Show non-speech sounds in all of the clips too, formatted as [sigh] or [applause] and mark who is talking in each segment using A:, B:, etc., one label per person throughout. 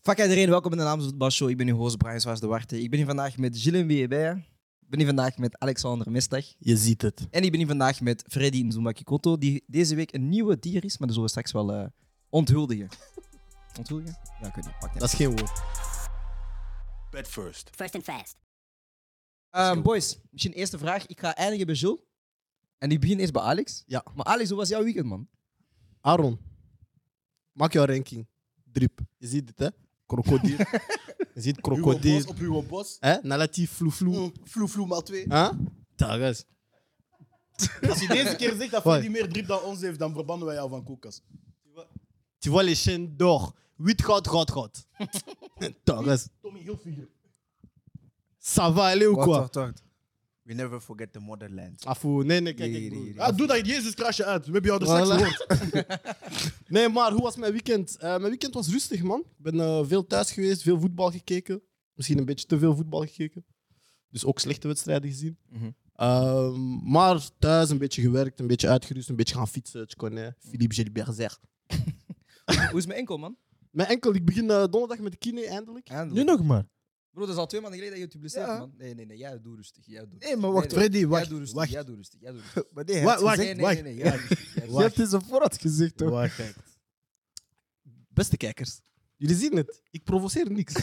A: Fuck iedereen, welkom in de Naam van het Show. Ik ben uw host Brian Zwaars de Warte. Ik ben hier vandaag met Gilles Mbiebeja. Ik ben hier vandaag met Alexander Mestag.
B: Je ziet het.
A: En ik ben hier vandaag met Freddy Nzumakikoto, die deze week een nieuwe dier is, maar dat zullen we straks wel eh,
B: [laughs]
A: onthuldigen. Onthuldigen? Ja, ik weet niet. Pak
B: Dat is geen woord.
C: Bed first.
D: First and fast.
A: Ehm, boys, misschien eerste vraag. Ik ga eindigen bij Jules. En die begint eerst bij Alex.
B: Ja.
A: Maar Alex, hoe was jouw weekend, man?
B: Aaron, maak jouw ranking. Drip. Je ziet het, hè? [laughs] Krokodil. je ziet krokodil.
C: op uw bos.
B: Hè? Nalati floefloe.
C: Mm, Vloe, vloe, maal twee.
B: Huh? Dagas.
C: [laughs] Als je deze keer zegt dat
B: Hoi.
C: Freddy meer drip dan ons heeft, dan verbannen wij jou van koelkast.
B: Tu vois les chaînes d'or. Wit goud, goud, [laughs] goud. Dagas.
C: Tommy Hilfiger.
B: Ça va aller ou quoi?
E: We never forget the motherland.
B: Afo, nee, nee, kijk.
E: Die-
B: ik
E: die-
B: bedoel-
E: die-
C: Ah, doe dat Jezus krasje uit. We hebben jou er straks
B: Voilà.
C: gehoord.
B: [laughs] Nee, maar hoe was mijn weekend? Eh, mijn weekend was rustig, man. Ik ben eh, veel thuis geweest, veel voetbal gekeken. Misschien een beetje te veel voetbal gekeken. Dus ook slechte wedstrijden gezien.
A: Mhm.
B: Ehm, maar thuis een beetje gewerkt, een beetje uitgerust, een beetje gaan fietsen. Tu connais, Philippe Gilbert zegt.
A: Hoe is mijn enkel, man?
B: Mijn enkel, ik begin eh, donderdag met de kine, eindelijk.
A: Eindelijk.
E: nog maar.
A: Bro, dat is al twee maanden geleden dat je het publiceert,
E: Ja.
A: man. Nee, nee, nee. Jij doet rustig. Jij doet
E: Nee, maar wacht,
A: nee.
E: Freddy, wacht,
A: Jij doet rustig.
E: wacht.
A: Jij doet rustig. Jij
E: [laughs]
A: doet rustig.
E: Maar nee, hij
B: Wa-
E: heeft
B: wacht,
A: nee,
E: gezegd-
A: nee,
B: wacht.
A: nee, nee, jij doet rustig.
E: [laughs]
A: Jij doet
E: Je hebt eens een voorraad gezegd, toch?
C: Wacht, kijk.
B: [laughs] Beste kijkers, jullie zien het. Ik provoceer
E: [laughs]
B: niks.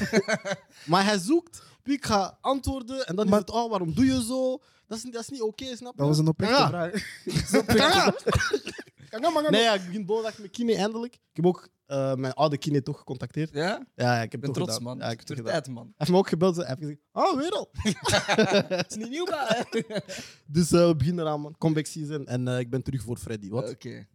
B: maar hij zoekt, wie ik ga antwoorden. En dan
E: Maar-
B: is het, oh, waarom doe je zo? Dat is, dat is niet oké, snap je?
E: Dat was een oprechte
B: Ja. [laughs]
E: vraag.
B: Kanga!
E: [laughs]
B: Kanga, maar Nee, ja, ik begin donderdag met kine eindelijk. Ik heb ook eh, mijn oude kine toch gecontacteerd.
A: rustig. Ja?
B: Ja, ja, ik heb
A: Ik ben
B: het toch
A: trots,
B: gedaan.
A: man.
B: Ja, ik heb
A: het
B: het toch
A: wordt
B: gedaan.
A: tijd, man.
B: Hij heeft me ook gebeld en hij heeft gezegd, oh, weer al.
A: Het is niet nieuw, maar... hè?
B: [laughs] Dus eh, we beginnen eraan, man. Comeback season. En eh, ik ben terug voor Freddy. Wat?
A: Oké. [laughs]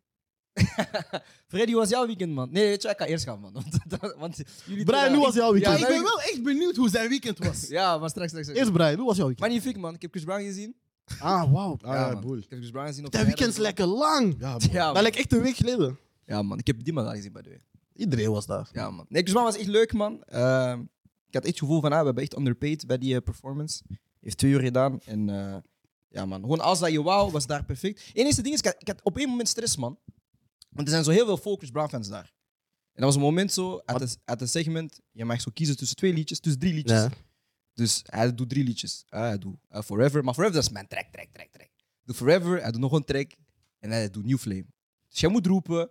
A: Freddy, hoe was jouw weekend, man? Nee, weet je, wat, ik ga eerst gaan, man. [laughs] Want, dat- want jullie
B: Brian,
A: twee-
B: hoe was jouw
A: Ja,
B: weekend?
C: Eh, ik ben wel echt benieuwd hoe zijn weekend was.
A: Ja, maar straks, straks. straks.
B: Eerst Brian, hoe was jouw weekend?
A: Magnifiek, man. Ik heb Chris Brown gezien.
B: Ah, wauw.
A: Ja,
B: Ah, ja,
A: man.
B: boel.
A: Ik heb Chris Brown gezien op
B: Dat weekend is
A: vrijdag.
B: lekker lang.
C: Ja,
A: Ja,
B: Dat
A: man.
B: lijkt echt een week geleden.
A: Ja, man. Ik heb die man al gezien, by the way.
B: Iedereen was daar.
A: Ja, man. Nee, Chris Brown was echt leuk, man. Ehm, ik had echt het gevoel van, ah, we hebben echt underpaid bij die eh, performance. Heeft twee uur gedaan. En eh, ja, man. Gewoon als dat je wou, was daar perfect. Enige ding is, ik had, ik had op één moment stress, man. Want er zijn zo heel veel folk Chris Brown fans daar. En dat was een moment zo, uit een, uit een segment, je mag zo kiezen tussen twee liedjes, tussen drie liedjes.
B: Ja.
A: Dus hij doet drie liedjes. Ah, hij doet eh, Forever, maar Forever dat is mijn track, track, track, track. Doe Forever, hij doet nog een track. En hij doet New Flame. Dus jij moet roepen.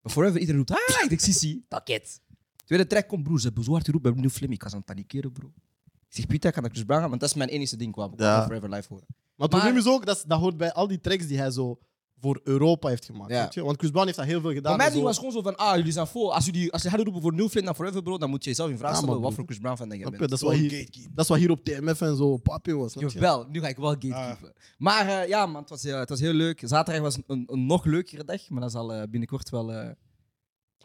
A: Maar Forever, iedereen roept, ah, ik denk Sissi. Pakket. Tweede track komt, broer, ze hebben zo hard geroepen bij New Flame. Ik was aan het panikeren, bro. Ik zeg, Pieter, ik ga naar Chris Brown gaan, want dat is mijn enige ding qua
B: Ja.
A: qua Forever Live horen.
B: Maar het
A: Maar-
B: probleem is ook, dat, is- dat hoort bij al die tracks die hij zo voor Europa heeft gemaakt.
A: Ja.
B: Weet je? Want Chris Brown heeft daar heel veel gedaan.
A: Maar mijn
B: en
A: ding
B: zo.
A: was gewoon zo van, ah, jullie zijn vol. Als jullie, als jullie hadden roepen voor New Flame naar Forever, bro, dan moet je jezelf in vraag
B: Ja,
A: stellen
B: man,
A: wat
B: broer.
A: voor Chris Brown fan dat je
B: Snap je?
A: bent.
B: Dat is,
C: Zo'n
B: wat hier,
C: gatekeeper.
B: dat is wat hier op TMF en zo popping was. snap je?
A: Jawel, nu ga ik wel gatekeepen. Maar eh, ja, man, het was, heel, het was heel leuk. Zaterdag was een, een nog leukere dag, maar dat zal eh, binnenkort wel... eh,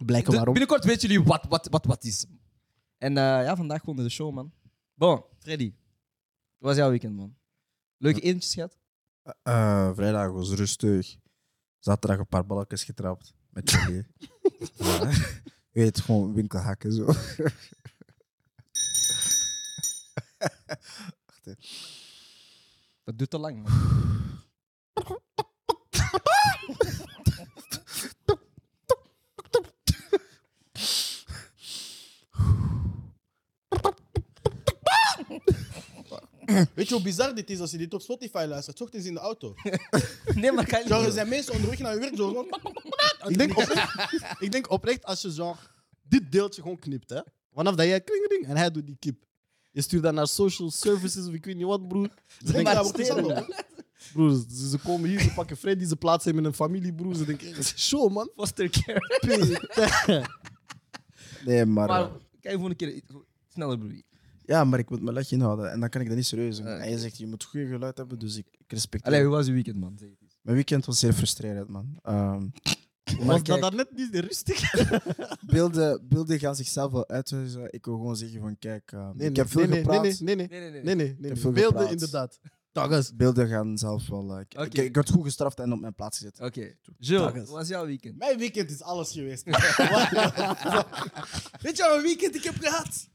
B: Blijken
A: De-
B: waarom.
A: Binnenkort weten jullie wat, wat, wat, wat is. En eh, ja, vandaag gewoon de show, man. Bon, Freddy. Hoe was jouw weekend, man? Leuke eentjes gehad?
E: Eh, vrijdag was rustig. Zaterdag een paar balletjes getrapt. [laughs] Met jullie. ja. Je weet, gewoon winkelhakken zo.
A: Dat duurt te lang, man.
C: Weet je hoe bizar dit is als je dit op Spotify luistert? 's Ochtends in de [laughs] auto.
A: [laughs] Nee, maar kan
C: Genre,
A: niet.
C: zijn mensen onderweg naar hun werk. Zo,
B: Ik denk, [laughs] oprecht, ik denk oprecht als je zo dit deeltje gewoon knipt, hè. Vanaf dat jij klingeling en hij doet die kip. Je stuurt dat naar social services of ik weet niet wat, broer.
A: [laughs]
B: Ze denken,
C: maar
B: ja, wat is dat
C: stelen,
B: nou? Broer, ze, ze komen hier, ze pakken Freddy, ze plaatsen hem in een familie, broer. Ze denken, hey, show, man.
A: Foster care.
E: Nee, maar...
A: Maar
E: eh,
A: kijk, volgende keer iets- sneller, broer.
E: ja, maar ik moet mijn lach inhouden. En dan kan ik dat niet serieus doen.
A: Eh.
E: En je zegt, je moet goede geluid hebben, dus ik, ik respecteer
A: Allee,
E: het.
A: hoe was je weekend, man? Zeg het eens.
E: Mijn weekend was zeer frustrerend, man. Ehm,
B: Was
E: kijk-
B: dat daarnet niet rustig?
E: beelden, beelden gaan zichzelf wel uitwijzen. Ik wil gewoon zeggen van, kijk, ehm, ik heb veel
B: nee, nee,
E: gepraat.
B: Nee, nee, nee.
A: Nee, nee, nee.
B: Nee, nee, nee.
E: heb
B: nee.
E: veel
B: Beelden,
E: gepraat.
B: inderdaad. Tagas.
E: Beelden gaan zelf wel... eh, ik,
A: Oké.
E: ik, ik werd goed gestraft en op mijn plaats gezet.
A: Oké. Jill,
E: Dagens.
A: hoe was jouw weekend?
C: Mijn weekend is alles geweest. [laughs] Weet je wat een weekend ik heb gehad?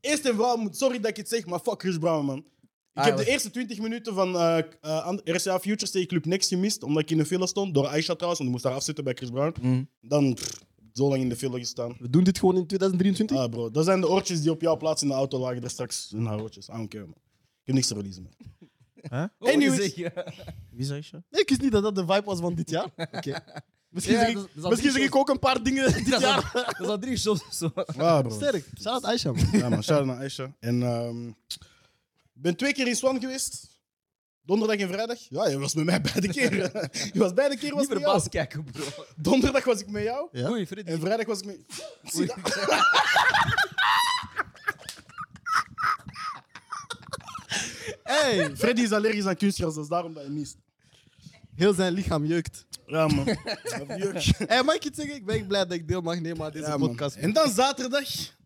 C: Eerst en vooral, moet- sorry dat ik het zeg, maar fuck Chris Brown, man. Ik
A: Ah,
C: heb
A: ja,
C: de
A: wat-
C: eerste 20 minuten van eh, k- eh, and- RCA
B: Mm.
C: Futures tegen Club Next gemist, omdat ik in de file stond, door Aisha trouwens, want ik moest daar afzitten bij Chris Brown. Dan pff, zo lang in de file gestaan.
B: We doen dit gewoon in 2023.
C: Ah, bro, dat zijn de oortjes die op jouw plaats in de auto lagen. Daar straks in haar oortjes. I don't care, man. Ik heb niks te verliezen, man.
A: Oh,
C: Anyways.
A: je zegt, [laughs] ja.
E: Wie zei je?
B: Nee, ik wist niet dat dat de vibe was van dit jaar. [laughs] Oké. Misschien,
A: Ja,
B: zeg, ik,
A: dat- dat zal
B: misschien
A: niet
B: zeg ik ook een paar dingen dit
A: Dat is al-
B: jaar.
A: dat is al drie shows of zo.
C: Ah, bro.
B: Sterk. Shout-out Aisha, man.
C: Ja, man. Shout-out naar Aisha. En ehm, ik ben twee keer in Swan geweest. Donderdag en vrijdag. Ja, je was met mij beide
A: [laughs]
C: keer. je was beide keer was
A: Niet
C: met jou.
A: verbaasd kijken, bro.
C: Donderdag was ik met jou.
B: Ja?
A: Oei, Freddy.
C: En vrijdag was ik met... Zie dat?
A: [laughs]
B: Hey,
C: Freddy is allergisch aan kunstgras, dat is daarom dat hij mist.
B: [laughs] heel zijn lichaam jeukt.
C: Ja, man. [laughs] Dat juk.
B: Hey, mag ik iets zeggen? Ik ben echt blij dat ik deel mag nemen aan deze
C: Ja, man.
B: podcast.
C: En dan zaterdag...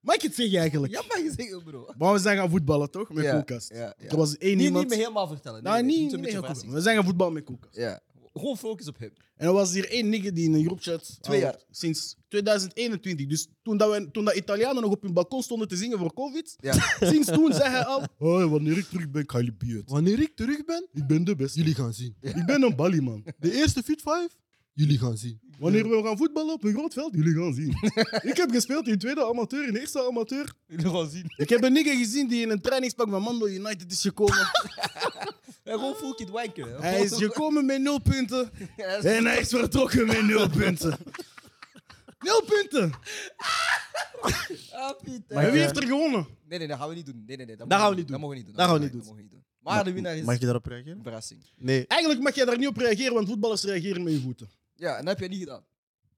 C: Mag ik het zeggen eigenlijk?
A: Ja, maar je zegt, bro.
C: Maar we zijn gaan voetballen, toch? Met
A: Ja,
C: koelkast.
A: ja, ja.
C: Er was één
A: Niet,
C: iemand...
A: niet me helemaal vertellen.
B: Nou,
C: Nee, niet,
A: een
C: niet
A: beetje
C: heel koelkast.
A: verrassing.
C: We zijn gaan voetballen met koelkast.
A: Ja. Gewoon focus op hem. [laughs]
C: En er was hier één nigger die in een groepchat...
A: Twee
C: al
A: jaar.
C: Sinds 2021. Dus toen, dat we, toen dat Italianen nog op hun balkon stonden te zingen voor COVID...
A: Ja.
C: [laughs] Sinds toen zei hij al... [laughs] Hoi, wanneer ik terug ben, ik ga jullie bieden.
B: Wanneer ik terug ben,
C: Ik ben de beste.
B: jullie gaan zien.
C: Ik ben een balie, man.
B: De eerste Fit 5, jullie gaan zien.
C: Wanneer we gaan voetballen op een groot veld, jullie gaan [laughs] zien. ik heb gespeeld in tweede amateur, in eerste amateur.
A: Jullie gaan zien.
C: Ik heb een nigger gezien die in een trainingspak van Mando United is [laughs] gekomen.
A: En gewoon full kid wanker. hè.
C: hij is gekomen met nul punten
A: Hij
C: [laughs]
A: is-
C: en hij is vertrokken met nul punten. Nul punten!
A: Ah, Pieter.
E: Maar
C: en wie
E: eh,
C: heeft er gewonnen?
A: Nee, nee, dat gaan we niet doen. Nee, nee, nee. Dat,
B: Dat
A: mogen
B: gaan we
A: Dat
B: niet doen.
A: mogen we niet doen.
B: Dat gaan we
A: Dat
B: niet
A: mogen we niet doen. Maar de winnaar is
E: Mag ik
A: een
E: daarop reageren?
A: verrassing.
B: Nee.
C: Eigenlijk mag jij daar niet op reageren, want voetballers reageren met je voeten.
A: Ja, en dat heb je niet gedaan.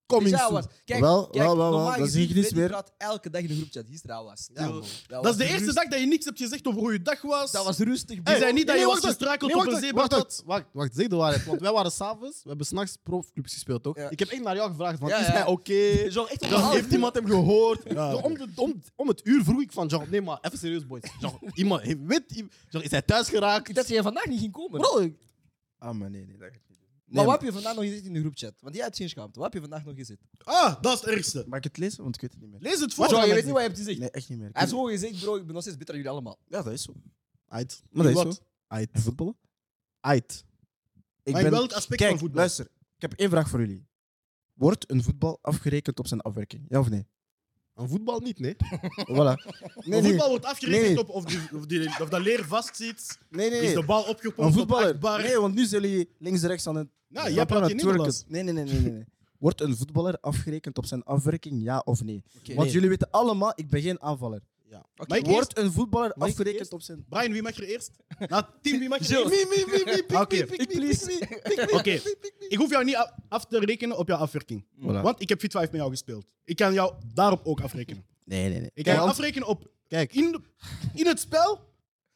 B: Kom
A: Dus
B: in.
A: jij
B: soon.
A: was. Kijk,
E: Wel,
A: kijk,
E: wel, wel, wel,
A: normaal
E: dat zie
A: gezien,
E: ik niet
A: Freddy
E: meer.
A: praat elke dag in de groepchat. Gisteren hij was. stil.
C: Dat is de
A: was
C: eerste
A: rust-
C: dag dat je niks hebt gezegd over hoe je dag was.
A: Dat was rustig.
C: Die
A: bro.
C: zei niet dat
B: Nee,
C: je was
B: wacht, wacht.
C: gestrakeld
B: Nee,
C: op
B: wacht,
C: een
B: wacht,
C: zebrapad.
B: wacht, wacht, wacht, zeg de waarheid. Want wij waren s'avonds, we hebben s'nachts profclubs gespeeld, toch?
A: Ja.
B: Ik heb echt naar jou gevraagd, van,
A: Ja,
B: is
A: ja.
B: hij oké?
E: [laughs]
A: Zo, echt op
B: Jean,
A: half
B: heeft
A: uur.
B: iemand hem gehoord?
C: Ja.
B: om, de- om, om het uur vroeg ik van Jean, nee maar even serieus boys. Jean, iemand, heeft- weet, i- Jean, is hij thuis geraakt?
A: Dat je vandaag niet ging komen.
B: Bro, ik-
E: Ah, maar nee, nee, dat ga ik niet doen.
A: maar wat heb je vandaag nog gezet in de groepchat? Want jij hebt geen schaamte. Wat heb je vandaag nog gezet?
C: Ah, dat is het ergste.
E: Mag ik het lezen? Want ik weet het niet meer.
C: Lees het voor.
A: Maar Jean, je weet niet wat je hebt gezegd.
E: Nee, echt niet meer.
A: Hij heeft gewoon gezegd, bro, ik ben nog steeds beter dan jullie allemaal.
E: Ja, dat is zo.
B: Ait.
E: Maar dat is
B: Wat?
E: zo.
B: Ait.
E: En voetballen?
B: Ait.
E: Ik
C: Maar in welk aspect
E: Kijk,
C: van voetbal?
E: luister. Ik heb één vraag voor jullie. Wordt een voetbal afgerekend op zijn afwerking? Ja of nee? Oh,
B: Aan voetbal niet,
E: [laughs]
B: nee.
E: voilà. Nee,
C: Maar
E: nee.
C: voetbal wordt afgerekend
E: Nee.
C: op of, die, of, die, of dat leer vast zit.
E: Nee, nee,
C: Is
E: nee.
C: de bal
E: Een
C: opgepompt op
E: voetballer.
C: achtbaar.
E: Nee, want nu zijn jullie links en rechts aan het...
C: Nou, jij praat hier Nederlands.
E: Nee, nee, nee, nee, nee. nee. Wordt een voetballer afgerekend op zijn afwerking? Ja of nee?
A: Oké.
E: Want jullie weten allemaal, ik ben geen aanvaller.
C: Mag ik eerst?
E: Wordt een voetballer
B: Mag ik
E: afgerekend
B: eerst?
E: op zijn...
C: Brian, wie mag er eerst? Nou, Tim, wie mag er
A: Jill.
C: eerst?
B: Mie, mie, mie, mie, pik,
C: Oké.
B: mie, pik, mie,
A: Please.
B: pik, mie, pik, mie.
C: Oké, ik hoef jou niet af- af te rekenen op jouw afwerking.
E: Voilà.
C: Want ik heb Fit 5 met jou gespeeld. Ik kan jou daarop ook afrekenen.
E: Nee, nee, nee.
C: Ik kan
B: Kijk,
C: jou
B: want-
C: afrekenen op
B: Kijk.
C: in, de- in het spel.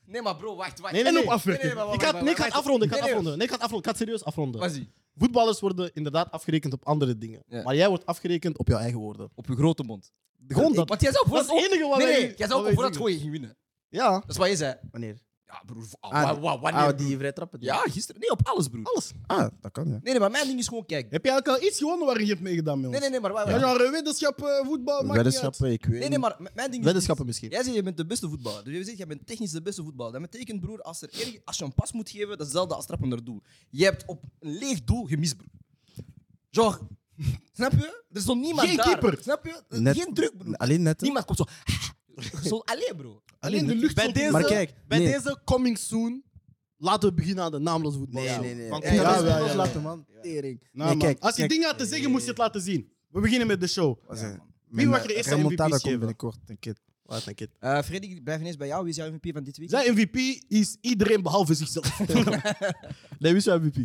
A: Nee, maar bro, wacht, wacht.
B: Nee, nee,
C: En
B: nee.
C: op afwerking.
A: maar wacht,
B: Ik ga,
A: wacht,
B: nee, ik ga
A: wacht,
B: het afronden, ik ga
A: wacht.
B: het afronden. Nee, ik ga het afronden. Ik ga het serieus afronden.
A: Was-ie.
B: Voetballers worden inderdaad afgerekend op andere dingen.
A: Ja.
B: Maar jij wordt afgerekend op jouw eigen woorden.
A: Op je grote mond.
B: Gewoon
A: Ik-
B: dat.
A: Want jij zou voor
B: Dat is het enige wat
A: Nee,
B: wij-
A: nee, jij zou
B: wat
A: ook
B: wij
A: voor dat
B: zeggen.
A: gooien ging winnen.
B: Ja.
A: Dat is wat je zei.
E: Wanneer?
A: Ja, broer. wa-
E: Ah,
A: wa- wa- wanneer,
E: Ah,
A: broer?
E: die vrij trappen. die-
A: Ja, gisteren. Nee, op alles, broer.
B: Alles.
E: Ah, dat kan, ja.
A: Nee, nee, maar mijn ding is gewoon kijk.
C: Heb je eigenlijk al iets gewonnen waarin je hebt meegedaan met ons?
A: Nee, nee, nee, maar wacht,
C: Ja,
A: wacht.
C: genre wetenschap, eh, voetbal, maakt niet uit.
E: Weddenschappen, ik weet
A: Nee, nee, maar m- mijn ding is...
B: Weddenschappen misschien.
A: Jij zegt, je bent de beste voetballer. Dus je zegt, je bent technisch de beste voetballer. Dat betekent, broer, als, er erg- als je een pas moet geven, dat is hetzelfde als trappen naar doel. Je hebt op een leeg doel gemist, broer. Genre, [laughs] snap je? Er is nog niemand
C: Geen
A: daar.
C: keeper.
A: Snap je?
E: Net-
A: Geen druk, broer.
E: Alleen net.
A: Niemand komt zo... [laughs] zo alleen, bro.
C: Alleen de lucht
B: Bij
C: stond in-
B: deze,
E: Maar kijk,
B: bij
E: nee.
B: deze coming soon laten we beginnen aan de naamloze voetbal.
E: Nee, nee, nee.
B: Van-
A: Ja,
B: Ja,
E: dat is
B: ja,
E: niet
B: ja, ja.
E: loslaten, man. Tering.
C: Nou,
E: Nee,
C: man,
E: kijk,
C: als je
E: kijk.
C: dingen had te zeggen, moest je het laten zien. We beginnen met de show.
E: Wat zeg je?
C: Wie mag er
E: Mijn
C: eerst zijn
E: remontada
C: MVP's
E: komt
C: geven?
E: binnenkort, denk ik.
B: Wat denk je?
A: Eh Freddy, ik blijf ineens bij jou. Wie is jouw MVP van dit week?
C: Zijn MVP is iedereen behalve [laughs] zichzelf.
B: Nee, wie is jouw MVP?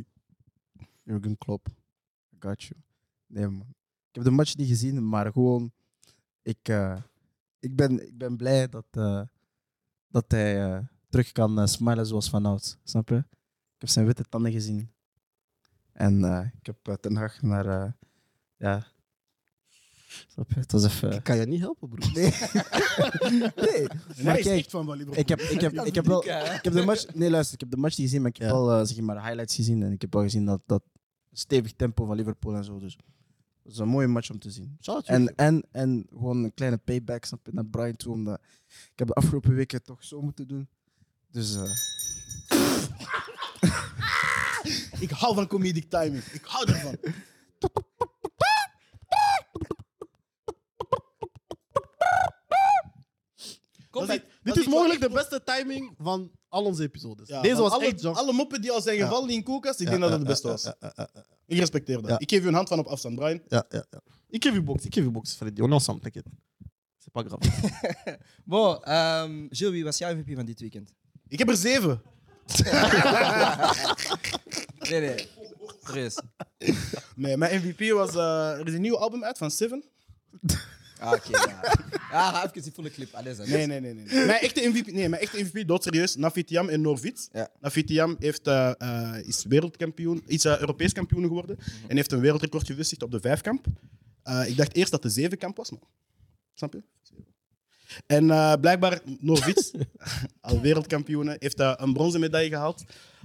E: Jurgen Klopp. I got you. Nee, man. Ik heb de match niet gezien, maar gewoon... Ik, eh, ik, ben, ik ben blij dat, eh, dat hij eh, terug kan eh, smilen zoals vanouds. Snap je? Ik heb zijn witte tanden gezien. En eh, ik heb eh, Ten Hag naar... eh, ja... Snap je? Het was even...
B: [laughs] Ik kan je niet helpen, broer.
E: Nee,
C: En
E: maar
C: hij
E: kijk,
C: is echt van Bali, bro.
E: ik heb, ik heb, ik heb wel... Ik heb de match, nee, luister, ik heb de match niet gezien, maar ik heb
B: Ja.
E: wel eh, zeg maar, highlights gezien. En ik heb wel gezien dat, dat stevig tempo van Liverpool en zo. Dus dat is een mooie match om te zien.
B: Shout-out to
E: En, en, en gewoon een kleine payback snap je, naar Brian toe. Omdat ik heb de afgelopen weken toch zo moeten doen. Dus eh,
C: [laughs] Ik hou van comedic timing. Ik hou daarvan.
B: Dat is-
C: Comeback.
B: dit
C: Dat
B: is
C: iets
B: mogelijk
C: wat
B: de
C: ik-
B: beste timing van al onze episodes.
C: Ja,
B: Deze
C: van
B: was
C: alle,
B: echt jong.
C: Alle moppen die al zijn gevallen in Koelkast, ik denk dat het de beste was. Ik respecteer dat.
B: Ja.
C: Ik geef u een hand van op afstand, Brian.
B: Ja, ja, ja. Ik geef je box, ik geef je box, Freddy. Oh, On ensemble, t'inquiète. C'est pas grave.
A: Bon, ehm, Gilles, wie was jouw MVP van dit weekend?
C: Ik heb er zeven.
A: Nee, nee. Serieus.
C: Nee, mijn MVP was... eh, er is een nieuw album uit van Seven.
A: Ah, oké.
C: [laughs]
A: ja. ja, ga even die volle clip. Allee, zeg.
C: Nee, nee, nee. nee. nee. mijn echte MVP, nee, mijn echte MVP, doodserieus, Nafitiam en Norvits.
A: Ja.
C: Nafitiam heeft, eh, eh, is wereldkampioen, is eh, Europees kampioen geworden en heeft een wereldrecord gevestigd op de vijfkamp. Eh, ik dacht eerst dat de zevenkamp was, maar... Snap je? En eh, blijkbaar,
B: [laughs]
C: Norvits, al wereldkampioen, heeft eh, een bronzen medaille gehaald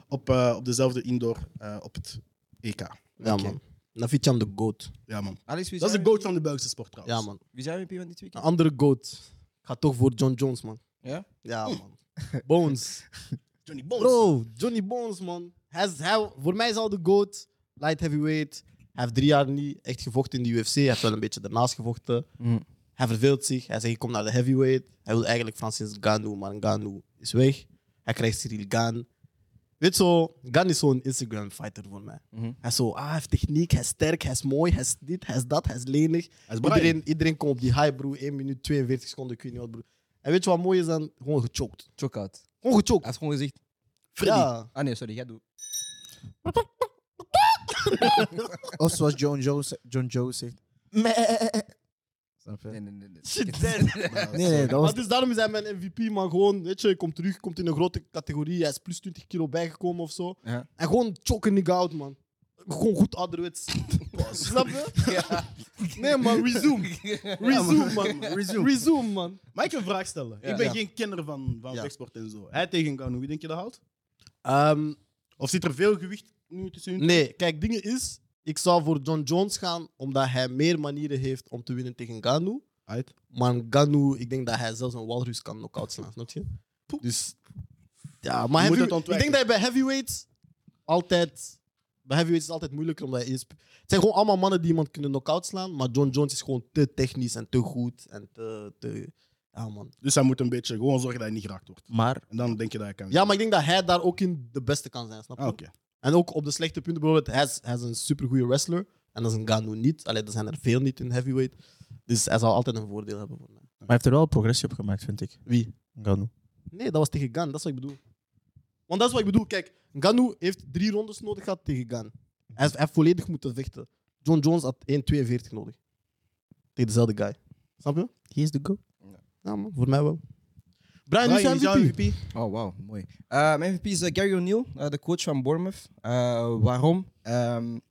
C: op, eh, op dezelfde indoor eh, op het EK.
B: Ja, man. Navitian de goat.
C: Ja, man.
A: Alex, wie is
C: Dat is
A: jouw
C: de goat van de Belgische sport, trouwens.
B: Ja, man.
A: Wie is jouw MVP van dit
B: Een
A: weekend?
B: andere goat. Ik ga toch voor John Jones, man.
A: Ja?
B: Ja, [laughs] man. Bones.
C: Johnny Bones.
B: Bro, Johnny Bones, man. Hij is, hij, voor mij is al de GOAT. Light heavyweight. Hij heeft drie jaar niet echt gevochten in de UFC. Hij heeft wel een beetje daarnaast gevochten.
A: Mm.
B: Hij verveelt zich. Hij zegt, ik kom naar de heavyweight. Hij wil eigenlijk Francis Ngannou, maar Ngannou is weg. Hij krijgt Cyril Gan. Weet zo, Gan is zo'n Instagram-fighter voor mij.
A: Mhm.
B: Hij is zo, ah, hij heeft techniek, hij is sterk, hij is mooi, hij is dit, hij is dat, hij is lenig.
C: Hij is Brian.
B: iedereen, iedereen komt op die high, bro. 1 minuut 42 seconden, ik weet niet wat, bro. En weet je wat mooi is dan? Gewoon gechokt.
A: Chockout.
B: Gewoon gechokt.
A: Hij heeft gewoon gezegd...
C: Freddy.
B: Ja.
A: Ah, nee, sorry. Jij doet.
E: Of zoals John Joe, John Joe zegt. Snap je?
A: Nee, nee, nee. nee. [laughs]
B: [laughs] Shit,
E: Nee, nee, dat was...
B: Maar dus daarom is hij mijn MVP, man. Gewoon, weet je, je komt terug, komt in een grote categorie. Hij is plus 20 kilo bijgekomen of zo.
A: Ja.
B: En gewoon chokken nigga out, man. Gewoon goed ouderwets. [laughs] Snap je? Nee, man, resume. [laughs] Resume, man. Resume, man.
C: Mag ik een vraag stellen?
A: Ja.
C: Ik ben
B: Ja.
C: geen kenner van, van
B: Ja.
C: vechtsport en zo. Hij tegen Ganu, wie denk je dat houdt? Of zit er veel gewicht nu tussen hun?
B: Ehm, nee, kijk, dingen is... Ik zou voor John Jones gaan, omdat hij meer manieren heeft om te winnen tegen Ganu.
C: Uit.
B: Maar Ganu, ik denk dat hij zelfs een walrus kan knock-out slaan, snap je? Dus ja, maar
C: Je
B: heavy-
C: moet het
B: ik denk
C: ontwijken.
B: dat je bij heavyweights altijd bij heavyweights is het altijd moeilijker omdat je eerst- het zijn gewoon allemaal mannen die iemand kunnen knock-out slaan, maar John Jones is gewoon te technisch en te goed en te, te ja man.
C: Dus hij moet een beetje gewoon zorgen dat hij niet geraakt wordt.
B: Maar
C: En dan denk je dat hij kan.
B: ja, maar ik denk dat hij daar ook in de beste kan zijn, snap je?
C: Ah, oké.
B: En ook op de slechte punten, bijvoorbeeld, hij is, hij is een supergoeie wrestler en dat is een Ganu niet. Alleen er zijn er veel niet in heavyweight, dus hij zal altijd een voordeel hebben voor mij.
E: Maar hij heeft er wel progressie op gemaakt, vind ik.
B: Wie?
E: Ganu.
B: Nee, dat was tegen Gan. Dat is wat ik bedoel. Want dat is wat ik bedoel. Kijk, Ganu heeft drie rondes nodig gehad tegen Gan. Hij heeft- hij heeft volledig moeten vechten. John Jones had 1,42 nodig. Tegen dezelfde guy. Snap je?
E: He is the go.
B: Ja, man. Voor mij wel. Brian, wie
C: Brian,
B: is
C: wie
B: jouw
C: is jouw
B: MVP?
A: Oh, wauw, mooi. Eh, mijn MVP is eh, Gary O'Neill, eh, de coach van Bournemouth. Eh, waarom? Ehm, ik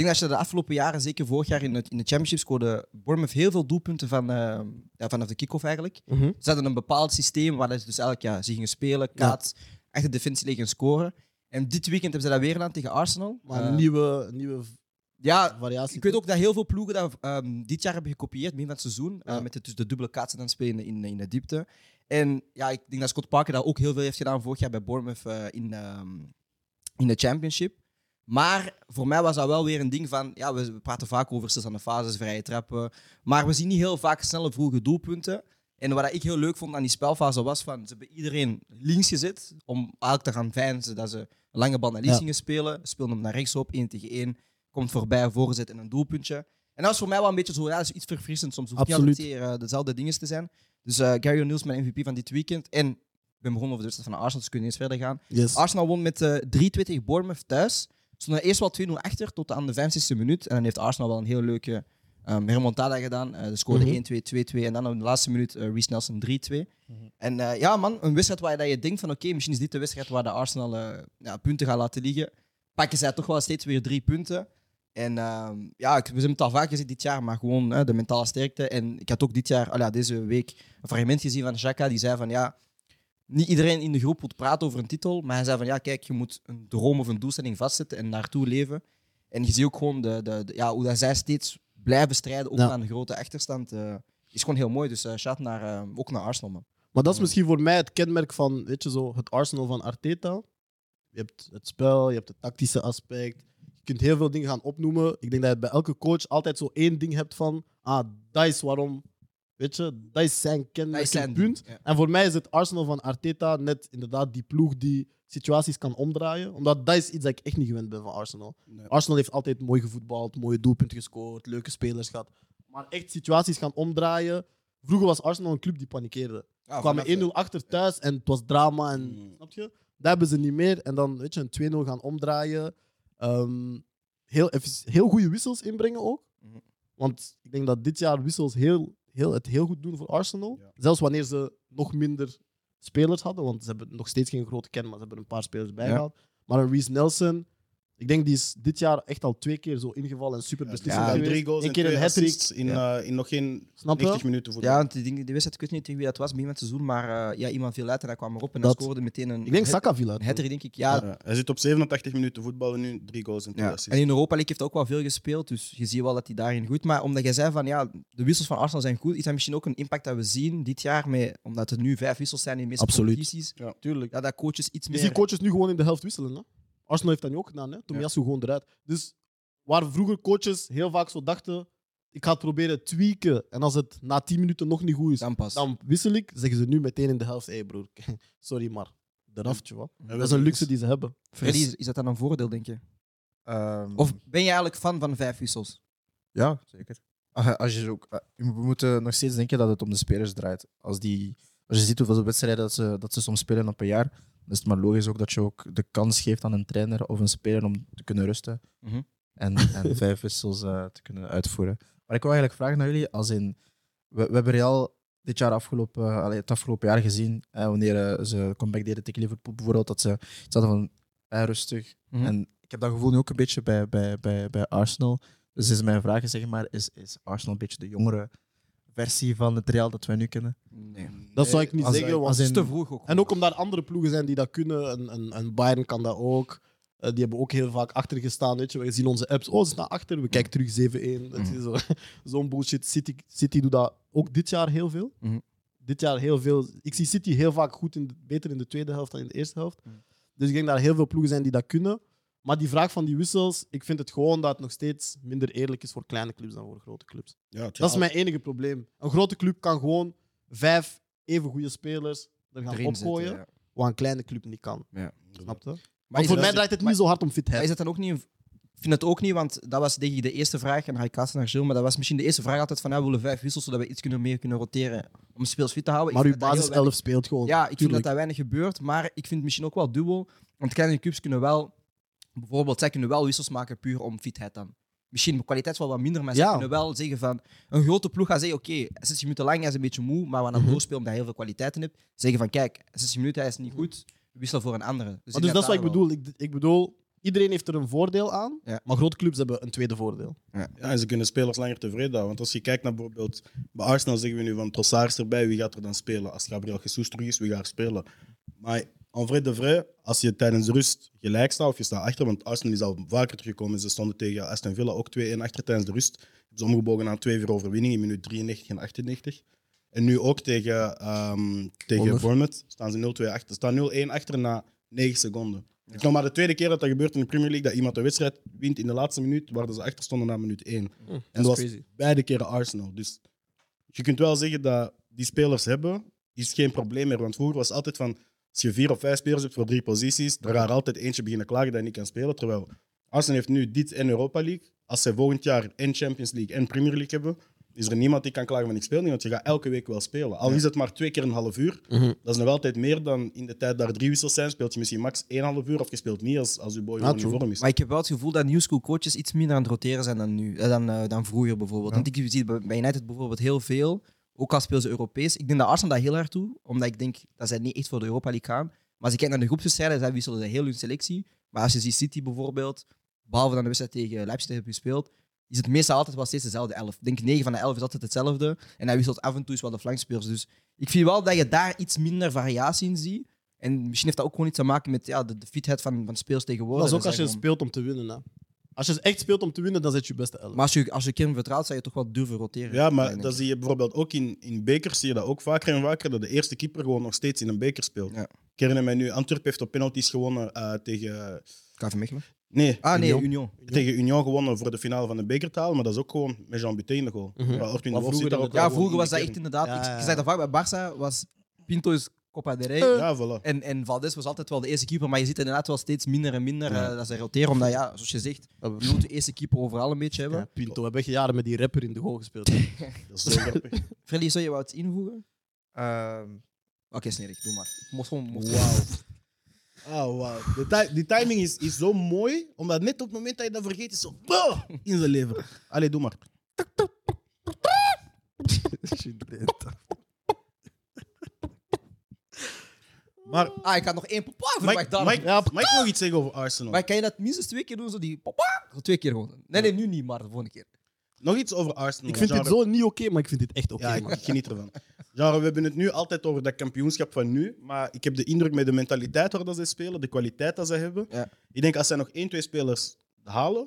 A: denk dat je de afgelopen jaren, zeker vorig jaar in, het, in de Championship, scoorde Bournemouth heel veel doelpunten van, ehm, ja, vanaf de kick-off eigenlijk.
B: Mhm.
A: Ze hadden een bepaald systeem waar ze dus elk jaar ze gingen spelen, kaats, echt de defensie liggen scoren. En dit weekend hebben ze dat weer gedaan tegen Arsenal.
B: Maar
A: Eh,
B: een nieuwe, nieuwe v-
A: ja,
B: variatie.
A: ik weet ook dat heel veel ploegen dat ehm, dit jaar hebben gekopieerd, begin van het seizoen. eh,
B: Ja.
A: met de, dus de dubbele kaatsen dan spelen in, in de diepte. En ja, ik denk dat Scott Parker dat ook heel veel heeft gedaan vorig jaar bij Bournemouth eh, in, ehm, in de Championship. Maar voor mij was dat wel weer een ding van. Ja, we, we praten vaak over stilstaande fases, vrije trappen. Maar we zien niet heel vaak snelle vroege doelpunten. En wat ik heel leuk vond aan die spelfase was van ze hebben iedereen links gezet om eigenlijk te gaan veinzen dat ze een lange bal naar links
B: Ja.
A: gingen spelen. Speelden hem naar rechts op, 1 tegen 1. Komt voorbij, voorzet en een doelpuntje. En dat was voor mij wel een beetje zo, ja, dat is iets verfrissends. Soms hoeft het niet altijd
B: Absoluut.
A: weer eh, dezelfde dingen te zijn. Dus eh Gary O'Neill is mijn MVP van dit weekend. En ik ben begonnen over de wedstrijd van Arsenal, dus we kunnen eens verder gaan.
B: Yes.
A: Arsenal won met eh 3-2 tegen Bournemouth thuis. Stonden eerst wel 2-0 achter tot aan de 65e minuut. En dan heeft Arsenal wel een heel leuke ehm remontada gedaan. Eh ze scoorden
B: Mhm.
A: 1-2, 2-2 en dan op de laatste minuut eh Reece Nelson 3-2.
B: Mhm.
A: En eh, ja man, een wedstrijd waar je, dat je denkt van oké, misschien is dit de wedstrijd waar de Arsenal eh, ja, punten gaat laten liggen. Pakken zij toch wel steeds weer drie punten. En ehm, ja, ik, we hebben het al vaak gezien dit jaar, maar gewoon hè, de mentale sterkte. En ik had ook dit jaar, al ja, deze week, een fragment gezien van Xhaka. Die zei van ja, niet iedereen in de groep wil praten over een titel, maar hij zei van ja, kijk, je moet een droom of een doelstelling vastzetten en naartoe leven. En je ziet ook gewoon de, de, de- ja, hoe dat zij steeds blijven strijden, ook
B: Ja.
A: aan de grote achterstand. eh, is gewoon heel mooi. Dus eh shout naar, eh, ook naar Arsenal, man.
B: Maar dat is misschien voor mij het kenmerk van weet je, zo, het Arsenal van Arteta. Je hebt het spel, je hebt het tactische aspect. Je kunt heel veel dingen gaan opnoemen. Ik denk dat je bij elke coach altijd zo één ding hebt van... Ah, dat is waarom Weet je, dat is zijn
A: Dat is
B: kenmerkend
A: zijn
B: punt.
A: ding, ja.
B: En voor mij is het Arsenal van Arteta net inderdaad die ploeg die situaties kan omdraaien. Omdat dat is iets dat ik echt niet gewend ben van Arsenal.
C: Nee.
B: Arsenal heeft altijd mooi gevoetbald, mooie doelpunten gescoord, leuke spelers gehad. Maar echt situaties gaan omdraaien. Vroeger was Arsenal een club die panikeerde.
A: Ja, vanaf,
B: kwamen
A: eh,
B: 1-0 achter thuis en het was drama. En,
C: Mm.
A: Hmm.
B: Snap je? Dat hebben ze niet meer. En dan weet je, een 2-0 gaan omdraaien. Ehm, heel, effici- heel goede wissels inbrengen ook.
A: Mhm.
B: Want ik denk dat dit jaar wissels heel, heel, het heel goed doen voor Arsenal.
C: Ja.
B: Zelfs wanneer ze nog minder spelers hadden. Want ze hebben nog steeds geen grote kern, maar ze hebben een paar spelers bijgehaald. Maar een Reese Nelson, ik denk die is dit jaar echt al twee keer zo ingevallen en super
A: ja,
B: beslissend geweest.
C: Dus drie goals
B: Eén
C: en
B: keer
C: twee
B: een hat-trick.
C: assists in, eh, in nog geen
B: Snap je?
C: 90 minuten voor
A: Ja, want die, ding- die wedstrijd, ik weet niet tegen wie dat was, begin van het seizoen, maar eh, ja, iemand viel later, hij kwam erop en hij
B: Dat-
A: scoorde meteen een...
B: Ik denk
A: een
B: Saka viel uit.
A: Een header, denk ik. Ja,
C: Ja, Eh, hij zit op 87 minuten voetballen nu, drie goals en twee
A: Ja. En
C: assists.
A: in Europa League heeft hij ook wel veel gespeeld, dus je ziet wel dat hij daarin goed. Maar omdat jij zei van ja, de wissels van Arsenal zijn goed, is dat misschien ook een impact dat we zien dit jaar, met, omdat er nu vijf wissels zijn in de meeste
B: Absoluut.
A: competities.
B: Tuurlijk.
A: Ja, dat coaches iets
B: Je
A: meer.
B: ziet Dus coaches nu gewoon in de helft wisselen. Hè? Arsenal heeft dat nu ook gedaan. Hè? Tomiyasu gewoon eruit. Dus waar vroeger coaches heel vaak zo dachten... Ik ga het proberen tweaken. En als het na 10 minuten nog niet goed is,
A: dan pas.
B: dan wissel ik. Zeggen ze nu meteen in de helft. Hé hey broer, [laughs] sorry maar. Eraf, tjoh.
C: En
B: Dat is een
A: dus
B: luxe die ze hebben.
A: Freddy, is, is dat dan een voordeel, denk je?
E: Ehm,
A: Of ben je eigenlijk fan van vijf wissels?
E: Ja, zeker. Ah, Als je ook, ah, we moeten nog steeds denken dat het om de spelers draait. Als, die, als je ziet hoeveel wedstrijden dat ze, dat ze soms spelen op een jaar, dan is het maar logisch ook dat je ook de kans geeft aan een trainer of een speler om te kunnen rusten
A: Mhm.
E: en, en vijf wissels eh, te kunnen uitvoeren. Maar ik wil eigenlijk vragen naar jullie, als in, we, we hebben Real dit jaar afgelopen, eh, allee, het afgelopen jaar gezien, eh, wanneer eh, ze comeback deden tegen Liverpool bijvoorbeeld, dat ze iets hadden van eh, rustig.
A: Mhm.
E: En ik heb dat gevoel nu ook een beetje bij, bij, bij, bij Arsenal. Dus is mijn vraag, zeg maar, is, is Arsenal een beetje de jongere versie van het Real dat wij nu kennen?
A: Nee. Dat
B: Dat zou ik niet
E: als-
B: zeggen. Want...
E: als
A: is
E: in-
A: te vroeg ook.
B: En ook omdat er andere ploegen zijn die dat kunnen. En, en, en Bayern kan dat ook. Eh, die hebben ook heel vaak achtergestaan. Weet je. We zien onze apps. Oh, ze staan achter. We kijken terug 7-1. Dat
A: Mhm.
B: is zo- [laughs] Zo'n bullshit. City, City doet dat ook dit jaar heel veel.
A: Mhm.
B: Dit jaar heel veel. Ik zie City heel vaak goed in de- beter in de tweede helft dan in de eerste helft.
A: Mhm.
B: Dus ik denk dat er heel veel ploegen zijn die dat kunnen. Maar die vraag van die wissels, ik vind het gewoon dat het nog steeds minder eerlijk is voor kleine clubs dan voor grote clubs.
C: Ja,
B: Dat is mijn enige probleem. Een grote club kan gewoon vijf even goede spelers er gaan
A: erin zitten,
B: opgooien,
A: ja.
B: wat een kleine club niet kan.
A: Ja.
B: Snap je?
A: Maar
B: Maar
A: is
B: voor
A: dat-
B: mij draait het
A: maar-
B: niet zo hard om
A: Maar is
B: fitheid.
A: dat dan ook niet... een- Ik vind het ook niet, want dat was denk ik de eerste vraag, en dan ga ik kaatsen naar Gilles, maar dat was misschien de eerste vraag altijd van, ja, we willen vijf wissels, zodat we iets kunnen, meer kunnen roteren om spelers fit te houden. Ik
B: Maar uw
A: vind dat dat heel
B: basis 11 speelt gewoon.
A: Ja, ik vind dat
B: Tuurlijk.
A: dat weinig gebeurt, maar ik vind het misschien ook wel dubbel. Want kleine clubs kunnen wel, bijvoorbeeld, zij kunnen wel wissels maken puur om fitheid dan. Misschien de kwaliteit is wel wat minder, maar zij
B: Ja.
A: kunnen wel zeggen van een grote ploeg gaat zeggen: Oké, 60 minuten lang hij is een beetje moe, maar we gaan hem
B: Mhm.
A: doorspelen omdat hij heel veel kwaliteiten hebt. Zeggen van: Kijk, 60 minuten hij is niet goed, wissel voor een andere. Dus,
B: Maar Mhm. dus dat is wat ik
A: daar wel.
B: bedoel. Ik, ik bedoel, iedereen heeft er een voordeel aan,
A: Ja.
B: maar grote clubs hebben een tweede voordeel.
C: Ja, en ze kunnen spelers langer tevreden houden. Want als je kijkt naar bijvoorbeeld bij Arsenal, zeggen we nu van Trossard is erbij, wie gaat er dan spelen? Als Gabriel Jesus terug is, wie gaat er spelen? Maar en vrai de vrai, als je tijdens de rust gelijk staat of je staat achter, want Arsenal is al vaker teruggekomen. Ze stonden tegen Aston Villa ook 2-1 achter tijdens de rust. Hebben Ze omgebogen aan 2-4 overwinning in minuut 93 en 98. En nu ook tegen, ehm, tegen
E: Bournemouth.
C: Bournemouth staan ze 0-2 achter. Ze staan 0-1 achter na 9 seconden. Het is nog maar de tweede keer dat dat gebeurt in de Premier League, dat iemand de wedstrijd wint in de laatste minuut, waar ze achter stonden na minuut 1. En dat was beide keren Arsenal. Dus je kunt wel zeggen dat die spelers hebben, is geen probleem meer. Want vroeger was het altijd van, als je vier of vijf spelers hebt voor drie posities, dan gaat er altijd eentje beginnen klagen dat hij niet kan spelen. Terwijl Arsenal heeft nu dit en Europa League. Als zij volgend jaar en Champions League en Premier League hebben, is er niemand die kan klagen van ik speel niet, want je gaat elke week wel spelen. Al is het maar twee keer een half uur,
B: Mhm.
C: dat is nog altijd meer dan in de tijd dat er drie wissels zijn, speelt je misschien max één half uur of je speelt niet als, als je boy
B: Ja,
C: gewoon in
B: true.
C: vorm is.
A: Maar ik heb wel het gevoel dat new school coaches iets minder aan het roteren zijn dan nu, eh, dan, eh, dan vroeger bijvoorbeeld.
E: Ja.
A: Want ik zie bij bij United bijvoorbeeld heel veel, ook al spelen ze Europees. Ik denk dat Arsenal dat heel hard doet, omdat ik denk dat zij niet echt voor de Europa League gaan. Maar als je kijkt naar de groepswedstrijden, zij wisselen ze heel hun selectie. Maar als je ziet City bijvoorbeeld, behalve dan de wedstrijd tegen Leipzig die hebben gespeeld, is het meestal altijd wel steeds dezelfde elf. Ik denk 9 van de 11 is altijd hetzelfde. En hij wisselt af en toe eens wel de flankspelers. Dus ik vind wel dat je daar iets minder variatie in ziet. En misschien heeft dat ook gewoon iets te maken met ja, de, de fitheid van, van spelers tegenwoordig.
B: Dat is ook
A: Zij
B: als je
A: gewoon-
B: speelt om te winnen. Hè. Als je echt speelt om te winnen, dan zet je je beste 11.
A: maar als je, als je Kim vertrouwt, zou je toch wel durven roteren.
C: Ja, maar
A: denk
C: dat
A: ik.
C: zie je bijvoorbeeld ook in, in bekers, zie je dat ook vaker en vaker, dat de eerste keeper gewoon nog steeds in een beker speelt.
A: Ja.
C: Ik herinner mij nu, Antwerp heeft op penalties gewonnen eh, tegen...
A: KV Mechelen.
C: Nee,
A: Ah nee,
C: Union.
A: Union.
C: tegen Union gewonnen voor de finale van de beker te halen, maar dat is ook gewoon met Jean Buté in de goal.
B: Mhm.
C: Maar Ortwin
B: Maar
C: Wolf zit
B: vroeger
C: daar ook
A: Ja,
C: wel
A: vroeger was dat
C: gewoon
A: echt
C: in
A: inderdaad
B: Ja,
A: iets.
B: ja,
A: Ik
B: ja.
A: zei dat vaak bij Barça, was Pinto is Copa del Rey.
C: de kern. Ja, voilà.
A: En, en Valdes was altijd wel de eerste keeper, maar je ziet inderdaad wel steeds minder en minder
C: Ja.
A: eh, dat ze roteren. Omdat, ja, zoals je zegt, je moet de eerste keeper overal een beetje hebben.
B: Ja, Pinto, we hebben echt jaren met die rapper in de goal gespeeld.
C: Dat is zo grappig.
A: Freddy, zou je wat invoegen?
E: Ehm,
A: Oké, Snerik, doe maar. Ik mocht gewoon... mocht-
C: Wauw. Ah, wauw. De ti- Die timing is, is zo mooi, omdat net op het moment dat je dat vergeet, is zo bah, in zijn lever. Allee, doe maar. Maar
A: Ah, ik had nog één papa
C: Mike,
A: verwacht dan.
C: Mike,
B: Ja,
C: mag ik nog iets zeggen over Arsenal?
A: Maar kan je dat minstens twee keer doen, zo die papa? Zo Twee keer gewoon. Nee, nee, nu niet, maar de volgende keer.
C: nog iets over
B: [laughs]
C: Arsenal.
B: Ik vind dit
C: Genre-
B: zo niet oké, maar ik vind dit echt oké.
C: Ja, ik,
B: man.
C: ik geniet ervan. Genre, we hebben het nu altijd over dat kampioenschap van nu, maar ik heb de indruk met de mentaliteit waar dat ze spelen, de kwaliteit dat ze hebben.
A: Ja.
C: Ik denk als zij nog één, twee spelers halen,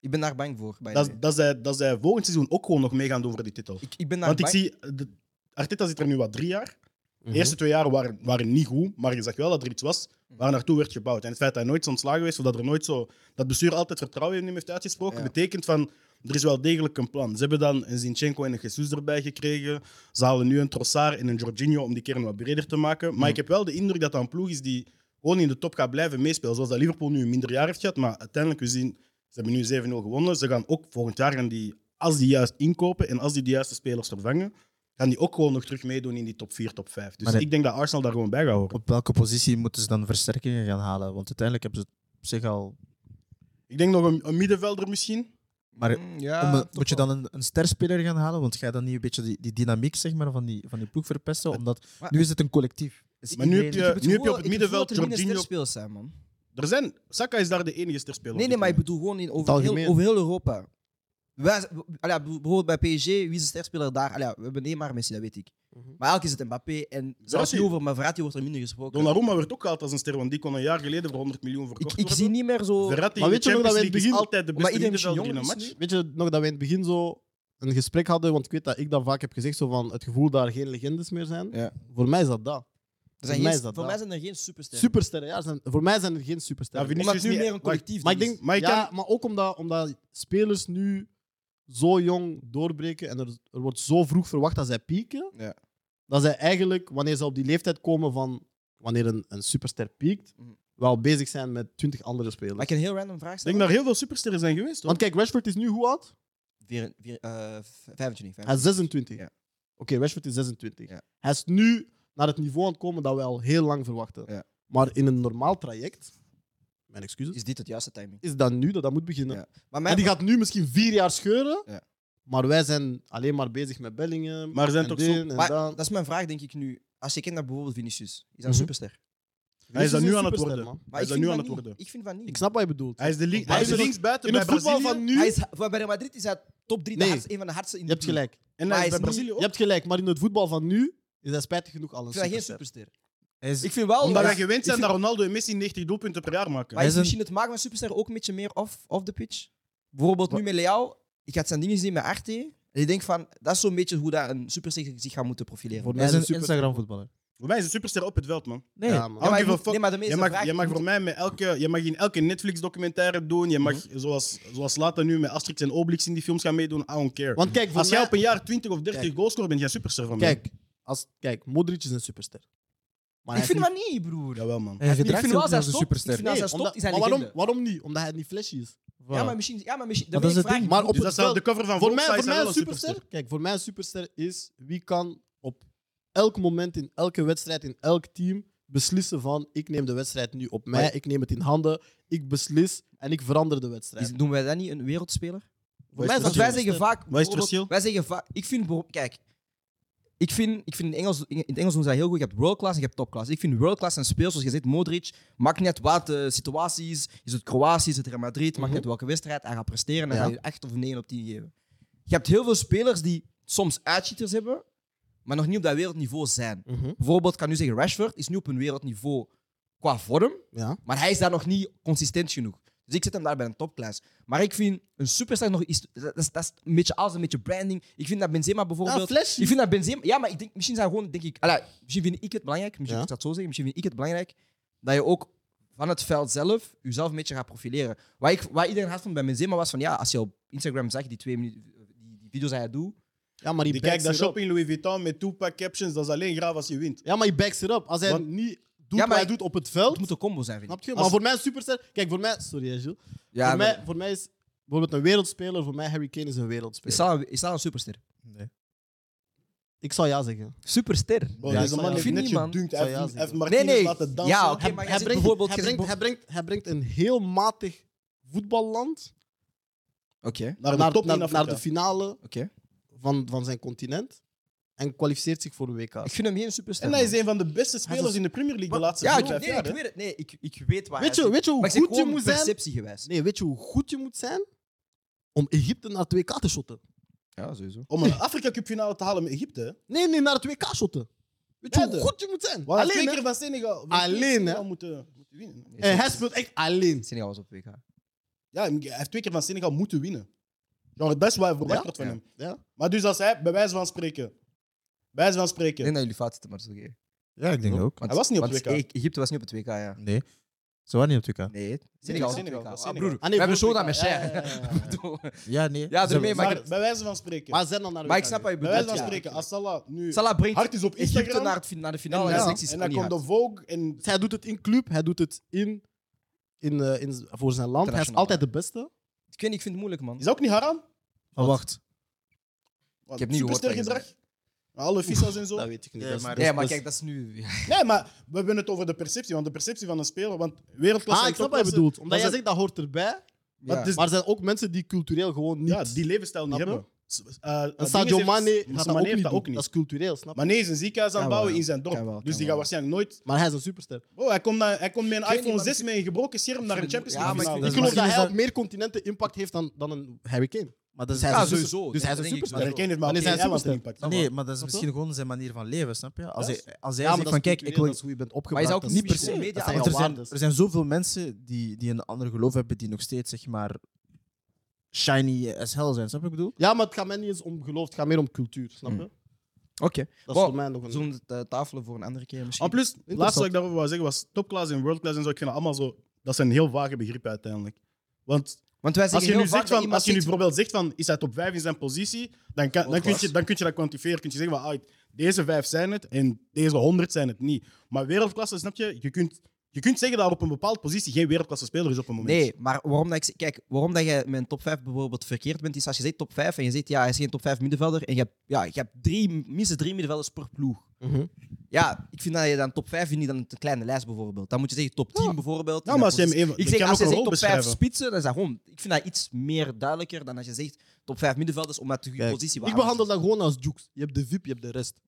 A: Ik ben daar bang voor. Bij
C: dat, dat, zij, dat zij volgend seizoen ook gewoon nog mee gaan doen voor die titel.
A: ik, ik ben daar
C: Want ik
A: bang.
C: zie, de, Arteta zit er nu wat drie jaar.
B: Mhm.
C: De eerste twee jaar waren, waren niet goed, maar je zag wel dat er iets was
A: Mhm.
C: waar naartoe werd gebouwd. En het feit dat hij nooit is ontslagen geweest, of dat er nooit zo. dat bestuur altijd vertrouwen in hem heeft uitgesproken,
A: Ja.
C: betekent van. er is wel degelijk een plan. Ze hebben dan een Zinchenko en een Jesus erbij gekregen. Ze halen nu een Trossard en een Jorginho om die kern wat breder te maken. Maar ik heb wel de indruk dat dat een ploeg is die gewoon in de top gaat blijven meespelen. Zoals dat Liverpool nu een minder jaar heeft gehad, maar uiteindelijk, we zien, ze hebben nu 7-0 gewonnen. Ze gaan ook volgend jaar, gaan die, als die juist inkopen en als die de juiste spelers vervangen, gaan die ook gewoon nog terug meedoen in die top 4, top 5. Dus
E: Maar dat-
C: ik denk dat Arsenal daar gewoon bij gaat horen.
E: op welke positie moeten ze dan versterkingen gaan halen? Want uiteindelijk hebben ze het op zich al.
C: Ik denk nog een, een middenvelder misschien.
E: Maar
A: Mm, ja,
E: om een-
A: toch
E: moet je
A: wel.
E: dan een, een sterspeler gaan halen? Want ga je dan niet een beetje die, die dynamiek zeg maar, van, die, van die ploeg verpesten? Omdat
A: Maar-
E: nu is het een collectief. Is
C: Maar nu heb
E: iedereen-
C: je, nu heb je
A: gevoel-
C: op het
A: ik gevoel dat
C: middenveld
A: er minder
C: Jorginho.
A: sterspeels zijn, man.
C: Er zijn, Saka is daar de enige sterspeler.
A: Nee,
C: op
A: nee,
C: dit
A: maar ik
C: moment.
A: bedoel gewoon in,
B: Het
A: over,
B: algemeen.
A: heel, over heel Europa. Wij, z- w- allee, b- bijvoorbeeld bij PSG, wie is de sterspeler daar? Allee, we hebben Neymar, Messi, dat weet ik.
B: Mhm.
A: Maar elke is het Mbappé. En zelfs
C: Verratti.
A: nu over Mavrati wordt er minder gesproken.
C: Donnarumma werd ook gehaald als een ster, want die kon een jaar geleden voor 100 miljoen
A: ik,
C: verkocht
A: ik
C: worden.
A: zie niet meer zo...
C: Verratti
B: Maar
C: in
B: weet
C: de
B: je nog dat wij
C: Champions League
B: in het
C: is
B: begin-
C: altijd de
A: Maar
C: beste
A: iedereen is
C: middenvelder in een
A: jonger
C: match.
B: Weet je nog dat wij in het begin zo een gesprek hadden? Want ik weet dat ik dat vaak heb gezegd, zo van het gevoel dat er geen legendes meer zijn.
A: Ja.
B: Voor mij is dat dat.
A: Er zijn
B: Voor mij
A: geen-
B: is dat
A: voor
B: daar.
A: mij zijn er geen supersterren.
B: Supersterren, ja. er Zijn, voor mij zijn er geen
C: Ja,
B: supersterren.
C: Vinicius
A: Omdat het nu
C: niet-
A: meer een
C: wacht,
A: collectief
B: maar ik
A: ding
B: denk,
A: is.
C: Maar ik
B: ja, maar ook omdat, omdat spelers nu zo jong doorbreken en er, er wordt zo vroeg verwacht dat zij pieken,
A: Ja.
B: dat zij eigenlijk, wanneer ze op die leeftijd komen van wanneer een, een superster piekt,
A: Mhm.
B: wel bezig zijn met twintig andere spelers.
A: Mag ik een heel random vraag
C: Ik denk
A: stellen?
C: dat er heel veel supersterren zijn geweest. Hoor.
B: Want kijk, Rashford is nu hoe oud?
A: Vier- vier- eh, v- 25.
B: Hij is 26.
A: Ja.
B: Oké, Rashford is 26.
A: Ja.
B: Hij is nu naar het niveau aan het komen dat we al heel lang verwachten.
A: Ja.
B: Maar in een normaal traject, mijn excuses,
A: Is dit het juiste timing?
B: is dat nu dat dat moet beginnen.
A: Ja. Maar
B: En
A: mijn,
B: die gaat nu misschien vier jaar scheuren,
A: Ja.
B: maar wij zijn alleen maar bezig met Bellingen.
C: Maar zijn
B: en
C: toch
B: dit
C: zo-
B: en
A: maar
B: dat.
A: dat is mijn vraag, denk ik nu. Als je kijkt naar bijvoorbeeld Vinicius, is dat een
B: Mhm.
A: superster?
C: Hij is dat nu
B: een
C: aan het
B: superster,
C: worden.
B: man.
A: Maar
C: is
A: ik
C: dat nu
A: vind
C: aan
A: van
C: het
A: niet.
C: worden?
A: Ik vind van niet.
B: Ik snap wat je bedoelt.
C: Hij is de, li-
B: Maar
C: hij is
B: in
C: de
B: het-
C: linksbuiten
B: in
C: bij
B: het voetbal
C: Brazilië.
B: van nu,
A: Hij is, voor- bij Real Madrid is hij top 3,
B: Nee.
A: een van de hardste in
B: je
A: de
B: hebt
A: ploeg.
B: gelijk.
C: En
A: Maar
C: hij is
A: hij is niet-
C: bij Brazilië
B: Je
C: ook.
B: hebt gelijk, maar in het voetbal van nu is hij spijtig genoeg al een
A: Ik vind dat geen
B: superster.
A: superster.
E: Hij is-
A: Ik vind wel...
C: Omdat
A: maar-
C: wij gewend zijn
A: ik
C: dat
A: vind-
C: Ronaldo en Messi 90 doelpunten per jaar maken.
A: Maar
E: Hij
A: is
E: is een-
A: misschien het maken van superster ook een beetje meer off, off the pitch? Bijvoorbeeld nu met Leao. Ik had zijn dingen zien met RT. En ik denk van, dat is zo'n beetje hoe dat een superster zich gaat moeten profileren.
B: Voor
E: Hij
B: mij
E: is
B: is een
E: een
B: superster.
E: Instagram-voetballer.
C: Voor mij is een superster op het veld, man.
E: Nee.
B: Ja, man.
A: maar
C: Ja, give
A: je
C: a
A: moet-
C: fuck.
A: nee, maar daarmee is
C: Je
A: de
C: mag,
A: vraag-
C: je mag voor mij met elke, je mag in elke Netflix-documentaire doen. Je mag, zoals, zoals later nu met Asterix en Obelix in die films gaan meedoen. I don't care.
B: Want kijk, voor
C: Als jij
B: mij-
C: op een jaar 20 of 30
B: Kijk.
C: goals scoort, ben jij superster van mij.
B: Kijk, als, kijk, Modric is een superster. Maar
A: Ik
B: hij
A: vind
B: is
A: dat niet, broer.
C: Jawel, man. Dus
A: Ik
E: Hij gedraagt
A: vind
E: zich
A: wel als
E: ook niet
A: hij
E: als een
A: stopt, ik
E: superster.
A: vind als hij
B: niet- omdat-
A: stopt, is hij
B: maar waarom,
A: legende.
B: waarom niet? Omdat hij niet flashy
A: [laughs]
B: is.
A: Ja, maar misschien... Ja, maar misschien...
E: Maar
A: daarmee
E: dat is
A: vraag
E: het
A: ik
E: ding.
B: Maar op
C: Dus
B: het
C: dat is wel
B: veld,
C: de cover van
B: voor
C: Vogue,
B: mij,
C: zij
B: voor
C: zijn
B: mij
C: wel
B: een superster. Kijk, voor mij een superster is wie kan op elk moment in elke wedstrijd in elk team beslissen van ik neem de wedstrijd nu op mij,
A: Maar-
B: ik neem het in handen, ik beslis en ik verander de wedstrijd.
A: Is- Noemen wij dat niet een wereldspeler?
B: voor mij is dat
A: Want wij
B: een
A: zeggen
B: superster.
A: vaak...
C: Wat is het
A: bijvoorbeeld-
C: verschil?
A: Wij zeggen vaak... Ik vind... bijvoorbeeld- Kijk. Ik vind, ik vind in, Engels, in het Engels doen ze dat heel goed. Je hebt world class en je hebt top class. Ik vind world class een speel, zoals je zegt, Modric. Maakt niet uit wat eh, de situatie is. Is het Kroatië, is het Real Madrid. Maakt niet uit welke wedstrijd. Hij gaat presteren. Hij
B: Mhm. Ja.
A: gaat je 8 of 9 op 10 geven. Je hebt heel veel spelers die soms uitschieters hebben, maar nog niet op dat wereldniveau zijn.
B: Mhm.
A: Bijvoorbeeld kan nu zeggen, Rashford is nu op een wereldniveau qua vorm.
B: Ja.
A: Maar hij is daar nog niet consistent genoeg. Dus ik zet hem daar bij een topclass. Maar ik vind een superstar nog iets. Dat is, dat is een beetje alles, een beetje branding. Ik vind dat Benzema bijvoorbeeld.
B: flashy.
A: ik vind dat Benzema. Ja, maar ik denk, misschien zijn gewoon, denk ik. Allee, misschien vind ik het belangrijk. Misschien
B: Ja.
A: moet ik dat zo zeggen. Misschien vind ik het belangrijk dat je ook van het veld zelf jezelf een beetje gaat profileren. Wat, ik, wat iedereen had van bij Benzema was van ja, als je op Instagram zag die twee minuten, die, die video's die hij doet.
B: Ja, maar die
C: Die kijkt
B: backs
C: dat
B: it up.
C: shopping Louis Vuitton met Tupac captions, dat is alleen graaf als je wint.
B: Ja, maar hij backs it up. Als hij
C: Want-
B: niet
A: Ja,
B: doet
A: maar
B: wat hij
A: ik-
B: doet op het
A: Het
B: veld...
A: moet een combo zijn, vind ik.
B: Snap je? Maar voor mij is superster... Kijk, voor mij... Sorry, hè, Gilles.
A: Ja, maar-
B: voor, mij, voor mij is bijvoorbeeld een wereldspeler... Voor mij Harry Kane is een
A: is
B: wereldspeler.
A: dat, een- is dat een superster?
E: Nee.
B: Ik zou ja zeggen.
A: Superster?
C: Bro,
B: Ja,
C: deze
B: ik
C: man
B: zou-
C: heeft net
A: vind niemand.
C: gedunkt.
B: Zou
C: Hij
B: ja
C: heeft- hij heeft
B: zeggen.
C: Martinez
A: Nee, nee.
C: laten dansen.
A: Ja, oké.
B: Hij-
A: maar jij
B: hij,
A: zegt
B: brengt,
A: bijvoorbeeld-
B: hij,
A: jij
B: brengt,
A: zegt
B: hij, brengt, hij brengt een heel matig voetballand
A: Oké,
C: Naar de
B: naar,
C: top
B: naar,
C: in
B: naar
C: Afrika.
B: de finale
A: oké.
B: van, van zijn continent en kwalificeert zich voor de WK.
A: Ik vind hem geen superster.
C: En hij
A: man.
C: is een van de beste spelers
B: is-
C: in de Premier League de
B: Maar-
C: laatste
A: ja,
C: vier,
A: ik,
C: vijf
A: nee,
C: jaar.
A: ik
C: hè.
A: weet het. Nee, ik, ik weet waar
B: Weet
A: hij
B: je, weet je
A: Maar
B: hoe
A: ik zeg
B: goed je
A: gewoon
B: moet zijn?
A: perceptiegewijs.
B: Nee, weet je hoe goed je moet zijn om Egypte naar het WK te shotten?
A: Ja, sowieso.
C: Om een Afrika Cup finale te halen met Egypte. hè.
B: Nee, nee, naar het WK shotten. Weet je
C: Ja,
B: hoe
C: de-
B: goed je moet zijn?
C: We hadden twee
B: Alleen,
C: keer
B: hè?
C: van Senegal. van
B: Alleen, hè?
C: Senegal moeten, moeten winnen. hè.
B: En hij speelt echt alleen.
A: Senegal was op WK.
C: Ja, hij heeft twee keer van Senegal moeten winnen. Genre, dat is wat hij verwacht wordt van
A: Ja.
C: hem.
B: Ja.
C: Maar dus als hij, bij wijze van spreken... Bij wijze van
A: Ik
C: spreken...
A: denk dat jullie fout zitten, maar het is oké.
E: Ja, ik denk
A: Toch?
E: dat ook.
A: Want-
C: Hij was niet op
A: want
C: het WK.
A: E- Egypte was niet op het WK, ja.
E: Nee, ze waren niet op het WK.
A: Nee, Senegal was op het
C: Senegal,
A: WK.
C: was
A: Ah,
C: Senegal.
A: broer,
B: Ah, nee,
A: we hebben
B: voor
A: Shoda
B: het
A: met
B: WK. Ja, ja, ja,
A: [laughs]
B: ja.
E: Ja, nee.
A: Ja,
E: Ze-
A: daarmee, maar-
C: maar
A: ik-
C: bij wijze van spreken...
B: Maar ze zijn dan naar de
A: Maar ik
B: WK
A: snap wat je
C: bij
A: bedoelt.
C: wijze van
A: ja.
C: spreken, als Salah nu...
A: Salah brengt
C: Hart is op
A: Egypte
C: Instagram.
A: naar, het, fin- naar de finale.
C: en,
A: Ja,
C: dan-
A: selecties
C: en
A: kan
C: dan
A: niet
C: komt de
A: hard.
C: Vogue en...
B: Hij doet het in club, hij doet het in, in, eh, in, voor zijn land. Hij is
A: Internationaal,
B: altijd de beste.
A: Ik weet niet, ik vind het moeilijk, man.
C: Is dat ook niet haram?
E: Maar wacht.
C: Wat,
A: heb niet gehoord wat je
C: superstergedrag? Alle visa's en zo?
B: weet ik
E: Nee,
B: Dat is-
E: maar-
B: dat is-
A: Nee, maar
B: dat is-
A: kijk, dat is nu...
C: Nee, maar we hebben het over de perceptie. Want de perceptie van een speler... Want wereldklasse
B: Ah,
C: en
B: ik snap wat je
C: topklasse,
B: bedoelt. Omdat
C: dat
B: jij
C: ze-
B: zegt dat hoort erbij.
A: Ja.
C: het is-
B: Maar er zijn ook mensen die cultureel gewoon niet.
C: Ja, die levensstijl niet
B: Snap je?
C: hebben. S-
B: een
C: eh, dingen
B: Sadio
C: heeft-
B: Mane
C: Sadio
B: gaat dat
C: Mane
B: ook
C: heeft
B: niet doen. Dat is cultureel, snap je?
C: Maar nee, hij is een ziekenhuis aan het
A: Kan
C: bouwen
A: wel,
C: in zijn dorp.
A: kan wel,
C: dus
A: kan
C: die
A: wel.
C: gaat waarschijnlijk nooit.
B: Maar hij is een superster.
C: Oh, hij komt, naar, hij komt met een
A: Ik weet
C: iPhone
A: niet, maar
C: 6 met een gebroken scherm naar een
A: vind-
C: Champions
A: ja,
C: League.
A: maar ik
C: finale.
E: vind-
B: Ik geloof
E: misschien
B: dat
E: is
B: hij
E: dat-
B: op meer continenten impact heeft dan, dan een Harry Kane.
E: Maar dat is,
B: Dus hij
A: Ja,
B: is een
A: sowieso.
B: super- Dus
A: Ja,
B: hij is
A: dat
B: een
A: denk ik
B: superster.
C: Maar Harry Kane heeft maar
B: Dan is
C: alleen
B: hij
C: één wat een
B: superster.
C: impact.
E: nee, maar dat is
B: Snap
E: misschien gewoon zijn manier van leven, snap je? Als
C: Ja,
E: hij, als hij
B: Ja, dus maar
E: zegt
B: dat
E: van
B: is
E: kijk, ik
B: cultureel,
E: wil...
B: dat is hoe je bent
A: Maar je
B: opgebracht.
A: zou ook
B: dat
A: niet per
B: is
A: se
B: cultureel.
A: media...
B: Dat zijn
E: Want er
B: jouw
E: zijn,
B: waardes.
E: er zijn zoveel mensen die, die een ander geloof hebben, die nog steeds, zeg maar, shiny as hell zijn. Snap je wat ik bedoel?
B: Ja, maar het gaat mij niet eens om geloof, het gaat meer om cultuur, snap je?
A: Oké,
B: Dat is
A: Wow.
B: voor mij nog een...
A: zullen we de tafelen voor een andere keer misschien?
C: En plus, het laatste wat ik daarover wou zeggen was topclass en worldclass en zo. Ik vind dat allemaal zo. Dat zijn heel vage begrippen uiteindelijk. Want
A: Want wij
C: als
A: zeggen
C: je, nu
A: heel
C: zegt
A: vaak dat
C: van,
A: iemand Oh,
C: als je nu
A: zegt...
C: bijvoorbeeld zegt van is hij top 5 in zijn positie, dan, kan, dan, kun,
A: Worldclass.
C: je, dan kun je dat kwantificeren. Kun je zeggen van ah, deze vijf zijn het en deze 100 zijn het niet. Maar wereldklasse, snap je? Je kunt, je kunt zeggen dat er op een bepaalde positie geen wereldklasse speler is op een moment.
A: Nee, maar waarom dat ik... zeg- Kijk, waarom dat je mijn top 5 bijvoorbeeld verkeerd bent, is als je zegt top 5 en je zegt ja, hij is geen top 5 middenvelder en je hebt, ja, je hebt drie, minstens drie middenvelders per ploeg.
C: Mhm.
A: Ja, ik vind dat je dan top 5 vindt, niet dan een kleine lijst bijvoorbeeld. Dan moet je zeggen top 10 bijvoorbeeld.
C: Ja, maar als je hem
A: Dan-
C: even-
A: ik
C: je
A: zeg,
C: kan
A: als
C: ook
A: je
C: een
A: zegt
C: rol
A: top 5
C: beschrijven.
A: spitsen, dan is dat gewoon... Ik vind dat iets meer duidelijker dan als je zegt top 5 middenvelders, omdat je je
B: Kijk,
A: positie
B: Ik
A: waar-
B: behandel dat gewoon als jukes. Je hebt de VIP, je hebt de rest.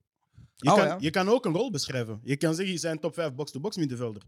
C: Je,
A: Oh,
C: kan,
A: ja.
C: je kan ook een rol beschrijven. Je kan zeggen, je zijn top 5 box-to-box middenvelder.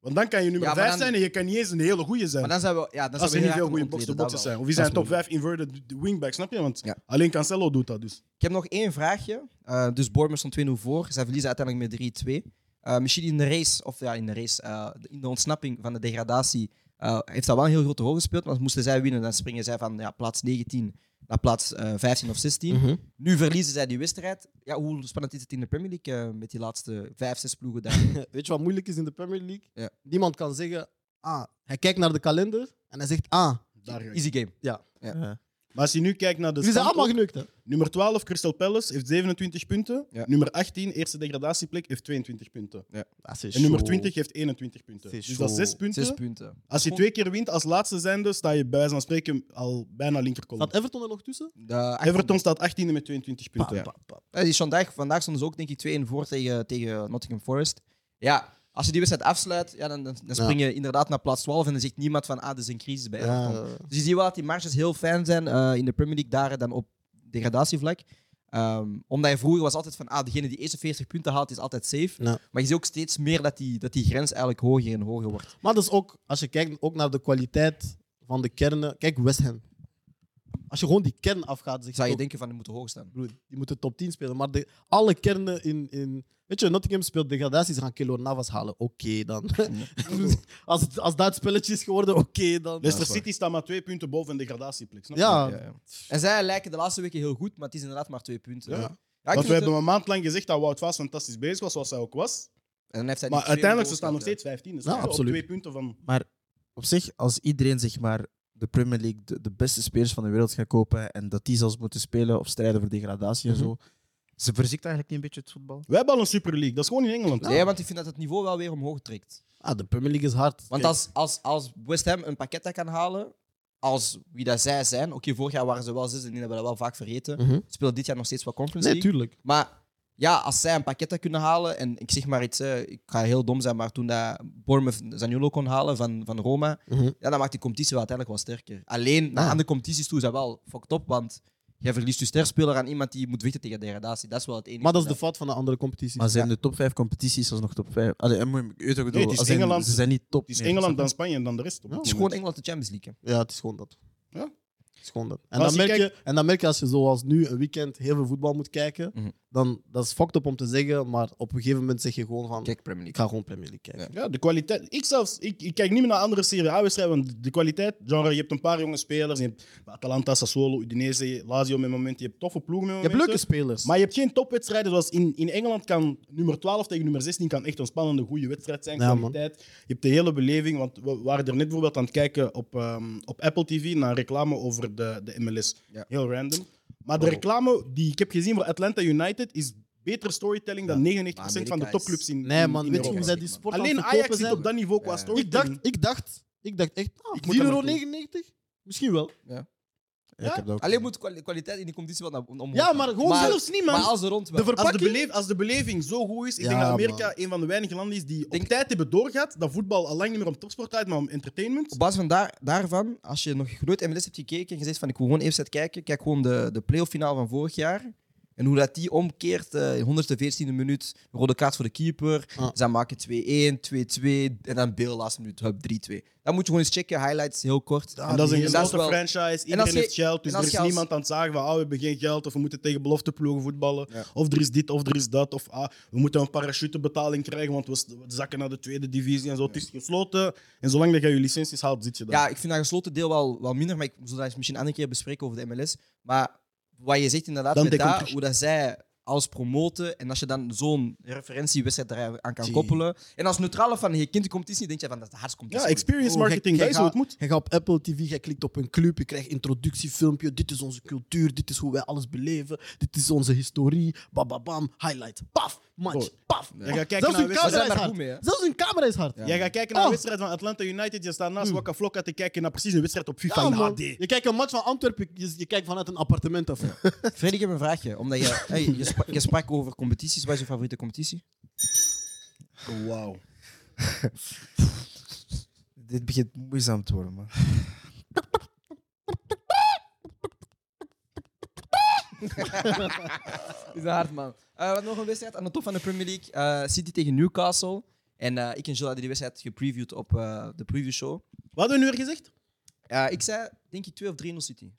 C: Want dan kan je nummer
A: Ja, maar
C: 5
A: dan-
C: zijn en je kan niet eens een hele goede zijn.
A: Maar dan zijn we... Ja, dan
C: als er
A: zijn we
C: niet
A: heel erg
C: veel
A: aan
C: goede
A: het ontleden, dat
C: box-to-boxers
A: wel.
C: zijn. Of je
A: Dat
C: zijn
A: is
C: top
A: moeilijk.
C: 5 inverted wingback, snap je? Want
A: Ja.
C: alleen Cancelo doet dat dus.
A: Ik heb nog één vraagje. Eh, dus Bournemouth stond 2-0 voor. Zij verliezen uiteindelijk met 3-2. Eh, misschien in de race, of ja, in de race, eh, in de ontsnapping van de degradatie, eh, heeft dat wel een heel grote rol gespeeld. Want moesten zij winnen, dan springen zij van ja, plaats 19 naar plaats eh, 15 of 16. Nu verliezen zij die wedstrijd. Ja, hoe spannend is het in de Premier League eh, met die laatste 5, 6 ploegen daar?
B: Weet je wat moeilijk is in de Premier League?
A: Ja.
B: Niemand kan zeggen, ah, hij kijkt naar de kalender en hij zegt, ah,
C: Daar ga ik.
A: Easy game.
C: maar als je nu kijkt naar de
B: jullie zijn
C: stand
B: allemaal
C: ook,
B: geneukt, hè?
C: Nummer 12, Crystal Palace, heeft 27 punten.
A: Ja.
C: Nummer 18, eerste degradatieplek, heeft 22 punten.
B: Dat is
C: En nummer
B: show.
C: 20 heeft 21 punten.
B: Het is
C: Dus dat is 6
B: zo.
C: [laughs] punten.
A: 6 punten.
C: Als je twee keer wint als laatste zijnde, sta je bij wijze van spreken al bijna linkerkolom.
B: Staat Everton er nog tussen?
A: De achtste-
C: Everton staat 18e met 22
B: Pa,
C: punten. ja.
B: pa, pa.
A: Ja, Eh, die is vandaag, vandaag stonden ze ook denk ik 2-1 voor tegen, tegen Nottingham Forest. Ja, als je die wedstrijd afsluit, ja, dan, dan, dan spring je inderdaad naar plaats 12 en dan zegt niemand van ah, er is een crisis bij Everton.
B: Ja.
A: Dus je ziet wel dat die marges heel fijn zijn eh, in de Premier League daar dan op degradatievlak. Ehm, omdat je vroeger was altijd van ah, degene die eerste 40 punten haalt is altijd safe.
B: Ja.
A: Maar je ziet ook steeds meer dat die, dat die grens eigenlijk hoger en hoger wordt.
B: Maar dat is ook, als je kijkt ook naar de kwaliteit van de kernen. Kijk, West Ham. Als je gewoon die kern afgaat, zeg
A: Zou je
B: toch,
A: denken van die moeten hoog staan.
B: broer, die moeten top 10 spelen. Maar de, alle kernen in, in. Weet je, Nottingham speelt degradatie, ze gaan Kelo Navas halen. Oké dan. [laughs] als, het- als dat het spelletje is geworden, oké dan.
C: Leicester City staat maar twee punten boven een degradatieplek. Snap je?
B: Ja,
A: Ja, ja. En zij lijken de laatste weken heel goed, maar het is inderdaad maar twee punten.
C: Ja.
A: Ja, ik
C: Want
A: vind
C: we
A: het-
C: hebben een maand lang gezegd dat Wout Vaas fantastisch bezig was, zoals hij ook was.
A: dan heeft hij
C: Maar
A: die twee
C: uiteindelijk, ze
A: goals
C: staan nog
A: gehad,
C: steeds 15. Dus
B: Ja,
C: Op
B: absoluut.
C: twee punten van.
E: Op zich, als iedereen zeg maar, de Premier League de, de beste spelers van de wereld gaat kopen en dat die zelfs moeten spelen of strijden voor degradatie en
B: Mhm.
E: zo, ze verziekt eigenlijk niet een beetje het voetbal.
C: We hebben al een Super League, dat is gewoon in Engeland.
A: ja. Nee, want ik vind dat het niveau wel weer omhoog trekt.
B: Ah, de Premier League is hard.
A: Want
B: Kijk,
A: als, als, als West Ham een pakket dat kan halen, als wie dat zij zijn, oké, vorig jaar waren ze wel zes en die hebben dat wel vaak vergeten,
B: Mhm.
A: spelen dit jaar nog steeds wat Conference
B: Nee,
A: League.
B: tuurlijk.
A: maar ja, als zij een pakket dat kunnen halen, en ik zeg maar iets, hè, ik ga heel dom zijn, maar toen dat Bournemouth Zaniolo kon halen van, van Roma,
B: Mhm.
A: ja, dan maakt die competitie wel uiteindelijk wel sterker. Alleen, na
B: Ja.
A: aan de competities toe is dat wel fucked up, want jij verliest je sterspeler aan iemand die moet vechten tegen degradatie. Dat is wel het enige.
B: Maar dat is de fout van de andere competities.
E: Maar zijn de top 5 competities alsnog top 5? Allee, en moet je, je weet toch, ik bedoel,
C: het is
E: als zijn-
C: Engeland-
E: ze zijn niet top.
C: Het is
E: meer,
C: Engeland,
E: snap je?
C: dan Spanje en dan de rest.
A: Het
C: Op dit
A: is gewoon
C: moment.
A: Engeland de Champions League. hè.
B: Ja, het is gewoon dat.
C: Ja?
B: Het is gewoon dat. En
C: als
B: dan,
C: je
B: merk je,
C: kijkt-
B: en dan merk je als je zoals nu een weekend heel veel voetbal moet kijken,
A: Mhm.
B: dan dat is fucked up om te zeggen, maar op een gegeven moment zeg je gewoon van,
A: Kijk, Premier
B: ik
A: League.
B: ga gewoon Premier League kijken.
C: Ja, de kwaliteit. Ik zelfs, ik, ik kijk niet meer naar andere Serie A-wedstrijden, want de kwaliteit, genre, je hebt een paar jonge spelers, je hebt Atalanta, Sassuolo, Udinese, Lazio met momenten, je hebt toffe ploegen met
B: Je hebt
C: momenten.
B: leuke spelers.
C: Maar je hebt geen topwedstrijden zoals in, in Engeland kan nummer 12 tegen nummer 16 kan echt een spannende, goede wedstrijd zijn.
B: Ja, man.
C: kwaliteit. Je hebt de hele beleving, want we waren er net bijvoorbeeld aan het kijken op, ehm, op Apple TV naar reclame over de, de MLS.
A: Ja.
C: Heel random. Maar
B: Oh.
C: de reclame die ik heb gezien voor Atlanta United is betere storytelling dan 99% van de
A: Amerika
C: topclubs in,
B: nee
C: in-
B: man,
C: in
B: weet je
C: Europa.
B: hoe zij die sport aan het
C: Alleen
B: verkopen
C: Ajax zit
B: zijn?
C: op dat niveau qua
A: Ja.
B: ik,
C: storytelling.
B: dacht, ik, dacht, ik dacht echt, ah,
C: Ik moet
B: 4,99
C: daar
B: euro?
C: naartoe.
B: Misschien wel.
E: Ja, ik heb dat ook
A: Alleen moet kwali- kwaliteit in die competitie wel naar- om- omhoog
B: Ja,
A: gaan.
B: maar gewoon zelfs niet, man.
A: Maar als er rond wel.
B: de
C: als, de
B: verpakking...
C: beleef- als de beleving zo goed is, ik
B: Ja,
C: denk dat Amerika
B: man.
C: een van de weinige landen is die op
A: Denk-
C: tijd hebben doorgaat dat voetbal al lang niet meer om topsport draait, maar om entertainment.
A: Op basis van daar, daarvan, als je nog nooit MLS hebt gekeken en je zegt van ik wil gewoon even eens kijken, kijk gewoon de, de playoff finale van vorig jaar. En hoe dat die omkeert, eh, 114e minuut, rode kaart voor de keeper.
B: Ah.
A: Ze maken 2-1, 2-2 en dan Bill laatste minuut, hup, 3-2. Dan moet je gewoon eens checken, highlights heel kort.
C: en dat is een
A: en dat is
C: grote
A: wel-
C: franchise,
A: en als
C: iedereen
A: je-
C: heeft geld, dus
A: en als
C: er
A: je
C: is
A: als-
C: niemand aan het zagen van ah, we hebben geen geld of we moeten tegen belofteploegen voetballen.
A: Ja.
C: Of er is dit of er is dat. Of ah, we moeten een parachutebetaling krijgen, want we s- we zakken naar de tweede divisie en zo. Het is gesloten. En zolang dat je je licenties haalt, zit je daar.
A: Ja, ik vind dat gesloten deel wel, wel minder, maar ik zal dat misschien een andere keer bespreken over de MLS. Maar wat je zegt inderdaad,
C: Dan
A: met
C: de
A: dat,
C: competitie.
A: hoe dat zij alles promoten en als je dan zo'n referentiewedstrijd daar aan kan
B: Tjie.
A: koppelen. En als neutrale van je kind de competitie, denk je van dat is de hardste
C: Ja,
A: competitie. ooit.
C: experience
B: Oh,
C: marketing,
B: jij-
C: dat is
B: jij
C: hoe het moet.
B: gaat- Jij gaat op Apple TV, jij klikt op een club, je krijgt introductiefilmpje. Dit is onze cultuur, dit is hoe wij alles beleven, dit is onze historie. Bababam, highlight, paf, match,
C: Oh.
B: paf.
C: Jij gaat kijken
B: Zelfs
C: naar
B: hun
A: We
C: wedstrijden.
A: zijn daar
B: camera is
A: goed
B: hard.
A: mee. hè.
B: Zelfs hun camera is hard.
A: Ja.
C: Jij gaat kijken naar
B: Oh.
C: een wedstrijd van Atlanta United. Je staat naast
A: Hmm.
B: Mm.
C: Waka Flocka te kijken naar precies een wedstrijd op FIFA
B: Ja,
C: in
B: man.
C: HD.
B: Je kijkt een match van Antwerpen, je, je kijkt vanuit een appartement af.
A: Freddy, ik heb een vraagje. Omdat je, hey, je, spra- je sprak over competities. Wat is je favoriete competitie?
C: Wauw.
B: Ah.
E: Dit begint moeizaam te worden, man.
A: Is dat hard, man. Eh, we hebben nog een wedstrijd aan de top van de Premier League. Eh, City tegen Newcastle. En eh, ik en Jill hadden die wedstrijd gepreviewd op eh, de preview show.
C: Wat hadden we nu weer gezegd?
A: Eh, ik zei, denk ik, 2 of 3-0 City.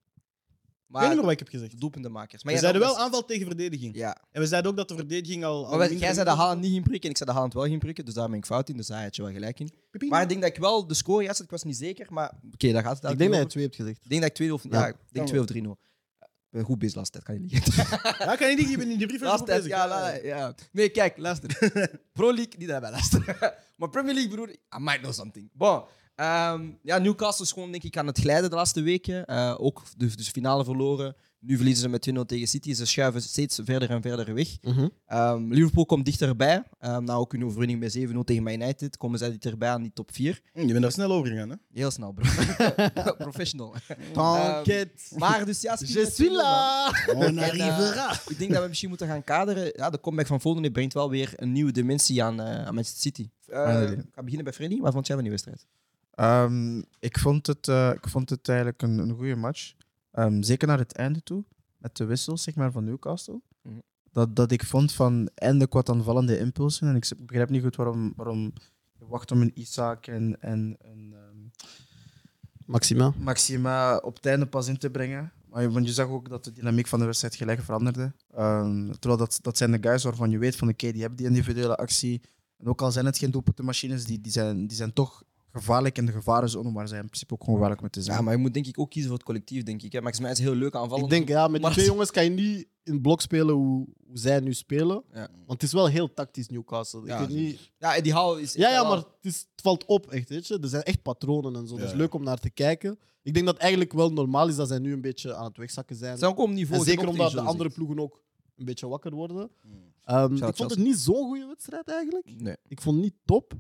C: Ik weet niet
A: Maar
C: meer wat ik heb gezegd.
A: doelpuntenmakers. Maar
C: we
A: jij
C: zeiden
A: zei
C: wel aanval tegen verdediging.
A: Ja.
C: En we zeiden ook dat de verdediging al... al
A: Maar wij-
C: minder-
A: jij zei de Haaland niet ging prikken en ik zei de Haaland wel ging prikken. Dus daar ben ik fout in. Dus daar had je wel gelijk in.
C: Pieping.
A: Maar ik denk dat ik wel de score juist had. Ik was niet zeker. Maar oké, daar gaat het eigenlijk
B: ik denk dat je
A: over.
B: twee hebt gezegd.
A: Ik denk dat ik 2 of... Ja,
B: Ja.
A: ik denk 2 of 3-0. Ik ben goed bezig, laatste tijd. Kan je niet.
C: Ja, kan je niet, je bent in die brief
A: Laatste tijd, ja, la- ja. Nee, kijk, luister. [laughs] Pro League, niet daarbij luisteren. [laughs] maar Premier League, broer, I might know something. Bon. Ehm, ja, Newcastle is gewoon, denk ik, aan het glijden de laatste weken. Eh, ook de, dus finale verloren. Nu verliezen ze met 2-0 tegen City. Ze schuiven steeds verder en verder weg.
B: Mhm.
A: Ehm, Liverpool komt dichterbij. Ehm na ook hun overwinning met 7-0 tegen Man United komen zij dichterbij aan die top 4.
C: Hm, Je bent daar snel over gegaan, hè?
A: Heel snel, bro. [laughs] Professional.
B: Tanket.
A: Maar dus ja, City
B: Je
A: met
B: suis
A: 2-0, man.
B: là.
C: On
A: En, eh, [laughs] ik denk dat we misschien moeten gaan kaderen. Ja, de comeback van Volden brengt wel weer een nieuwe dimensie aan, eh, aan Manchester City. Eh,
E: Eindelijk.
A: ik ga beginnen bij Freddy. Wat vond jij van die wedstrijd?
E: Ehm, ik, vond het, eh, ik vond het eigenlijk een, een goede match. Ehm, zeker naar het einde toe, met de wissels zeg maar, van Newcastle.
A: Mhm.
E: Dat, dat ik vond van eindelijk wat aanvallende impulsen. En ik s- begrijp niet goed waarom, waarom je wacht om een Isaac en, en een ehm,
B: Maxima.
E: Maxima op het einde pas in te brengen. Maar je, want je zag ook dat de dynamiek van de wedstrijd gelijk veranderde. Ehm, terwijl dat, dat zijn de guys waarvan je weet van oké, die hebben die individuele actie. En ook al zijn het geen doelpuntenmachines, die, die, zijn, die zijn toch gevaarlijk in de gevarenzone, maar zijn in principe ook gewoon gevaarlijk met te zijn.
A: Ja, maar je moet denk ik ook kiezen voor het collectief, denk ik. Hè. Max Meijs is heel leuk aanvallen.
B: Ik denk, ja, met die
A: Maar-
B: twee jongens kan je niet in het blok spelen hoe, hoe zij nu spelen.
A: Ja.
B: Want het is wel heel tactisch, Newcastle. Ik
A: Ja,
B: weet niet...
A: Ja, die haal is...
B: Ja, ja, maar het, is, het valt op, echt. Weet je? Er zijn echt patronen en zo. Dat is
C: Ja.
B: leuk om naar te kijken. Ik denk dat het eigenlijk wel normaal is dat zij nu een beetje aan het wegzakken zijn.
A: Het zijn ook op niveau.
B: en
A: ze zijn
B: zeker
A: ook tegen
B: omdat de
A: Chelsea.
B: andere ploegen ook een beetje wakker worden.
A: Hmm.
B: Ehm, ik vond het
A: Chelsea.
B: niet zo'n goede wedstrijd eigenlijk.
A: Nee.
B: Ik vond het niet top.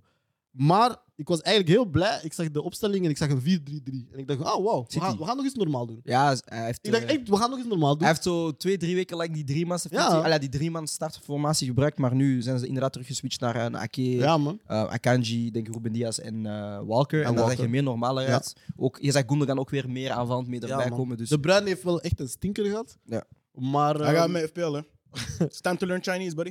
B: Maar ik was eigenlijk heel blij. Ik zag de opstelling en ik zag een 4-3-3. En ik dacht, ah, wauw, we
A: City.
B: gaan, we gaan nog eens normaal doen.
A: Ja, hij heeft...
B: Ik dacht
A: eh,
B: echt, we gaan nog eens normaal doen.
A: Hij heeft zo twee, drie weken lang die drie man
B: Ja.
A: die drie man startformatie gebruikt, maar nu zijn ze inderdaad teruggeswitcht naar een Ake,
B: Ja, man.
A: eh, Akanji, denk ik, Ruben Diaz en eh, Walker. En, dan
B: Walker.
A: zag je meer normale
B: Ja.
A: uit. Ook, je zag Gundogan ook weer meer aanvallend mee erbij
B: Ja, man.
A: komen. Dus
B: De Bruin heeft wel echt een stinker gehad.
A: Ja.
B: Maar.
C: Hij gaat
B: ehm,
C: met FPL, hè. It's time to learn Chinese, buddy.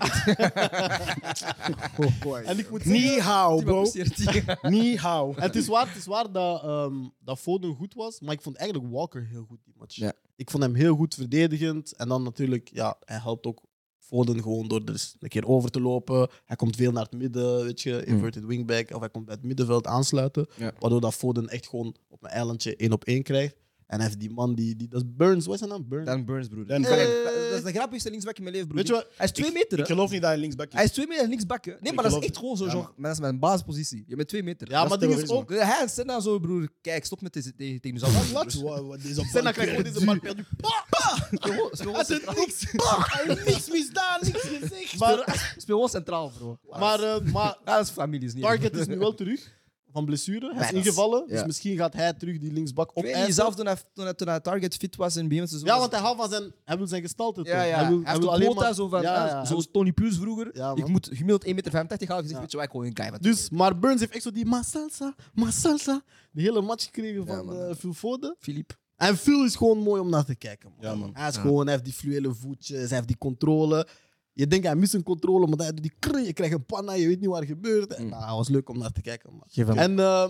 B: en ik moet
C: Ni hao,
A: Die man
C: bro.
A: presteert
B: [laughs]
A: hier.
C: Ni hao.
B: En het is waar, het is waar dat, ehm, dat Foden goed was, maar ik vond eigenlijk Walker heel goed die match.
A: Ja.
B: Ik vond hem heel goed verdedigend. En dan natuurlijk, ja, hij helpt ook Foden gewoon door er eens een keer over te lopen. Hij komt veel naar het midden, weet je, inverted wingback. Of hij komt bij het middenveld aansluiten.
A: Hmm. Ja.
B: Waardoor dat Foden echt gewoon op een eilandje één op één krijgt. En hij heeft die man, die, die, dat is Burns, wat is zijn naam? Burns.
A: Dan Burns, broer.
C: Dan
A: Dat-
C: Burns.
A: Dat dat is de grappigste linksbak in mijn leven, broer.
B: Weet je wat?
A: Hij is [laughs] twee meter,
C: Ik
A: hè?
C: geloof niet dat hij linksback
A: Hij
C: is.
A: is twee meter linksbak, hè? Nee,
C: Ik
A: maar dat is
C: geloof
A: echt
C: het.
A: gewoon zo,
C: Ja,
A: genre,
C: man.
A: maar dat is mijn basispositie. Je bent twee meter.
B: Ja,
A: Dat
B: maar ding is
C: terrorisme.
B: ook...
A: Hij en Senna zo, broer. Kijk, stop met deze tegen tegen mezelf.
C: Wat? Wat- wat- deze bal-
B: Senna krijgt gewoon deze bal perdu.
A: Speel gewoon
B: Hij heeft
A: centraal.
B: niks, hij heeft niks misdaan, niks gezegd. Maar,
A: Speel gewoon centraal, bro.
B: maar, eh, maar
A: Ja, dat is familie, is niet erg.
B: Target is nu wel terug van blessure. Hij is
A: Bijna.
B: ingevallen,
A: Ja.
B: dus misschien gaat hij terug die linksbak op.
A: Ik weet niet, zelf toen hij, toen, hij, toen hij target fit was in het begin van het seizoen.
B: Ja, want hij houdt van zijn, hij wil zijn gestalte.
A: ja,
B: terug.
A: ja.
B: Hij wil, hij
A: heeft
B: wil
A: een
B: alleen
A: quota
B: maar-
A: zo van,
B: Ja,
A: ah,
B: ja, hij
A: zoals Tony Pulis vroeger.
B: Ja,
A: ik
B: man.
A: moet gemiddeld 1,55 meter gaan gezegd,
B: Ja.
A: weet je wat, ik wil een guy.
B: wil-
A: met-
B: Dus, maar Burns heeft echt zo die Masalsa, Masalsa, de hele match gekregen van
A: man.
B: eh, Phil Foden.
A: Philippe.
B: En Phil is gewoon mooi om naar te kijken. Man.
C: Ja, man.
B: Hij is gewoon, hij heeft die fluwele voetjes, hij heeft die controle. Je denkt hij mist een controle, maar dan doet die krui, je krijgt een panna, je weet niet wat er gebeurt. En,
A: Mm.
B: nou, het was leuk om naar te kijken. Man.
E: Geef hem.
B: En eh,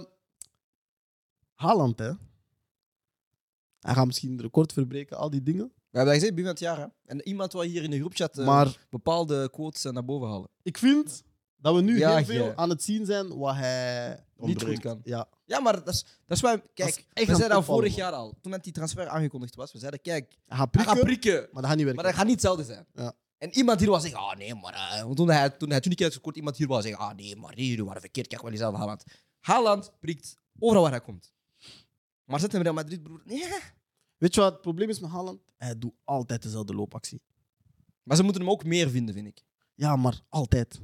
B: Haaland, hè. Hij gaat misschien het record verbreken, al die dingen.
A: We hebben dat gezegd, begin van het jaar. Hè. En iemand wil hier in de groepchat eh,
B: Maar
A: bepaalde quotes eh, naar boven halen.
B: ik vind dat we nu
A: Ja,
B: heel veel
A: ja.
B: aan het zien zijn wat hij niet
A: Ontbreekt.
B: goed kan. Ja.
A: Ja, maar dat is, dat is waar... Kijk,
B: is echt
A: we
B: aan
A: zeiden
B: het
A: dat
B: opvallen,
A: vorig
B: man.
A: jaar al. Toen dat die transfer aangekondigd was, we zeiden, kijk,
B: Hij gaat
A: hij
B: prikken,
A: gaat prikken.
B: maar dat gaat niet werken.
A: Maar dat gaat niet hetzelfde zijn.
B: Ja.
A: En iemand hier was zeggen, ah nee, maar... eh, want toen hij, toen hij toen niet had gescoord, iemand hier was zeggen, ah nee, maar hier, we waren verkeerd, kijk wel eens aan Haaland. Haaland prikt overal waar hij komt. Maar zet hem Real Madrid, broer. Nee.
B: Weet je wat het probleem is met Haaland? Hij doet altijd dezelfde loopactie.
A: Maar ze moeten hem ook meer vinden, vind ik.
B: Ja, maar altijd.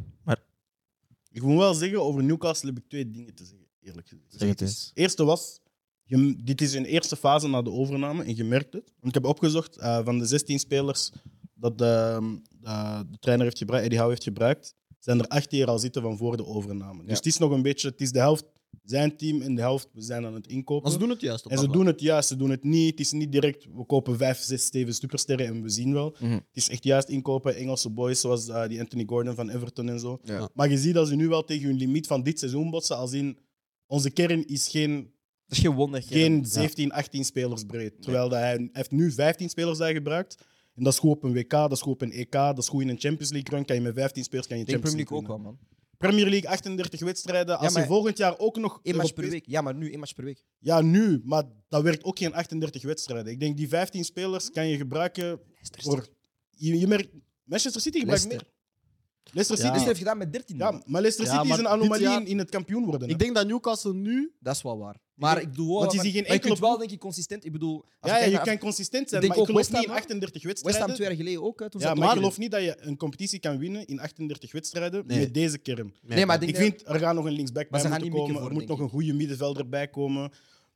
C: Ik moet wel zeggen, over Newcastle heb ik twee dingen te zeggen, eerlijk gezegd.
E: Zeg het eens.
C: eerste was, je- dit is hun eerste fase na de overname en je merkt het. Want ik heb opgezocht eh, van de 16 spelers dat de, eh, de trainer heeft gebruikt, Eddie Howe heeft gebruikt, zijn er acht die er al zitten van voor de overname. Dus het is nog een beetje, het is de helft zijn team en de helft we zijn aan het inkopen.
B: Maar ze doen het juist. op
C: En ze
B: dat
C: doen het juist, ze doen het niet. Het is niet direct, we kopen vijf, zes, zeven supersterren en we zien wel.
A: Mhm.
C: Het is echt juist inkopen, Engelse boys zoals eh, die Anthony Gordon van Everton en zo.
A: Ja.
C: Maar je ziet dat ze nu wel tegen hun limiet van dit seizoen botsen. Als in, onze kern is geen,
A: Dat is geen wonder.
C: geen 17, 18 spelers breed. Terwijl dat hij, hij heeft nu 15 spelers daar gebruikt. En dat is goed op een WK, dat is goed op een EK, dat is goed in een Champions League run. Kan je met 15 spelers kan je
A: Ik denk
C: Champions
A: Premier League ook
C: winnen.
A: wel, man.
C: Premier League 38 wedstrijden. Als
A: maar-
C: je volgend jaar ook nog
A: Eén match per
C: Europees-
A: week. Ja, maar nu één match per week.
C: ja, nu, maar dat werkt ook geen 38 wedstrijden. Ik denk die 15 spelers kan je gebruiken voor. Je, je merkt, Manchester City gebruikt
A: Leicester.
C: meer. Leicester
B: Ja.
A: Die
C: City.
A: heeft gedaan met 13.
C: Ja,
A: man.
C: maar Leicester
B: Ja,
C: City
B: maar
C: is een
B: dit
C: anomalie
B: jaar-
C: in- in het kampioen worden. hè.
B: Ik denk dat Newcastle nu...
A: Dat is wel waar. Maar ik doe wel...
C: Want je
A: maar-
C: ziet geen
A: maar je
C: enkele
A: kunt wel, denk ik, consistent... Ik bedoel... als
C: ja, ja,
A: kijkt
C: je
A: naar
C: kan consistent zijn,
A: Ik denk
C: maar ik
A: ook
C: geloof
A: West Ham,
C: niet in
A: hè?
C: 38
A: West
C: wedstrijden.
A: Ham twee jaar geleden ook, hè, toen ze
C: ja,
A: op
C: maar ik
A: de-
C: geloof niet dat je een competitie kan winnen in 38 wedstrijden
B: Nee.
C: met deze kern.
A: Nee, maar ik
C: Ik,
A: denk...
C: vind, er gaan nog een
A: Maar
C: linksback bij
A: ze gaan
C: moeten
A: niet mikken
C: komen. Er
A: voor,
C: moet nog
A: denk
C: een goede middenvelder bij komen.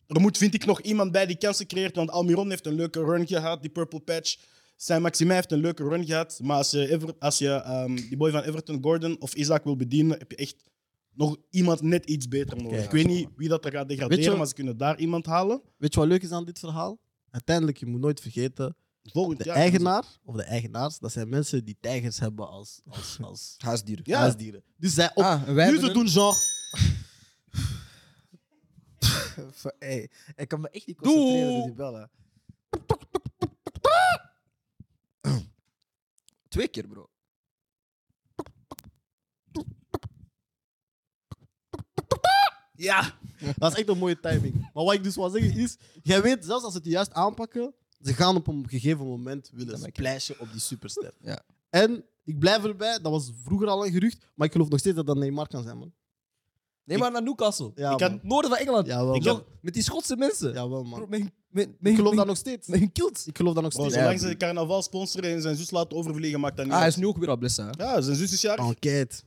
C: Er moet, vind ik, nog iemand bij die kansen creëert. Want Almiron heeft een leuke run gehad, die Purple Patch. Saint Maximin heeft een leuke run gehad. Maar als je, Ever- als je ehm, die boy van Everton, Gordon of Isaac wil bedienen, heb je echt nog iemand net iets beter nodig.
B: Kijk,
C: ik weet niet wie dat er gaat
B: Weet
C: degraderen,
B: je-
C: maar ze kunnen daar iemand halen.
B: Weet je wat leuk is aan dit verhaal? Uiteindelijk, je moet nooit vergeten,
C: Volgend
B: de
C: jaar.
B: eigenaar of de eigenaars, dat zijn mensen die tijgers hebben als,
A: [laughs]
B: als, als
A: Huisdier.
C: Ja.
B: huisdieren. Dus zij op...
A: Ah, en wij
B: nu
A: hebben
B: ze
A: Ah, een-
B: doen genre...
E: Hey, ik kan me echt niet
A: Doe!
E: concentreren door die bellen.
A: Twee keer, bro.
C: Ja.
B: Dat is echt een mooie timing. Maar wat ik dus wil zeggen is, jij weet, zelfs als ze het juist aanpakken, ze gaan op een gegeven moment willen splashen op die superster.
A: Ja.
B: En ik blijf erbij, dat was vroeger al een gerucht, maar ik geloof nog steeds dat dat Neymar kan zijn, man.
A: Neem maar naar Newcastle.
B: Ja,
A: ik kan
B: man.
A: noorden van Engeland.
B: Jawel,
A: ik
B: man.
A: kan, met die Schotse mensen.
B: Jawel,
A: Bro,
B: man.
A: met, met, met,
B: Ik geloof
A: met-
B: dat nog steeds.
A: Met hun kilt.
B: Ik geloof dat nog
C: Bro,
B: steeds.
C: zolang ze de carnaval sponsoren en zijn zus laten overvliegen, maakt dat niet
A: Ah, hij
C: uit.
A: is Oh. nu ook weer al blessen. hè?
C: Ja, zijn zus is jarig.
B: Enquête.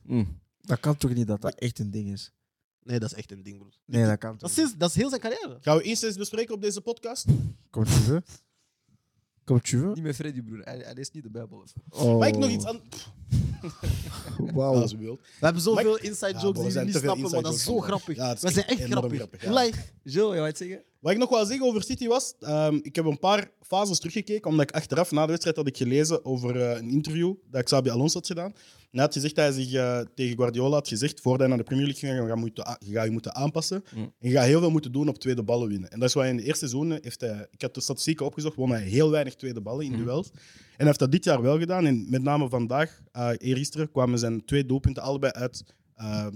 E: Dat kan toch niet dat dat echt een ding is?
B: Nee, dat is echt een ding, bro.
E: Nee, dat kan
B: Dat
E: toch
B: is,
E: niet.
B: sinds- dat is heel zijn carrière.
C: Gaan we incest bespreken op deze podcast?
E: Kom tu veux. Kom tu veux.
A: Niet meer Freddy, broer. Hij, hij leest niet de Bijbel. of-
E: Oh,
C: Mag ik nog iets Ah, aan... Pff,
E: Wauw.
C: Als je wilt.
B: We hebben zoveel
C: Maar
B: inside
C: Ja,
B: jokes
C: bro,
B: die
C: er
B: we
C: zijn
B: niet
C: te veel
B: snappen, maar
C: inside
B: dat is
C: jokes,
B: zo
C: man.
B: grappig.
C: Ja, het is
B: We zijn echt
C: enorm
B: grappig.
C: grappig, ja.
B: Live.
A: Jill, jij wou iets zeggen?
C: Wat ik nog wel zeggen over City was, ehm, ik heb een paar fases teruggekeken, omdat ik achteraf na de wedstrijd had ik gelezen over eh, een interview dat Xabi Alonso had gedaan. En hij had gezegd dat hij zich eh, tegen Guardiola had gezegd, voordat hij naar de Premier League ging, je gaat, moeten, a- je gaat je moeten aanpassen
A: Mm.
C: en je gaat heel veel moeten doen op tweede ballen winnen. En dat is wat hij in de eerste seizoen heeft hij, ik had de statistieken opgezocht, won hij heel weinig tweede ballen
A: Mm.
C: in duels. En hij heeft dat dit jaar wel gedaan en met name vandaag, eh eergisteren, kwamen zijn twee doelpunten allebei uit eh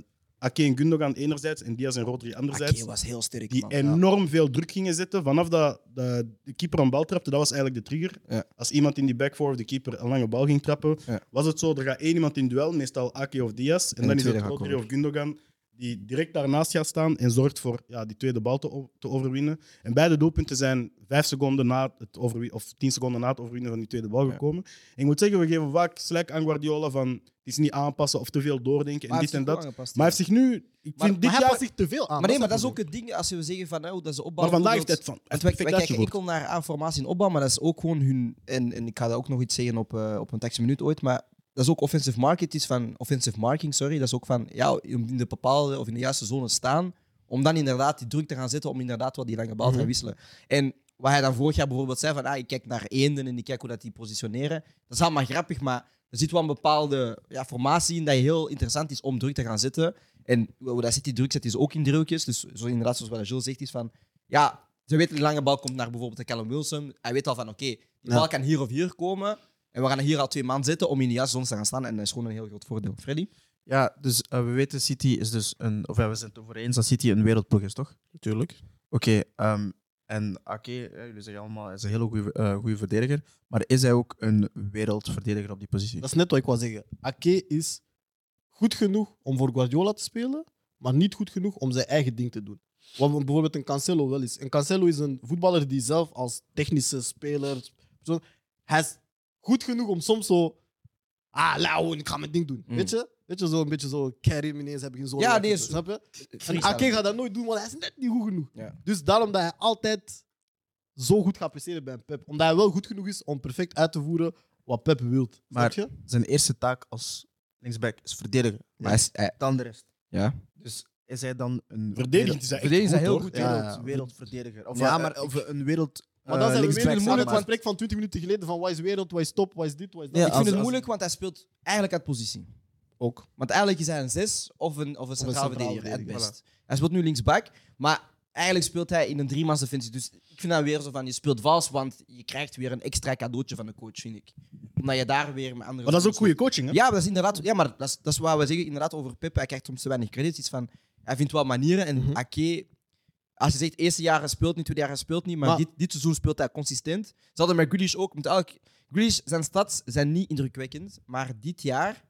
C: Ake en Gundogan enerzijds en Diaz en Rodri anderzijds
A: Ake was heel sterk,
C: die
A: man.
C: enorm veel druk gingen zetten. Vanaf dat de, de keeper een bal trapte, dat was eigenlijk de trigger.
A: Ja.
C: Als iemand in die back four of de keeper een lange bal ging trappen,
A: Ja.
C: was het zo, er gaat één iemand in duel, meestal Ake of Diaz. En,
A: de
C: dan is
A: tweede
C: het
A: gaat
C: Rodri
A: komen.
C: of Gundogan die direct daarnaast gaat staan en zorgt voor ja, die tweede bal te, o- te overwinnen. En beide doelpunten zijn vijf seconden na het overwi- of tien seconden na het overwinnen van die tweede bal gekomen. En ik moet zeggen, we geven vaak slack aan Guardiola van het is niet aanpassen of te veel doordenken en
A: Maar hij
C: dit
A: heeft zich
C: en dat.
A: wel aangepast,
C: Maar hij
A: ja.
C: heeft zich nu... Ik
A: Maar-
C: vind
B: Maar
C: dit
B: hij
C: jaar...
B: past zich te veel aan.
A: Maar nee, maar dat is
B: zijn
A: ook het ding als we zeggen van hoe dat ze
C: Maar
A: opbouwen.
C: vandaag heeft
A: bijvoorbeeld-
C: het
A: Want
C: van... perfect
A: wij, wij
C: uitgevoerd.
A: kijken enkel naar aanformatie en opbouw, maar dat is ook gewoon hun. En, en ik ga dat ook nog iets zeggen op, eh, op een tekst minuut ooit, maar dat is ook offensive market is van offensive marking, sorry. Dat is ook van ja, in de bepaalde of in de juiste zone staan, om dan inderdaad die druk te gaan zetten, om inderdaad wat die lange bal te gaan wisselen. En wat hij dan vorig jaar bijvoorbeeld zei van ah, ik kijk naar eenden en ik kijk hoe dat die positioneren. Dat is allemaal grappig, maar er zit wel een bepaalde ja, formatie in dat heel interessant is om druk te gaan zetten. En hoe dat zit, die druk zet is ook in driehoekjes. Dus zo inderdaad, zoals wat Jules zegt, is van ja, ze weten de lange bal komt naar bijvoorbeeld de Callum Wilson. Hij weet al van oké, die
B: Ja.
A: bal kan hier of hier komen. En we gaan hier al twee man zitten om in de juiste zone te gaan staan. En dat is gewoon een heel groot voordeel. Freddy?
E: Ja, dus eh, we weten City is dus een... Of ja, we zijn het over eens dat City een wereldploeg is, toch?
B: Natuurlijk.
E: Oké, ehm, en Ake, eh, jullie zeggen allemaal, hij is een hele goede verdediger. Maar is hij ook een wereldverdediger op die positie?
B: Dat is net wat ik wou zeggen. Ake is goed genoeg om voor Guardiola te spelen, maar niet goed genoeg om zijn eigen ding te doen. Wat bijvoorbeeld een Cancelo wel is. Een Cancelo is een voetballer die zelf als technische speler... Zo, hij is goed genoeg om soms zo... Ah, lauw, ik ga mijn ding doen.
A: Mm.
B: Weet je? Weet je, zo een beetje zo carry hem ineens, heb ik in zo'n...
A: Ja,
B: rol.
A: nee,
B: Snap je? En
A: Freestyle.
B: Ake gaat dat nooit doen, want hij is net niet goed genoeg.
A: Ja.
B: Dus daarom dat hij altijd zo goed gaat presteren bij een Pep. Omdat hij wel goed genoeg is om perfect uit te voeren wat Pep wil.
E: Maar-
B: Snap je?
E: Zijn eerste taak als linksback is verdedigen.
A: Maar hij is- hij-
E: Dan de rest.
A: ja.
E: Dus is hij dan een...
C: Verdedigend is hij
A: Eh,
C: echt
E: Verdedigend is
C: goed,
E: heel
C: hoor.
E: goed
B: Ja,
E: wereld,
B: ja.
E: wereldverdediger. Of,
B: Ja,
E: ja,
B: eh,
E: maar, of een wereld...
B: Maar
E: eh,
B: dan zijn we weer
E: linksback,
B: in het moeilijk
E: zeg maar.
B: gesprek van 20 minuten geleden van wat is wereld, wat is top, wat is dit, wat is dat.
E: Ja,
A: ik
E: als-
A: vind het
E: als-
A: moeilijk, want hij speelt eigenlijk uit positie.
B: Ook.
A: Want eigenlijk is hij een zes of een, of een centraal
B: centraal
A: verdediger, het
B: verdediger,
A: best. Hij speelt nu linksback, maar eigenlijk speelt hij in een driemans defensie. Dus ik vind dat weer zo van, je speelt vals, want je krijgt weer een extra cadeautje van de coach, vind ik. Omdat je daar weer met andere...
C: Maar dat is ook
A: spelers
C: goede coaching, hè?
A: Ja, maar dat is inderdaad. Ja, maar dat is, dat is wat we zeggen inderdaad over Pep. Hij krijgt soms te weinig credits. Iets van, hij vindt wel manieren. En
B: Mhm.
A: Ake, als je zegt eerste jaar hij speelt niet, tweede jaar hij speelt niet, maar,
B: Maar-
A: dit, dit seizoen speelt hij consistent. Zelfde met Grealish ook. Met elk, Grealish, zijn stats zijn niet indrukwekkend, maar dit jaar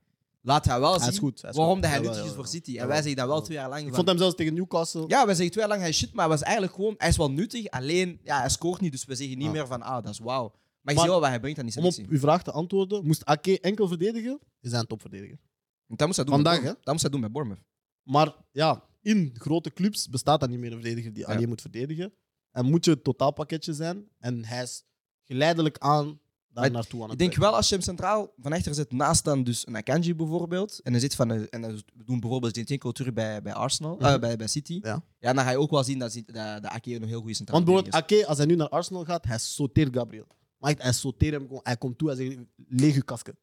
A: laat hij wel
B: Hij
A: zien
B: is goed, hij is
A: waarom
B: goed.
A: dat hij
B: Jawel,
A: nuttig is
B: jawel,
A: voor
B: jawel.
A: City. En
B: Jawel.
A: wij zeggen dat wel
B: Jawel.
A: twee jaar lang.
B: Ik
A: van-
B: vond hem zelfs tegen Newcastle.
A: ja, wij zeggen twee jaar lang hij shit, maar hij was eigenlijk gewoon, hij is wel nuttig, alleen ja, hij scoort niet, dus we zeggen niet
B: Ah.
A: meer van ah, dat is wauw. Maar je
B: Maar-
A: ziet wel wat hij brengt aan die
B: Om op
A: selectie.
B: uw vraag te antwoorden, moest Ake enkel verdedigen? Is hij een topverdediger.
A: Want Dat moest hij doen met
B: Vandaag,
A: Bournemouth. Dat moest hij doen met Bournemouth.
B: Maar ja, in grote clubs bestaat dat niet meer een verdediger die
A: Ja.
B: alleen moet verdedigen. En moet je het totaalpakketje zijn. En hij is geleidelijk aan daar
A: Maar
B: naartoe aan
A: Ik
B: het
A: denk
B: werken.
A: wel als je hem centraal van echter zet naast dan dus een Akanji bijvoorbeeld. En, hij zit van, eh, en dan we doen bijvoorbeeld die enkel terug bij, bij Arsenal, eh,
B: Mhm.
A: bij, bij City.
B: Ja.
A: ja, dan ga je ook wel zien dat, Zit- dat, dat Ake een heel goede centraal
B: Want bijvoorbeeld
A: verdediger
B: Ake, als hij nu naar Arsenal gaat, hij sorteert Gabriel. Maar echt, hij sorteert hem gewoon. Hij komt toe, hij zegt, leeg uw kasken.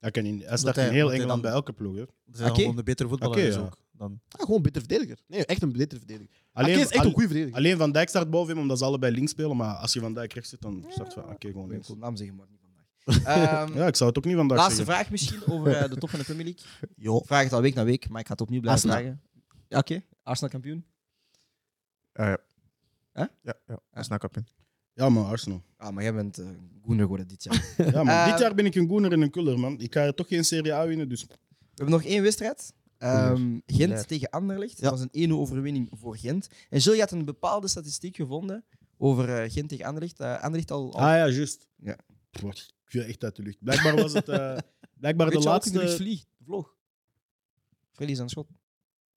C: Dat kan niet. Hij
E: Dat
C: start
E: hij-
C: in heel
E: dat hij
C: Engeland
E: dan-
C: bij elke ploeg. Hè.
E: Er zijn
A: Ah, Oké.
E: gewoon de betere voetballer
C: Oké,
E: dus
C: ja.
E: ook. Dan.
B: Ah, gewoon een betere verdediger. Nee, echt een betere verdediger. Ake
C: Alleen,
B: is echt
C: al-
B: een goede verdediger.
C: alleen Van Dijk start boven hem, omdat ze allebei links spelen. Maar als je Van Dijk rechts zit, dan start van... Oké, gewoon
A: is. Ik
C: links.
A: wil naam zeggen, maar niet vandaag. Ehm,
C: Ja, ik zou het ook niet vandaag
A: laatste
C: zeggen.
A: vraag misschien over eh, de top van de Premier League.
B: Jo.
A: Vraag het al week na week, maar ik ga het opnieuw blijven
B: Arsenal.
A: vragen. Ja, Oké, Arsenal kampioen?
E: Ah, ja.
A: Huh?
E: Ja, ja.
A: Ah.
E: Snap ik.
C: Ja, man, Arsenal.
A: Ah, maar jij bent eh goener geworden dit jaar. We [laughs]
C: Ja, man.
A: Eh,
C: Dit jaar ben ik een goener en een kuller, man. Ik ga toch geen Serie A winnen, dus...
A: hebben nog één wedstrijd. Ehm, Gent
E: Leer.
A: tegen Anderlecht. Dat was een 1-0 overwinning voor Gent. En Gilles, je had een bepaalde statistiek gevonden over eh, Gent tegen Anderlecht. Eh, Anderlecht al... al
C: Ah ja, juist.
A: Ja.
C: Wacht, ik viel echt uit de lucht. Blijkbaar was
A: [laughs]
C: het... eh, blijkbaar de
A: Weet je welke die
C: laatste...
A: vlieg- vloog? Freddy is aan het schot.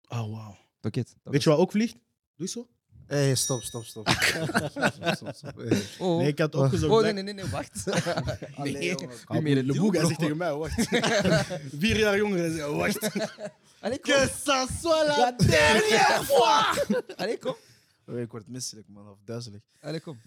C: Oh, wauw.
A: Toket.
C: Weet je wat ook vliegt? Doe zo.
E: Hé, hey, stop, stop, stop. stop, stop, stop, stop. Hey.
A: wat? Oh,
C: Nee, ik had opgezocht.
A: oh nee,
C: blijk-
A: nee, nee, nee, wacht.
E: Allee,
A: nee,
E: jongen.
A: niet meer in de
C: Leboeg, hij
A: boek,
C: zegt tegen mij, wacht. Vier jaar jonger, hij zegt, wacht.
A: Allee, kom.
B: ça soit
A: La [laughs] dernière fois! Allee, kom.
E: Oh, Ik word misselijk, man. Of duizelig.
A: Allee, kom.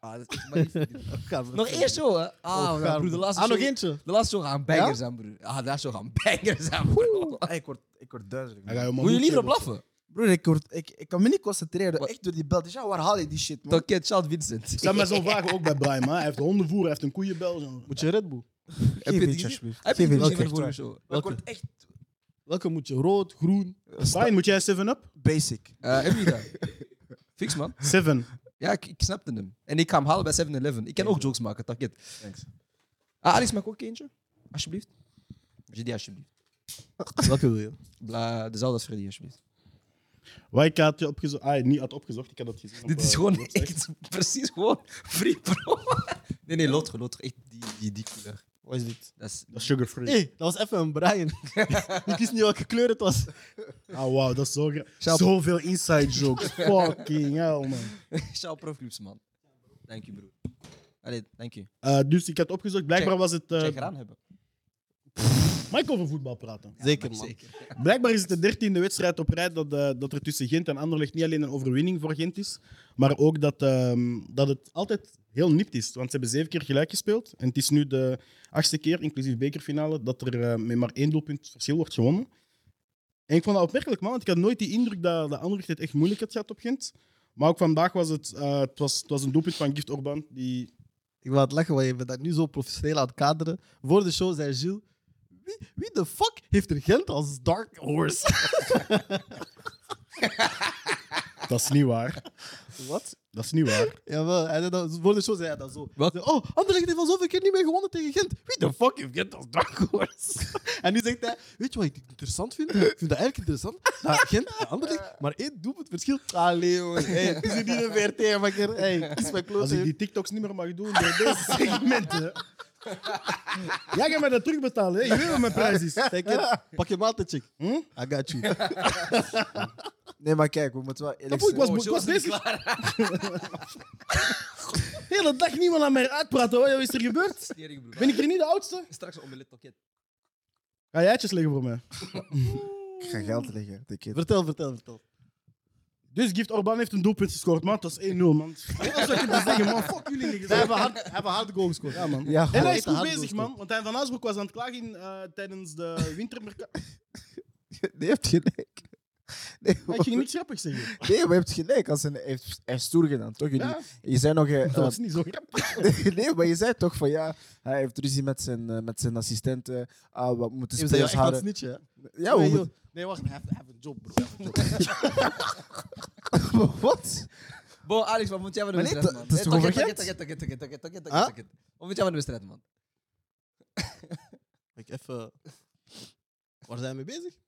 A: Ah, dat is magnifiek. Nog eerst zo, hè? Ah, we gaan, broer, de laatste
B: Ah, nog
A: show-
B: eentje.
A: De laatste show gaan bangers aan, broer. Ah, daar show gaan bangers aan, broer.
E: Hey, Ah, ik, word, ik word duizelig.
C: Hij
E: man.
C: gaat je man
A: Moet je
C: goed
A: liever op
C: geven of zo.
A: blaffen?
E: Broer, ik, word, ik, ik kan me niet concentreren.
A: Wat?
E: Echt door die bel. Dus ja, waar haal je die shit, man?
A: Dan kent Charles Vincent.
C: Stel maar zo'n vraag ook bij Brian, hè. Hij heeft een hondenvoer, hij heeft een koeienbel. Zo.
B: Moet je Red Bull?
A: Heb je
E: Geef
A: het
E: eentje,
A: gezien?
E: alsjeblieft.
A: [laughs] Heb je het
E: Geef
A: gezien
E: eentje.
A: van de vorige show?
E: Ik
B: Welke?
E: word echt
B: Welke moet je? Rood, groen?
C: Brian, moet jij 7-up?
E: basic.
A: Eh, Heb je dat? [laughs] Fix, man.
C: 7.
A: Ja, ik, ik snapte hem. En ik ga hem halen bij 7-Eleven. Ik kan ook jokes maken, takket.
E: Thanks.
A: Ah, Alex, maak ook eentje? Alsjeblieft. J'ai dit alsjeblieft.
B: [laughs] Welke wil je?
A: Bla, dezelfde als Freddy, alsjeblieft.
C: Wat ik had je opgezocht, ah, niet had opgezocht, ik had dat gezien. op,
A: Dit
C: eh,
A: is gewoon
C: de website.
A: echt [laughs] precies gewoon free pro. [laughs] Nee, nee, Lotre, Lotre. Echt die, die, die kleur.
B: Wat is dit?
A: Dat is... [laughs]
C: Dat is sugar free.
B: Hé, hey, dat was even een [laughs] Brian. ik wist niet welke kleur het was.
C: Ah, wauw, dat is zo gra-
A: Sjaalp.
C: Zoveel inside jokes. Fucking hell, man.
A: Sjaal Profclubs, man. Dank je, broer. Allee, dank je.
C: Eh, dus ik had opgezocht, blijkbaar
A: Check.
C: was het...
A: Zou je
C: eh
A: gedaan hebben?
C: mag ik over voetbal praten?
B: Zeker, man.
A: Zeker.
C: [laughs] Blijkbaar is het de dertiende wedstrijd op rij dat, eh, dat er tussen Gent en Anderlecht niet alleen een overwinning voor Gent is, maar ook dat, ehm, dat het altijd heel nipt is. Want ze hebben zeven keer gelijk gespeeld en het is nu de achtste keer, inclusief bekerfinale, dat er eh, met maar één doelpunt verschil wordt gewonnen. En ik vond dat opmerkelijk, man, want ik had nooit die indruk dat, dat Anderlecht het echt moeilijk had gehad op Gent. Maar ook vandaag was het, eh, het, was, het was een doelpunt van Gift Orban die
B: Ik wil het lachen, want je bent dat nu zo professioneel aan het kaderen. Voor de show zei Gilles, wie, wie de fuck heeft er Gent als Dark Horse?
C: Dat is niet waar.
B: Wat?
C: Dat is niet waar.
B: Jawel, hij zei dat, voor de show zei hij dat zo.
A: Wat?
B: Hij zei, oh, Anderlecht heeft al zoveel keer niet meer gewonnen tegen Gent. Wie de fuck heeft Gent als Dark Horse? [laughs] en nu zegt hij, weet je wat ik interessant vind? Ik vind dat eigenlijk interessant. Dat Gent en Anderlecht, maar één doelpunt verschil. Allee, jongen. [laughs] Hey, het is hier niet een VRT, makker. Hey, kies mijn
C: Als ik
B: klote.
C: die TikToks niet meer mag doen door deze [laughs] segmenten. Jij gaat mij dat terugbetalen, hè? Je weet wat mijn
B: [laughs]
C: prijs is.
B: Zeg het,
C: Ah,
B: Pak je maat, chick.
C: Hm?
B: I got you.
E: Nee, maar kijk, we moeten wel eerlijk
C: voel ik
E: zijn.
C: was-
A: Oh,
C: ik
A: zo
C: was
A: is het
C: bezig.
A: klaar.
C: De [laughs] hele dag niemand aan mij uitpraten. Wat is er gebeurd?
A: Tering, broer.
C: Ben ik hier niet de oudste?
A: Straks een omeletpakket.
C: Ga jij etjes leggen voor mij?
E: Ik ga geld leggen. de kid.
B: Vertel, vertel, vertel.
C: Dus Gift Orban heeft een doelpunt gescoord, man. Dat is 1-0, man. Dat is wat ik te zeggen, man. Fuck jullie niggas.
B: Zij hebben hard, hebben hard goal gescoord.
C: Ja, man.
E: Ja,
C: En
E: gewoon.
C: hij is
B: Hij
C: goed
B: heeft
C: bezig,
B: een
C: man. Want hij van Aasbroek was aan het klagen eh, tijdens de wintermerkaat.
E: Nee, je hebt gelijk. Nee,
C: Maar ik ging niks grappigs zeggen.
E: Nee, maar je hebt gelijk. Als een, hij heeft, hij heeft stoer gedaan, toch? Jullie,
C: Ja.
E: Je zei nog... eh,
C: Dat
E: eh,
C: was niet zo
E: [laughs]
C: grappig.
E: nee, maar je zei toch van ja, hij heeft ruzie met zijn, eh, met zijn assistenten. Ah, we moeten
B: Je zei
E: spelers
B: echt aan het
E: halen.
B: snitchen, hè?
E: Ja, we
B: nee,
E: moeten...
B: joh. nee, wacht. Hij heeft- hij heeft een job, bro.
E: [laughs] Wat?
A: Bo, Alex, wat vond jij van de
E: Maar
A: wedstrijd, man? Eh,
E: nee, dat- dat is
A: Takket,
E: toch over
A: takket, takket, takket, takket, takket,
B: Huh?
A: takket. Wat vond jij van de wedstrijd, man?
B: Ik even... Waar zijn we mee bezig?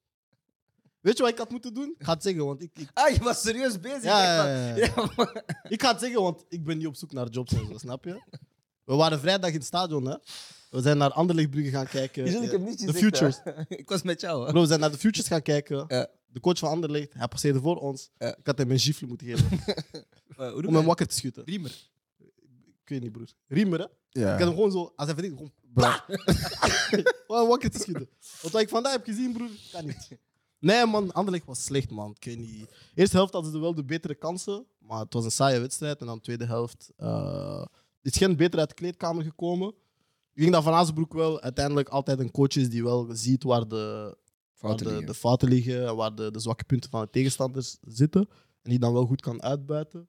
B: Weet je wat ik had moeten doen? Ik ga het zeggen, want ik... ik
A: Ah, je was serieus bezig.
B: ja,
A: echt,
B: ja,
A: man.
B: ja, ja.
A: Ja, man.
B: [laughs] Ik ga het zeggen, want ik ben niet op zoek naar jobs en zo, [laughs] snap je? We waren vrijdag in het stadion, hè. We zijn naar Anderlechtbrugge gaan kijken.
A: Je zult-
B: eh,
A: ik heb niet
B: de
A: gezegd, hè.
B: Futures.
A: [laughs] Ik was met jou, hè.
B: Bro, we zijn naar de Futures gaan kijken.
A: Ja.
B: De coach van Anderlecht, hij passeerde voor ons.
A: Ja.
B: Ik had hem een gifle moeten
A: [laughs]
B: geven
A: Eh, Hoe
B: om
A: noem
B: hem
A: je dat?
B: wakker te schieten.
A: Riemer.
B: Ik weet niet, broer. Riemer, hè? Ik had
E: Ja.
B: hem gewoon zo, als hij verdient, gewoon [laughs] Wat wakker te schieten. Want wat ik vandaag heb gezien, broer, kan niet. Nee, man, Anderlecht was slecht, man. Ik weet niet. Eerste helft hadden ze wel de betere kansen, maar het was een saaie wedstrijd. En dan tweede helft eh is geen beter uit de kleedkamer gekomen. Ik denk dat Van Azenbroek wel uiteindelijk altijd een coach is die wel ziet waar de
A: Fouten
B: waar de,
A: liggen.
B: de fouten liggen, waar de, de zwakke punten van de tegenstanders zitten. En die dan wel goed kan uitbuiten.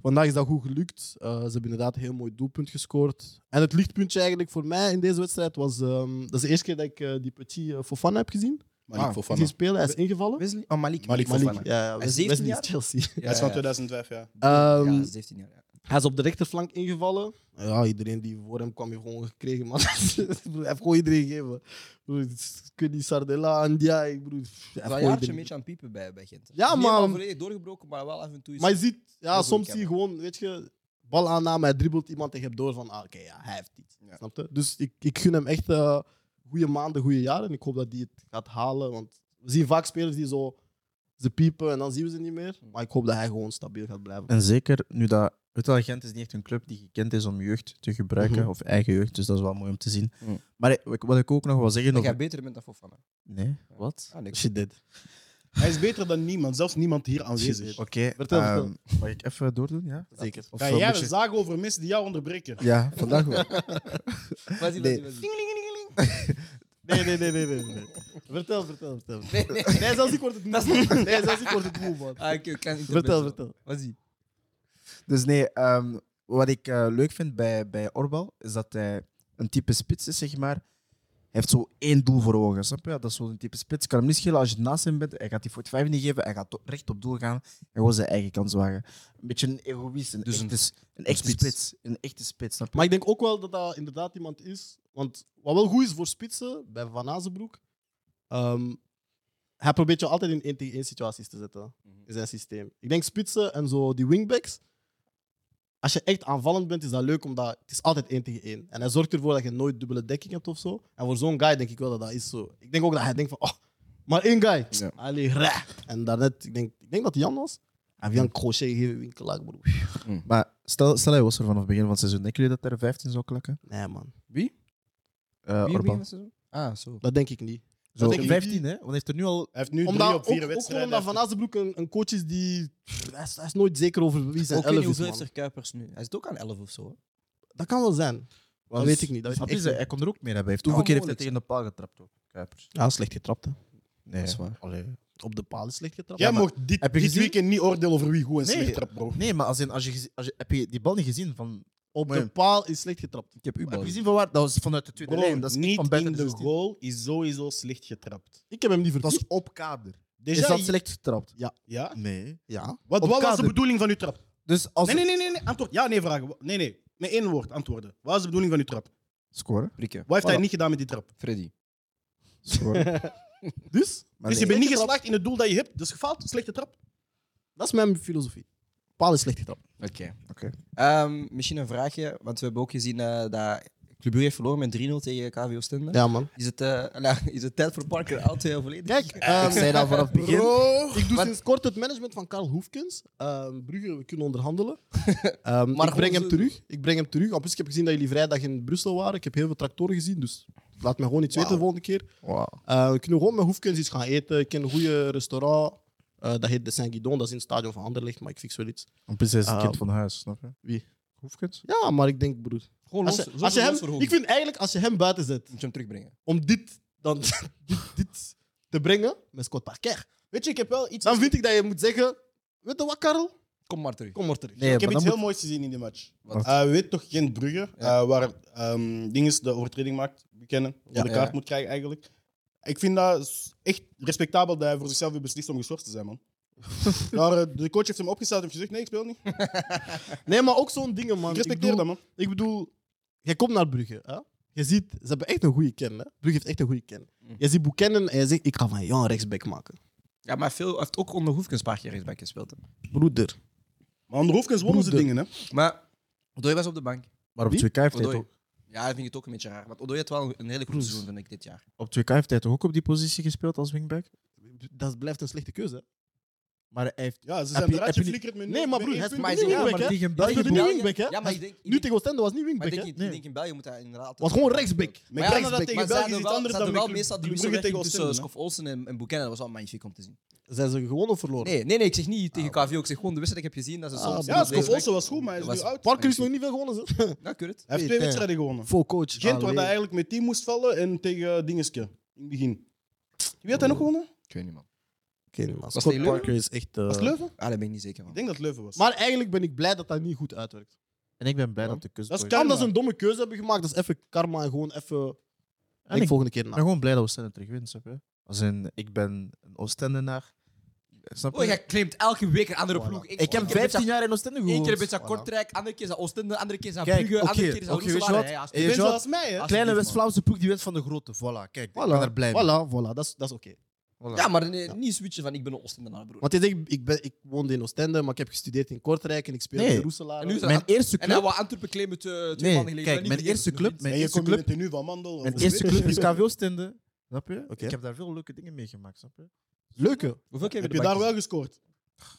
B: Vandaag is dat goed gelukt. Eh, ze hebben inderdaad een heel mooi doelpunt gescoord. En het lichtpuntje eigenlijk voor mij in deze wedstrijd was... ehm, dat is de eerste keer dat ik eh, die Petit eh, Fofana heb gezien.
C: Malik
A: Ah,
C: Fofana.
B: Zien spelen, hij is ingevallen.
A: Wesley? Oh, Malik.
C: Malik
B: Malik,
C: Fofana.
B: ja, ja,
A: Hij is
B: Wes-
A: 17
B: Wesley
A: jaar?
B: is Chelsea.
A: [laughs]
C: Hij is van 2005, ja.
A: Ja,
B: Ehm,
A: hij is 17 jaar. ja.
B: Hij is op de rechterflank ingevallen. Ja, iedereen die voor hem kwam, heeft gewoon gekregen. Man. [laughs] hij heeft gewoon iedereen gegeven. Kuddy, Sardella, Andia. Ik bedoel, hij heeft
A: Hij is al
B: gewoon
A: een jaartje
B: iedereen
A: een beetje aan het piepen bij, bij Gent.
B: Ja,
A: Niet helemaal
B: man.
A: volledig doorgebroken, maar wel af en toe. is-
B: Maar je ziet,
A: Dat
B: ja,
A: is goed,
B: soms zie je
A: Cameron.
B: gewoon, weet je, bal aanname, hij dribbelt iemand en je hebt door van, ah, oké, ja, hij heeft iets.
A: Ja.
B: Snap je? Dus ik, ik gun hem echt eh goede maanden, goede jaren. Ik hoop dat hij het gaat halen, want we zien vaak spelers die zo, ze piepen en dan zien we ze niet meer. Maar ik hoop dat hij gewoon stabiel gaat blijven.
E: En zeker nu dat. Weet wel, Gent is niet echt een club die gekend is om jeugd te gebruiken,
B: Mhm.
E: of eigen jeugd, dus dat is wel mooi om te zien.
A: Mm.
E: Maar eh, wat ik- wat ik ook nog wil zeggen
A: dat jij
E: over...
A: beter bent dan Fofana.
E: Nee, wat?
A: Ah, niks.
B: [laughs] Shit, dit.
C: Hij is beter dan niemand, zelfs niemand hier aanwezig.
E: Oké,
B: Vertel,
E: ehm,
B: vertel.
E: mag ik even doordoen? Ja?
B: Zeker.
E: Of,
C: Ga
E: eh,
C: jij
E: moet je-
C: een zagen over mensen die jou onderbreken?
E: Ja, vandaag wel.
A: Wat is
E: Nee.
B: Nee, nee, nee, nee, nee. [laughs] nee. vertel, vertel, vertel. Nee, zelfs ik word het moe. Nee, zelfs ik word het moe, man.
A: Ah, oké, klein
B: Vertel,
A: intermezzo.
B: vertel.
A: Wat is die?
E: Dus nee, ehm, wat ik eh, leuk vind bij, bij Orbal is dat hij een type spits is, zeg maar. Hij heeft zo één doel voor ogen, snap je? Dat is zo'n type spits. Kan hem niet schelen als je naast hem bent. Hij gaat die voor het vijf niet geven. Hij gaat to- recht op doel gaan. En gewoon zijn eigen kans wagen. Een beetje een egoïst. Een
A: Dus een-
E: echte, s- een echte
A: spits.
E: spits. Een echte spits, snap je?
B: Maar ik denk ook wel dat dat inderdaad iemand is. Want wat wel goed is voor spitsen bij Van Azenbroek. ehm, hij probeert je altijd in 1 tegen 1 situaties te zetten in zijn systeem. Ik denk spitsen en zo die wingbacks. Als je echt aanvallend bent, is dat leuk, omdat het is altijd 1 tegen 1. En hij zorgt ervoor dat je nooit dubbele dekking hebt of zo. En voor zo'n guy denk ik wel dat dat is zo. Ik denk ook dat hij denkt van, oh, maar één guy.
A: Ja.
B: Allee, ra. En daarnet, ik denk, ik denk dat Jan was. Hij heeft Jan crochet gegeven, winkelaar, broer.
E: Maar stel, stel hij was er vanaf het begin van het seizoen. Denken jullie dat er 15 zou klakken?
B: Nee, man.
A: Wie?
E: Eh
A: Wie
E: Orban.
A: begint het seizoen? Ah, zo.
B: Dat denk ik niet.
E: Zo,
B: denk ik
E: 15, hè? Want hij heeft er nu al...
C: Hij heeft nu
B: Omdat,
C: drie op vier
B: ook, ook gewoon
C: wedstrijden.
B: omdat Van Azenbroek een, een coach is die... pff, hij, is, hij is nooit zeker over wie zijn
A: Ook weet niet
B: elf is,
A: hoeveel
B: man.
A: heeft er Kuipers nu? Hij zit ook aan 11 of zo. hè?
B: Dat kan wel zijn. Dat weet ik niet. Dat
E: Snap
B: weet
E: je?
B: ik echt
E: Hij
B: niet.
E: kon er ook meer hebben. Hij Heeft, hoeveel
A: Ja,
E: keer heeft hij tegen de
A: moeilijk.
E: paal getrapt? Ook? Kuipers.
B: Ja, slecht getrapt, hè.
E: Nee,
A: Dat is waar.
E: allee.
B: Op de paal is slecht getrapt.
C: Jij
B: Ja, maar-
C: mocht dit,
E: Heb je
C: dit
E: gezien?
C: weekend niet oordelen over wie
E: [laughs]
C: goed en
E: Nee.
C: slecht trapt, bro.
E: Nee, maar als in, als je, gezi- als je, heb je die bal niet gezien van.
B: Op
E: Nee.
B: de paal is slecht getrapt.
A: Ik heb u
E: Heb je
A: bal.
E: gezien van waar? Dat was vanuit de tweede
C: Bro,
E: lijn. Dat is echt
C: niet
E: van buiten
C: in de
E: 16.
C: goal is sowieso slecht getrapt.
B: Ik heb hem niet
E: Dat
B: verplicht.
E: was op kader.
C: Déjà,
E: Is dat slecht getrapt?
C: Ja?
E: Nee.
B: Ja.
C: Wat,
E: Op
C: wat was de
E: kader.
C: bedoeling van uw trap?
E: Dus als
C: Nee, nee, nee, nee, nee. Antwoord. Ja, nee, vragen. Wa- Nee, nee. Met één woord antwoorden. Wat was de bedoeling van uw trap?
E: [laughs] scoren,
A: Prikken.
C: Wat heeft hij
B: Voilà.
C: niet gedaan met die
E: Ah,
C: trap?
A: Freddy.
E: scoren.
B: Dus,
E: Maar
C: dus
E: nee.
C: je bent niet geslaagd in het doel dat je hebt. Dus gefaald, slechte trap.
B: dat is mijn filosofie. Paal is slecht getrapt.
A: Oké.
E: Oké.
A: Ehm, misschien een vraagje, want we hebben ook gezien eh, dat Club Brugge heeft verloren met 3-0 tegen KVO Stende.
B: Ja, man.
A: Is, het, eh, [laughs] nou, is het tijd voor Parker out eh, volledig?
B: Kijk,
E: Ik zei dat vanaf het begin.
B: Bro. Ik doe
A: Wat-
B: sinds kort het management van Karl Hoefkens. Ehm, Brugge, we kunnen [laughs] onderhandelen. Ehm,
A: Maar
B: ik breng
A: gewoon
B: hem
A: zo-
B: terug. Ik breng hem terug. Op plus, ik heb gezien dat jullie vrijdag in Brussel waren. Ik heb heel veel tractoren gezien, dus laat me gewoon iets weten de volgende keer.
E: Wauw.
B: Eh, we kunnen gewoon met Hoefkens iets gaan eten. Ik ken een goede restaurant. Eh, dat heet de Saint-Guidon. Dat is in het stadion van Anderlecht, maar ik fix wel iets.
E: En precies het
B: Ah.
E: kind van huis, snap je?
B: Wie?
E: Hoefkens?
B: Ja, maar ik denk, broer.
A: Gewoon
B: Als
A: los,
B: je,
A: zo
B: als je
A: los voor
B: hem,
A: Hoek.
B: ik vind eigenlijk als je hem buiten zet
A: Moet je hem terugbrengen.
B: om dit, dan, [laughs] dit, dit te brengen met Scott Parker,
C: Weet je, ik heb wel iets...
B: dan vind ik dat je moet zeggen: Weet je wat, Karel?
A: Kom maar terug.
B: Kom maar terug.
E: Nee,
C: ik heb
E: maar
C: iets
E: dan
C: heel moois gezien in die match.
E: Wat?
C: Eh, we weten toch Gent Brugge,
A: Ja.
C: eh, waar ehm Dinges de overtreding maakt, we kennen,
A: Ja,
C: de kaart
A: ja.
C: moet krijgen eigenlijk. Ik vind dat s- echt respectabel dat hij voor zichzelf heeft beslist om geschorst te zijn, man. maar eh, de coach heeft hem opgesteld en heeft gezegd, nee, ik speel niet. Ik
B: Nee, maar ook zo'n dingen, man.
C: respecteer
B: ik bedoel,
C: dat, man.
B: Ik bedoel, jij komt naar Brugge. Hè? Je ziet, ze hebben echt een goede kern. Hè? Brugge heeft echt een goede kern.
A: Mm.
B: Je ziet Boekennen en je zegt: Ik ga van jou een rechtsback maken.
A: Ja, maar veel hij heeft ook onder Hoefkens een paar keer rechtsback gespeeld. hè.
B: Broeder.
C: Maar onder Hoefkens wonnen ze
B: Broeder.
C: dingen, hè.
A: Maar Odoi was op de bank.
E: Maar op
B: Wie?
E: 2K heeft hij
A: Odoi.
E: toch-
A: Ja, dat vind ik het ook een beetje raar. Want Odoi had wel een hele goed seizoen, vind ik, dit jaar.
E: op 2K heeft hij toch ook op die positie gespeeld als wingback?
B: Dat blijft een slechte keuze. Hè?
E: Maar hij heeft.
C: Ja, ze
E: Heb
C: zijn
E: je- heb
C: eruit
E: je niet-
C: geflikkerd met
B: Nee, maar broer, hij is
C: heeft
A: maar
B: maar
A: hij is
B: niet
A: een-
B: wingback,
E: maar
B: hè?
E: tegen
B: Hij
E: België
B: speelde
A: moet
B: niet
A: je-
B: wingback, hè?
A: Ja, maar ik denk...
B: Nu tegen Oostende was niet
A: maar ik
B: wingback,
A: denk,
B: hè?
A: ik
E: Nee.
A: denk in België moet hij inderdaad...
B: Was gewoon rechtsback.
A: Maar
C: Maar
A: ja, maar
C: ik denk
A: dat-
C: dat
A: maar
C: tegen
A: ze
C: België
A: hadden
C: is iets
A: wel-
C: anders
A: ze
C: dan
A: hadden wel
C: met Club-
A: meestal die
C: Club Brugge
A: wisselwerking
C: tegen
A: tussen
C: Oostende. hè.
A: Scoff Olsen en, en Buchanan. Dat was wel magnifiek om te zien.
B: Zijn ze gewonnen of verloren?
A: Nee, nee, nee ik zeg niet tegen KVO. Ik zeg gewoon de wedstrijd. Ik heb gezien dat ze
B: Ah,
A: soms...
C: Ja, Scoff
A: deze week-
C: Olsen was goed, maar hij is
A: Dat
C: nu
A: was-
C: oud.
B: Parker is nog niet veel gewonnen, ze.
A: Ja, ik weet het.
C: Hij heeft twee
B: Peter.
C: wedstrijden gewonnen.
B: Vol coach.
C: Gent, waar
B: Allee.
C: hij eigenlijk met team moest vallen en tegen Dingeske in het begin. Wie had hij nog gewonnen?
A: Ik weet niet, man.
B: Ik geen. Maar
A: het
B: Scott
A: in Leuven?
B: Parker is echt. eh,
C: Was het Leuven?
A: Ah, daar ben ik niet zeker
C: Ik
A: van.
C: denk dat het Leuven was.
B: Maar eigenlijk ben ik blij dat dat niet goed uitwerkt.
E: En ik ben blij
A: Ja.
E: dat de kust.
C: Dat is
B: Kan
C: Karma.
B: dat ze een domme keuze hebben gemaakt, dat is even karma en gewoon even.
E: En
B: Ik
E: ik
B: volgende keer na.
E: ben gewoon blij dat Oostende terug wint. Snap je? Als in, ik ben een Oostendenaar. Snap je?
D: Oh, jij claimt elke week een andere
B: Voilà.
D: ploeg.
E: ik heb
D: één keer
E: 15
D: ben
E: jaar in Oostende
D: Eén
E: gewoond.
D: keer ben je aan
E: Voilà.
D: Kortrijk, andere keer is aan Oostende, andere keer is aan
E: Kijk,
D: Brugge,
E: oké,
D: andere keer is aan
E: oké, weet je
D: Roeselaar.
E: wat?
D: Ja, ja,
E: Hey,
C: Mensen
E: Jot,
C: als mij, hè?
D: Als-
E: Kleine
D: Alsjeblieft,
E: West-Vlaamse ploeg die wint van de grote. Voilà, kijk. Ik ben er blij mee.
B: voilà, voilà, dat is, dat is oké.
E: Voilà.
A: Ja, maar eh, niet switchen van ik ben een Oostendenaar, broer.
B: Want je zegt, ik, ben, ik woonde in Oostende, maar ik heb gestudeerd in Kortrijk en ik speelde
E: Nee.
B: in Roeselaar.
D: En nu is dat-
E: Mijn eerste
D: En dan
E: club...
D: wat Antwerpen claimen te, twee
E: Nee,
D: maanden geleden.
E: kijk,
D: Niet
E: mijn
D: vergeten,
E: eerste
D: nog
E: club-
D: niet.
E: mijn
C: En je
E: eerste
C: komt
E: club...
C: met de nu van Mandel.
E: Mijn
C: of-
E: eerste club is KV Oostende. Snap je?
B: Oké.
E: Ik heb daar veel leuke dingen meegemaakt. Snap je?
B: Leuke.
A: Hoeveel keer
C: Heb
A: heb
C: je
A: je
C: daar wel gescoord?
E: Ik
B: Zat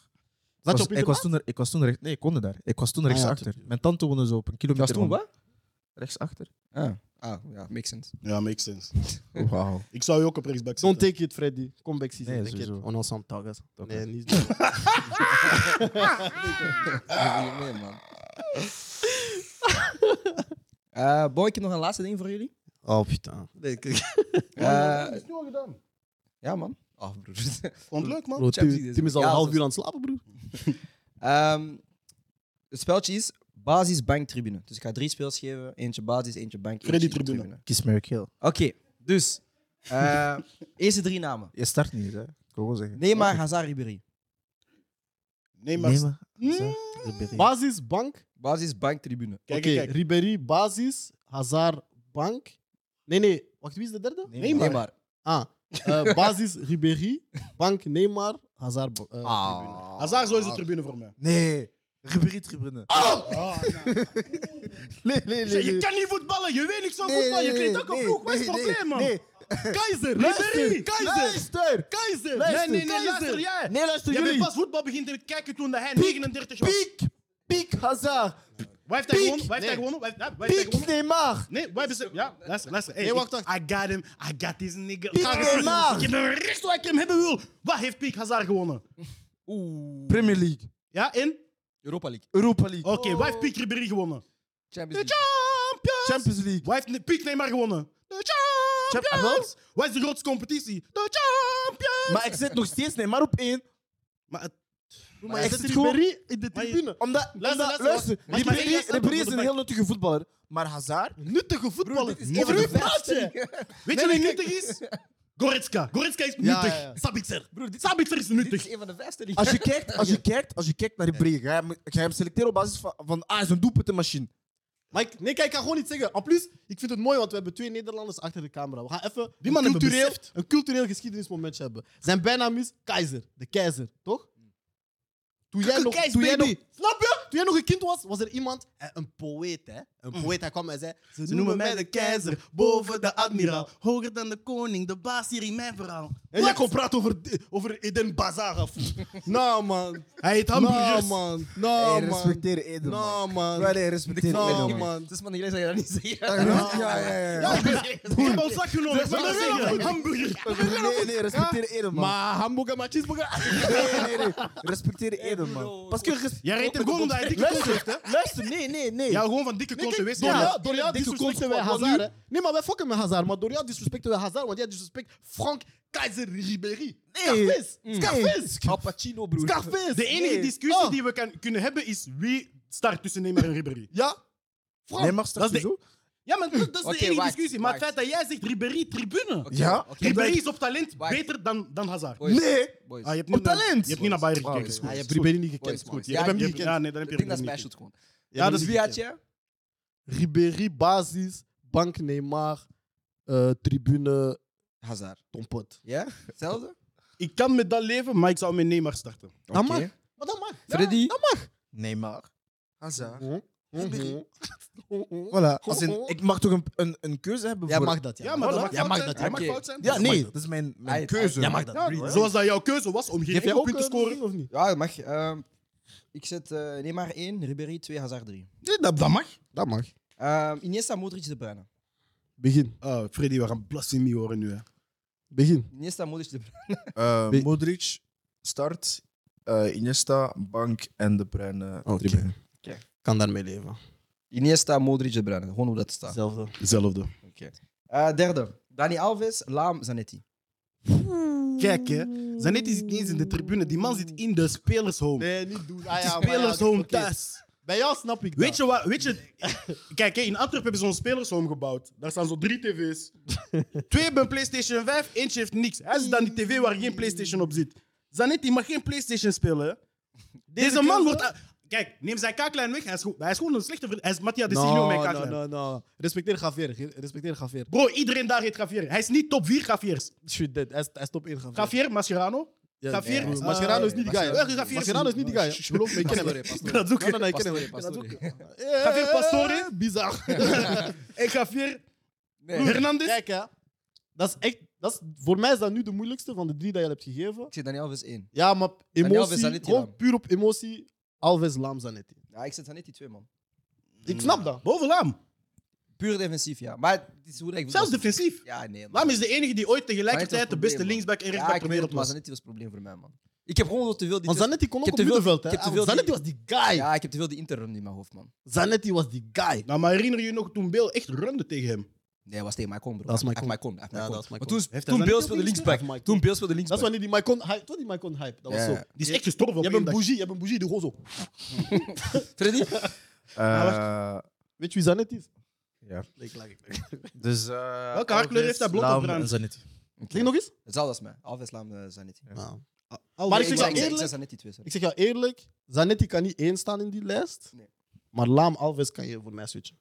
B: je
E: was-
B: op
E: ik, was
B: Intermaat?
E: toen er, ik was toen recht, Nee, ik woonde daar. Ik was toen
B: Ah, ja,
E: rechtsachter.
B: tuurlijk.
E: Mijn tante woonde zo op een kilometer
A: was toen
E: van-
A: wat?
E: Rechtsachter.
A: Ah, ah, ja, makes sense.
C: Ja, makes sense.
E: Oh, Wauw.
C: Ik zou je ook op rechtsback
B: Don't
C: zetten.
B: take it, Freddy. Comeback season.
E: Nee,
B: Nee, take it.
E: sowieso.
B: On us on target.
E: Oké.
B: Nee, niet.
A: Ah. Nee, man. [laughs] Eh, boy, ik heb nog een laatste ding voor jullie.
B: Oh, putain. Nee,
A: Eh,
C: Dat is nu al gedaan.
A: ja, man. Ah, broer. [laughs]
C: Vond het leuk, man.
B: Bro,
A: Champions League
B: Tim, Tim is al
A: Ja,
B: een half
A: dat
B: uur aan het slapen, broer.
A: Ehm, het speltje is basis, bank, tribune. Dus ik ga drie speels geven. Eentje basis, eentje bank, eentje
C: Freddy
A: in de
C: tribune.
E: Kies Mary Kill.
A: Oké, dus. eh, eerste drie namen.
E: Je start niet, hè? Ik wil gewoon zeggen.
A: Neymar, Hazard, Ribéry.
C: Nee, maar...
E: Hazard, Ribéry.
B: Basis, bank.
A: Basis, bank, tribune.
C: Kijk,
B: Oké,
C: kijk.
B: Ribéry, basis. Hazard, bank. Nee, nee. Wacht, wie is de derde?
E: Neymar.
A: Neymar.
B: Ah, eh, basis, Ribéry. Bank, Neymar. Hazard, bo- eh,
E: Ah.
B: tribune.
C: Hazard, zo is de tribune
E: [laughs]
C: voor mij.
E: Nee. Ribéry tribune.
C: Ah, nou.
E: Nee, nee,
C: Je je kan niet voetballen, je weet niks van voetbal. Je klinkt ook een vroeg. Wat is het probleem, man?
E: Nee,
C: Keizer,
E: luister.
C: Ribéry, Keizer,
E: Luister.
C: Keizer.
E: Luister,
C: Nee, nee, nee, luister
E: Keizer.
C: jij.
E: Nee, luister
C: Jij bent
E: jullie.
C: pas voetbal beginnen te kijken toen hij
E: Piek,
C: 39 was.
E: Piek. Piek Hazard.
C: Wij heeft hij
E: piek.
C: gewonnen? Wij heeft hij
E: Nee.
C: gewonnen? Wij heeft- wij heeft hij
E: Piek
C: gewonnen?
E: Neymar.
C: Nee, wij hebben ze... Ja, luister, luister. Hey,
B: Nee, wacht,
C: ik- I got him. I got this nigga.
E: Piek
C: Ga eens zien.
E: Neymar.
C: Ik heb hem recht waar ik hem hebben wil. Waar heeft Piek Hazard gewonnen?
E: Premier League.
C: Ja, in?
A: Europa League.
E: Europa League.
C: Oké, waar heeft Piek Ribéry gewonnen?
A: Champions
C: De
A: League.
C: Champions!
E: Champions League.
C: Waar heeft Ne- Piek Neymar gewonnen? De
E: Champ-
C: Champions! Wat is de grootste competitie? De Champions!
E: Maar ik zet nog steeds Neymar op één.
C: Maar het-
E: Maar ik
B: Zet
E: zit gewoon...
B: Ribéry in de
C: Maar je-
B: tribune.
E: Omdat,
C: Luister,
E: omdat,
C: luister,
E: luister.
C: wacht. Maar-
E: Ribéry-
C: maar- maar-
E: Ribéry is een
C: maar-
E: heel nuttige voetballer. Maar Hazard...
B: Nuttige voetballer.
A: Dit is
B: Over
A: een
B: wie
A: van de
B: praat
A: beste
B: je?
A: dingen.
C: Weet je wie nuttig is? Goretzka. Goretzka is nuttig.
B: ja, ja.
C: Sabitzer. Sabitzer is
A: Dit
C: nuttig.
A: is een van de beste dingen.
E: Als je kijkt, als je kijkt, als je kijkt naar Ribéry, ga je hem- ga je hem selecteren op basis van, van ah, hij is een doelpuntenmachine.
B: Maar ik, nee, kijk, ik kan gewoon niet zeggen. En plus, ik vind het mooi, want we hebben twee Nederlanders achter de camera. We gaan even
C: Die man
B: een,
C: hebben
B: cultureel,
C: beseft.
B: een cultureel geschiedenismomentje hebben. Zijn bijnaam is Keizer, de keizer, toch? Toen jij,
C: Kukke
B: nog,
C: keis,
B: toen, jij nog,
C: baby.
B: snap je? toen jij nog een kind was, was er iemand, eh, een poëet, hè? Een poëet, hij kwam en zei...
C: Mm. Ze noemen mij de keizer, boven de admiraal, hoger dan de koning, de baas hier in mijn verhaal.
B: En jij kon praten over, di- over Eden
C: [laughs]
B: Bazaar af. nou, man.
C: Hij heet
B: Nou,
C: hamburgers.
B: man. Nou, man.
E: Eden.
B: Nou, man.
E: Ja, nee, respecteer
B: Nou,
E: Eden, man.
B: man.
A: Het is van de dat je dat niet zegt.
E: Ja, ja, ja.
C: Ja, ik ben- ik heb al zak genomen, ik ben
B: Dat is
C: een
B: wel
C: zeggen.
B: een
C: Hamburger.
E: Nee, nee, respecteer Eden, man.
B: Maar hamburger, maar cheeseburger.
E: Nee, nee, nee. Respecteer Eden, man. Pas que
C: Jij reed hem gewoon omdat hij dikke kont heeft, hè?
E: Luister, nee, nee, nee.
C: Ja, gewoon van dikke
B: Nee,
C: kont,
B: kijk,
C: weet je.
B: door
C: Ja.
B: jou, door jou
E: Dikke
B: disrespecten
E: kont
B: wij
E: squad,
B: Hazard. hè. Nee, maar wij fokken met Hazard. Maar door jou disrespecten wij Hazard, want jij disrespect Frank Keizer Ribéry. Scarface.
E: Mm.
B: Scarface.
A: Al Pacino, broer.
B: Scarface.
C: De enige
B: Nee.
C: discussie
B: Ah,
C: die we kan- kunnen hebben is wie start tussen Neymar en Ribéry.
B: Ja? Frank.
E: Nee, mag straks
C: Dat is
E: zo.
C: Ja, maar dat, dat is
A: Oké,
C: de enige
A: wacht,
C: discussie. Maar het
A: wacht.
C: feit dat jij zegt Ribéry, tribune.
A: Oké,
E: Ja?
A: oké.
C: Ribéry is op talent
A: Wacht.
C: beter dan, dan Hazard.
A: Boys,
E: Nee.
A: boys.
C: Ah, je hebt
E: Op
C: niet naar-
E: talent.
C: Je hebt niet naar Bayern gekeken. is goed.
A: Ah, je hebt
B: Ribéry niet gekend.
A: Boys,
B: is
A: boys.
B: goed.
C: Je
A: Ja,
C: hebt hem
A: je
C: niet
A: hebt-
C: gekend. Ja, nee, dan heb je
A: Ik denk dat
C: Ribéry niet
A: smash het
C: gekend.
A: gewoon.
B: Ja,
A: Dus wie had je?
B: Ribéry, basis, bank Neymar, eh, tribune,
A: Hazard.
B: Tom Pot.
A: Ja? Hetzelfde?
C: Ik kan met dat leven, maar ik zou met Neymar starten.
B: Dat
A: Oké.
B: mag. Maar dat mag.
A: Freddy?
E: Neymar. Hazard.
B: Mhm. Ribéry. Mhm. [laughs]
E: Voilà. Als in, ik mag toch een, een, een keuze hebben
B: Jij
E: voor...
B: mag dat, ja.
C: Ja, maar dat
B: Voilà.
C: mag
B: Jij mag
C: fout
B: dat,
C: zijn.
A: ja.
B: ja.
C: Dat
A: Oké.
E: Ja,
C: mag fout zijn. Dat mag
E: nee.
C: dat.
E: Dat is mijn,
A: Hij-
E: mijn keuze.
B: Jij mag dat.
C: Ja, Zoals dat jouw keuze was om geen
B: Geef jij
C: enkel
B: ook
C: punt te
B: een
C: scoren.
B: ding of niet?
A: Ja, dat mag. Ehm, ik zet eh, Neymar 1, Ribéry 2, Hazard 3.
C: Dat, dat mag.
B: Dat mag.
A: Ehm Iniesta, Modric, De Bruyne.
B: Begin.
C: Oh, Freddy, we gaan blasfemie horen nu. Hè.
B: Begin.
A: Iniesta, Modric, De Bruyne.
E: Eh,
B: Wie-
E: Modric, start. eh, Iniesta, bank en de bruine
B: Oh, Oké.
E: tribune.
B: Kan daarmee leven.
A: Iniesta, Modric, De Bruyne. Gewoon hoe dat staat.
B: Hetzelfde.
C: Hetzelfde.
A: Eh, derde. Dani Alves, Laam, Zanetti.
C: Kijk, hè. Zanetti zit niet eens in de tribune. Die man zit in de spelershome.
B: Mm. Nee, niet doen. Ah, ja, maar ja,
C: spelershome
B: oké.
C: thuis.
B: Bij jou snap ik
C: Weet
B: dat.
C: je wat? Weet je, kijk, hè, in Antwerpen hebben ze zo'n spelershome gebouwd. Daar staan zo drie
B: [laughs]
C: tv's. Twee hebben een PlayStation 5, eentje heeft niks. Hij zit aan die tv waar geen PlayStation op zit. Zanetti mag geen PlayStation spelen. hè. Deze, man wordt. a- Kijk, neem zijn kaaklijn weg. Hij is, goed- hij is gewoon een slechte. verd- Hij is Mattia de Signo
B: no,
C: mijn
B: no,
C: kaaklijn.
B: no, no. Respecteer Gavier. ge- Respecteer Gavier.
C: Bro, iedereen daar heet Gravier. Hij is niet top 4 Graviers.
B: Shit, dead. Hij is- hij is top 1 Gavier.
C: Gravier, Mascherano.
B: Ja,
C: Gavier
B: nee,
C: is-
B: Mascherano is niet die guy.
C: Mascherano- Ja, Gavier is-
B: Mascherano is niet die guy. hè. Geloof me, ik ken [laughs] hem.
C: Ik kan dat zoeken.
B: Nee, nee, nee, ik ken hem.
D: Pastore,
B: Ik ken dat
D: Pastore.
B: ook.
C: Javier Pastore?
B: [laughs] Bizar.
C: En Gravier,
D: Nee.
C: Hernandez.
B: Kijk, hè. Dat is echt... Dat is, voor mij is dat nu de moeilijkste van de drie dat je hebt gegeven.
A: Ik zit Daniel Alves 1.
B: Ja, maar
A: Alves,
B: emotie...
A: Zanetti,
B: Gewoon
A: Lam.
B: puur op emotie. Alves Lam Zanetti.
A: Ja, ik zit Zanetti 2, man.
B: Ik snap dat.
C: Boven Laam.
A: Puur defensief, ja. Maar het is hoe dat ik
C: Zelfs defensief.
A: Ja, nee, man.
C: Laam is de enige die ooit
A: Maar
C: tegelijkertijd
A: het
C: de
A: is
C: beste
A: een probleem,
C: linksback en
A: Ja,
C: rechtsback
A: ik
C: ter
A: weet
C: wereld
A: het, maar
C: was.
A: Zanetti was het probleem voor mij, man. Ik heb gewoon te veel die...
B: Want Zanetti kon
A: Ik
B: ook
A: heb
B: op
A: te veel-
B: middenveld. hè.
A: ik heb te
B: Ah,
A: veel
B: Zanetti
A: die-
B: was die guy.
A: Ja, ik heb te veel die interim in mijn hoofd, man.
B: Zanetti was die guy.
C: Nou, maar herinner je je nog toen Bill echt runde tegen hem?
A: Nee, was tegen Maicon, bro.
B: Dat is Maicon.
A: Echt Maicon, echt
B: Ja,
A: Maicon.
B: dat is
A: Maar
B: Maicon.
A: toen,
C: Heeft
A: toen
C: hij
A: Bill
C: Zanetti
A: speelde
C: ook
A: linksback.
B: gespeeld?
A: Toen Bill speelde
B: Dat is
A: linksback.
B: wanneer die Maicon hype. Toen die Maicon hype. Dat was
A: Ja.
B: zo.
A: Die
C: Die is echt gestorven op
B: Je hebt
C: één
B: een
C: dag.
B: bougie, je hebt een bougie, die gewoon zo.
A: Freddy?
E: Eh,
B: Weet je wie Zanetti is?
E: Ja.
B: Nee, ik lag ik.
E: Dus,
C: Welke haarkleur heeft hij? Blond of bruin?
E: Zanetti.
B: Zeg nog eens?
A: Hetzelfde als mij. Alves, Lam, eh, Zanetti.
B: Maar ik
A: Nee,
B: zeg
A: ik
B: jou
A: zei- ik zei
B: eerlijk,
A: Zanetti 2, sorry.
B: ik zeg jou eerlijk, Zanetti kan niet één staan in die lijst.
A: Nee.
B: Maar Laam Alves kan je voor mij switchen.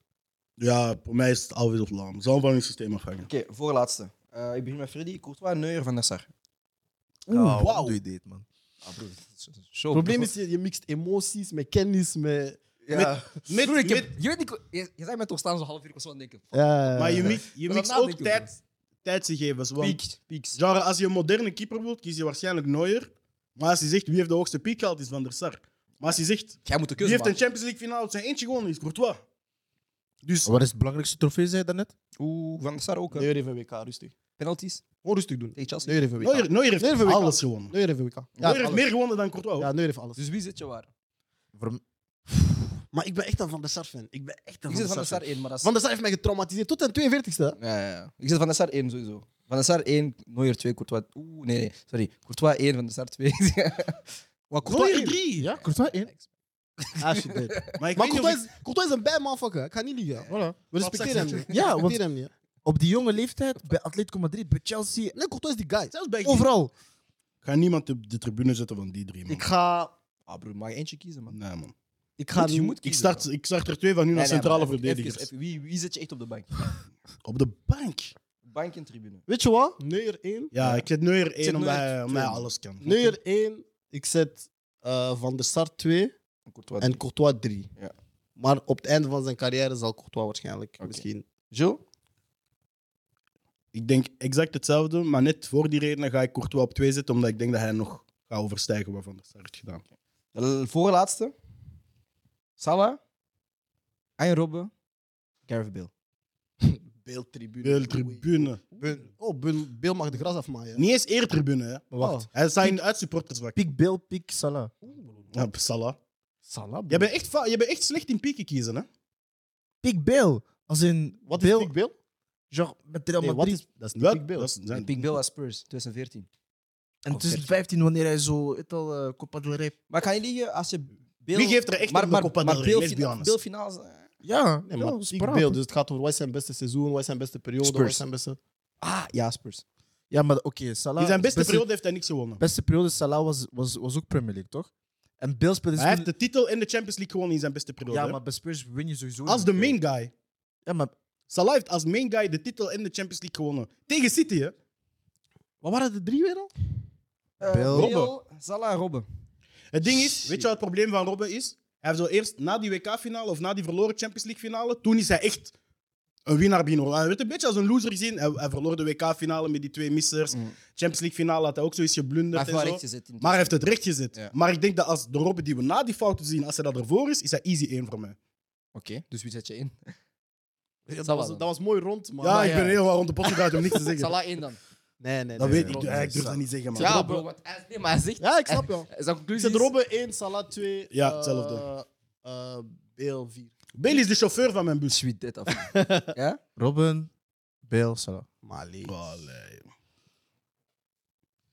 C: Ja, voor mij is het alweer op Laam. Zal van het systeem afhangen.
A: Oké, voorlaatste. Eh, ik begin met Freddy. Courtois, Neuer, Van der Sar.
E: Oeh, wauw. doe je dit, man?
A: Ah, bro, dat is- dat is
B: Het
A: zo-
B: probleem is, je, je mixt emoties met kennis, met...
A: Ja.
C: Met,
A: Broer, ik heb-
C: met-
A: je weet niet, je, je zei met toch staan zo half uur, ik was zo aan het denken.
B: Ja.
C: maar je, mi- je
A: dat
C: mixt ook
A: nadenken,
C: tijd, tijdsgegevens. Want
A: Pieks, pieks.
C: genre, als je een moderne keeper wilt, kies je waarschijnlijk Neuer. Maar als je zegt wie heeft de hoogste piek gehaald, is Van der Sar. Maar als je zegt
A: Jij moet de
C: wie
A: keuze
C: heeft een
A: maken.
C: Champions League finale op zijn eentje gewonnen, is Courtois. Dus
E: Wat is het belangrijkste trofee, zei je daarnet?
A: Oeh, Van der Sar ook. hè.
B: Neuer even WK, rustig.
A: Penalties
B: Gewoon rustig doen.
A: tegen Chelsea.
B: Neuer even WK.
C: Neuer, Neuer heeft
B: Neuer heeft
C: alles gewonnen.
B: Neuer even WK. Ja,
C: Neuer heeft
B: alles.
C: meer gewonnen dan Courtois. hoor.
B: Ja, Neuer heeft alles.
A: Dus wie zit je waar?
E: Voor m-
B: Maar ik ben echt een Van der Sar fan. Ik ben echt een
A: Ik
B: Van
A: zit
B: der
A: Van
B: Sar
A: der Sar
B: fan.
A: 1, maar dat is...
B: Van der Sar heeft mij getraumatiseerd tot zijn 42ste.
A: Ja, ja, ja. Ik zit Van der Sar 1 sowieso. Van der Sar 1, Neuer 2, Courtois... Oeh, nee, nee, sorry. Courtois 1, Van der Sar [laughs] 2.
B: Wat,
C: Neuer 3.
B: Ja, Courtois 1. [laughs] Ah, shit, nee.
C: Maar
B: Maar
C: ik weet niet of
B: Courtois
C: ik-
B: is, Courtois is een bad motherfucker. Ik ga niet liegen. We respecteren hem
C: Op
B: niet. Ja,
C: zich-
B: we
E: Ja, want-
B: respecteren hem niet.
E: Op die jonge leeftijd, bij Atletico Madrid, bij Chelsea,
B: Nee, Courtois is die guy.
C: zelfs bij
E: overal.
C: Ik ga niemand op de tribune zetten van die drie, man.
B: Ik ga...
A: Ah, broer, mag je eentje kiezen, man?
C: Nee, man.
B: Ik ga
A: Goed, je
B: nu-
A: moet
C: Ik
A: kiezen.
C: start, ik start er twee van nu naar
A: Nee, nee,
C: centrale
A: maar even-
C: verdedigers.
A: even- even- wie, wie zit je echt op de bank?
C: Op de bank?
A: Bank en tribune.
B: Weet je wat? Neuer 1.
C: Ja, ik zet Neuer 1
A: zet
C: omdat
A: Neuer
C: hij, omdat
A: twee,
C: hij
A: man.
C: alles kan.
B: Neuer 1. Ik zet eh, Van der Sar 2
A: En Courtois
B: en Courtois 3.
A: Ja.
B: Maar op het einde van zijn carrière zal Courtois waarschijnlijk misschien...
A: Joe?
C: Ik denk exact hetzelfde, maar net voor die redenen ga ik Courtois op 2 zetten, omdat ik denk dat hij nog gaat overstijgen wat Van der Sar heeft gedaan.
A: De voorlaatste. Salah. Arjen Robben. Gareth Bale.
B: Beeldtribune.
C: Beel tribune.
B: Beel- Oh, Beel, Beel mag de gras afmaaien.
C: Niet eens eertribune, hè.
E: Maar wacht.
B: Oh.
C: Hij staat in de uitsupportersbak.
E: Piek Bill, piek Salah.
C: Ja, Ah, Salah.
E: Salah,
C: Jij bent, echt fa- jij bent echt slecht in pieken kiezen, hè.
E: Piek Bill. Als in...
B: Wat is
E: Bill,
B: Dick Beel?
E: Genre, met Real
B: Nee,
E: Madrid.
B: wat is... Dat is niet
C: Wel,
B: Dick Beel.
C: dat is- zijn-
A: En Big Bill was Spurs, 2014.
E: En
A: Oh,
E: tussen
A: shit.
E: 15, wanneer hij zo... Het al, eh, Copa del Rey...
A: Maar kan je liegen als je Bale...
C: Wie geeft er echt
A: maar,
C: om
A: maar,
C: de Copa
A: maar
C: del Rey?
A: Bale
C: Let's be
A: fina-
C: honest.
A: Bale finales... eh,
E: Ja,
B: Nee,
E: ja,
B: maar
E: dat is
B: Dick
E: praat.
B: Beel. Dus het gaat over wat is zijn beste seizoen, wat is zijn beste periode, wat
E: Spurs.
B: is zijn beste...
A: Ah, ja, Spurs.
E: Ja, maar oké, Salah...
C: In zijn beste
E: beste
C: periode heeft hij niks gewonnen.
E: beste periode, Salah was, was, was ook Premier League, toch? En Bill speelde...
C: Hij heeft de titel en de Champions League gewonnen in zijn beste periode.
E: Ja,
C: hè.
E: maar bij Spurs win je sowieso...
C: Als
E: niet,
C: de
E: hè.
C: main guy.
E: Ja, maar
C: Salah heeft als main guy de titel en de Champions League gewonnen. Tegen City, hè.
B: Wat waren de drie weer al?
A: Eh,
E: Bale.
A: Bale, Salah, Robben.
C: Het ding is, weet je wat het probleem van Robben is? Hij heeft zo eerst na die WK-finale of na die verloren Champions League-finale, toen is hij echt een winnaar binnen. Hij werd een beetje als een loser gezien. Hij, hij verloor de WK-finale met die twee missers.
A: Mm.
C: Champions League-finale had hij ook zoiets
A: Hij
C: geblunderd.
A: heeft wel
C: en
A: recht
C: zo.
A: gezet. in het-
C: Maar hij heeft het recht gezet.
A: Ja.
C: Maar ik denk dat als de Robben die we na die fouten zien, als hij dat ervoor is, is hij easy één voor mij.
A: Oké, dus wie zet je in?
B: Dat
A: Salah
B: was,
A: dan.
B: dat was mooi rond, maar...
C: ja,
A: maar
C: ik
A: ja.
C: ben heel wat rond de pot gegaan om niks [laughs] te zeggen.
A: Salah 1 dan.
B: Nee, nee,
C: dat
B: nee,
C: weet
B: nee.
C: ik. Ja, ik durf dat niet zeggen, man.
A: Ja, bro. Want hij, nee, maar hij zegt...
B: Ja, ik snap jou.
A: Zijn
B: Ik
A: conclusie
B: zet
A: is...
B: Robben 1, Salah 2.
C: Ja,
B: eh,
C: hetzelfde.
B: eh, Beel 4.
C: Bale is de chauffeur van mijn bus.
A: Sweet dit af. ja?
E: Robin, Bill, Salah.
B: Maar
C: Allee.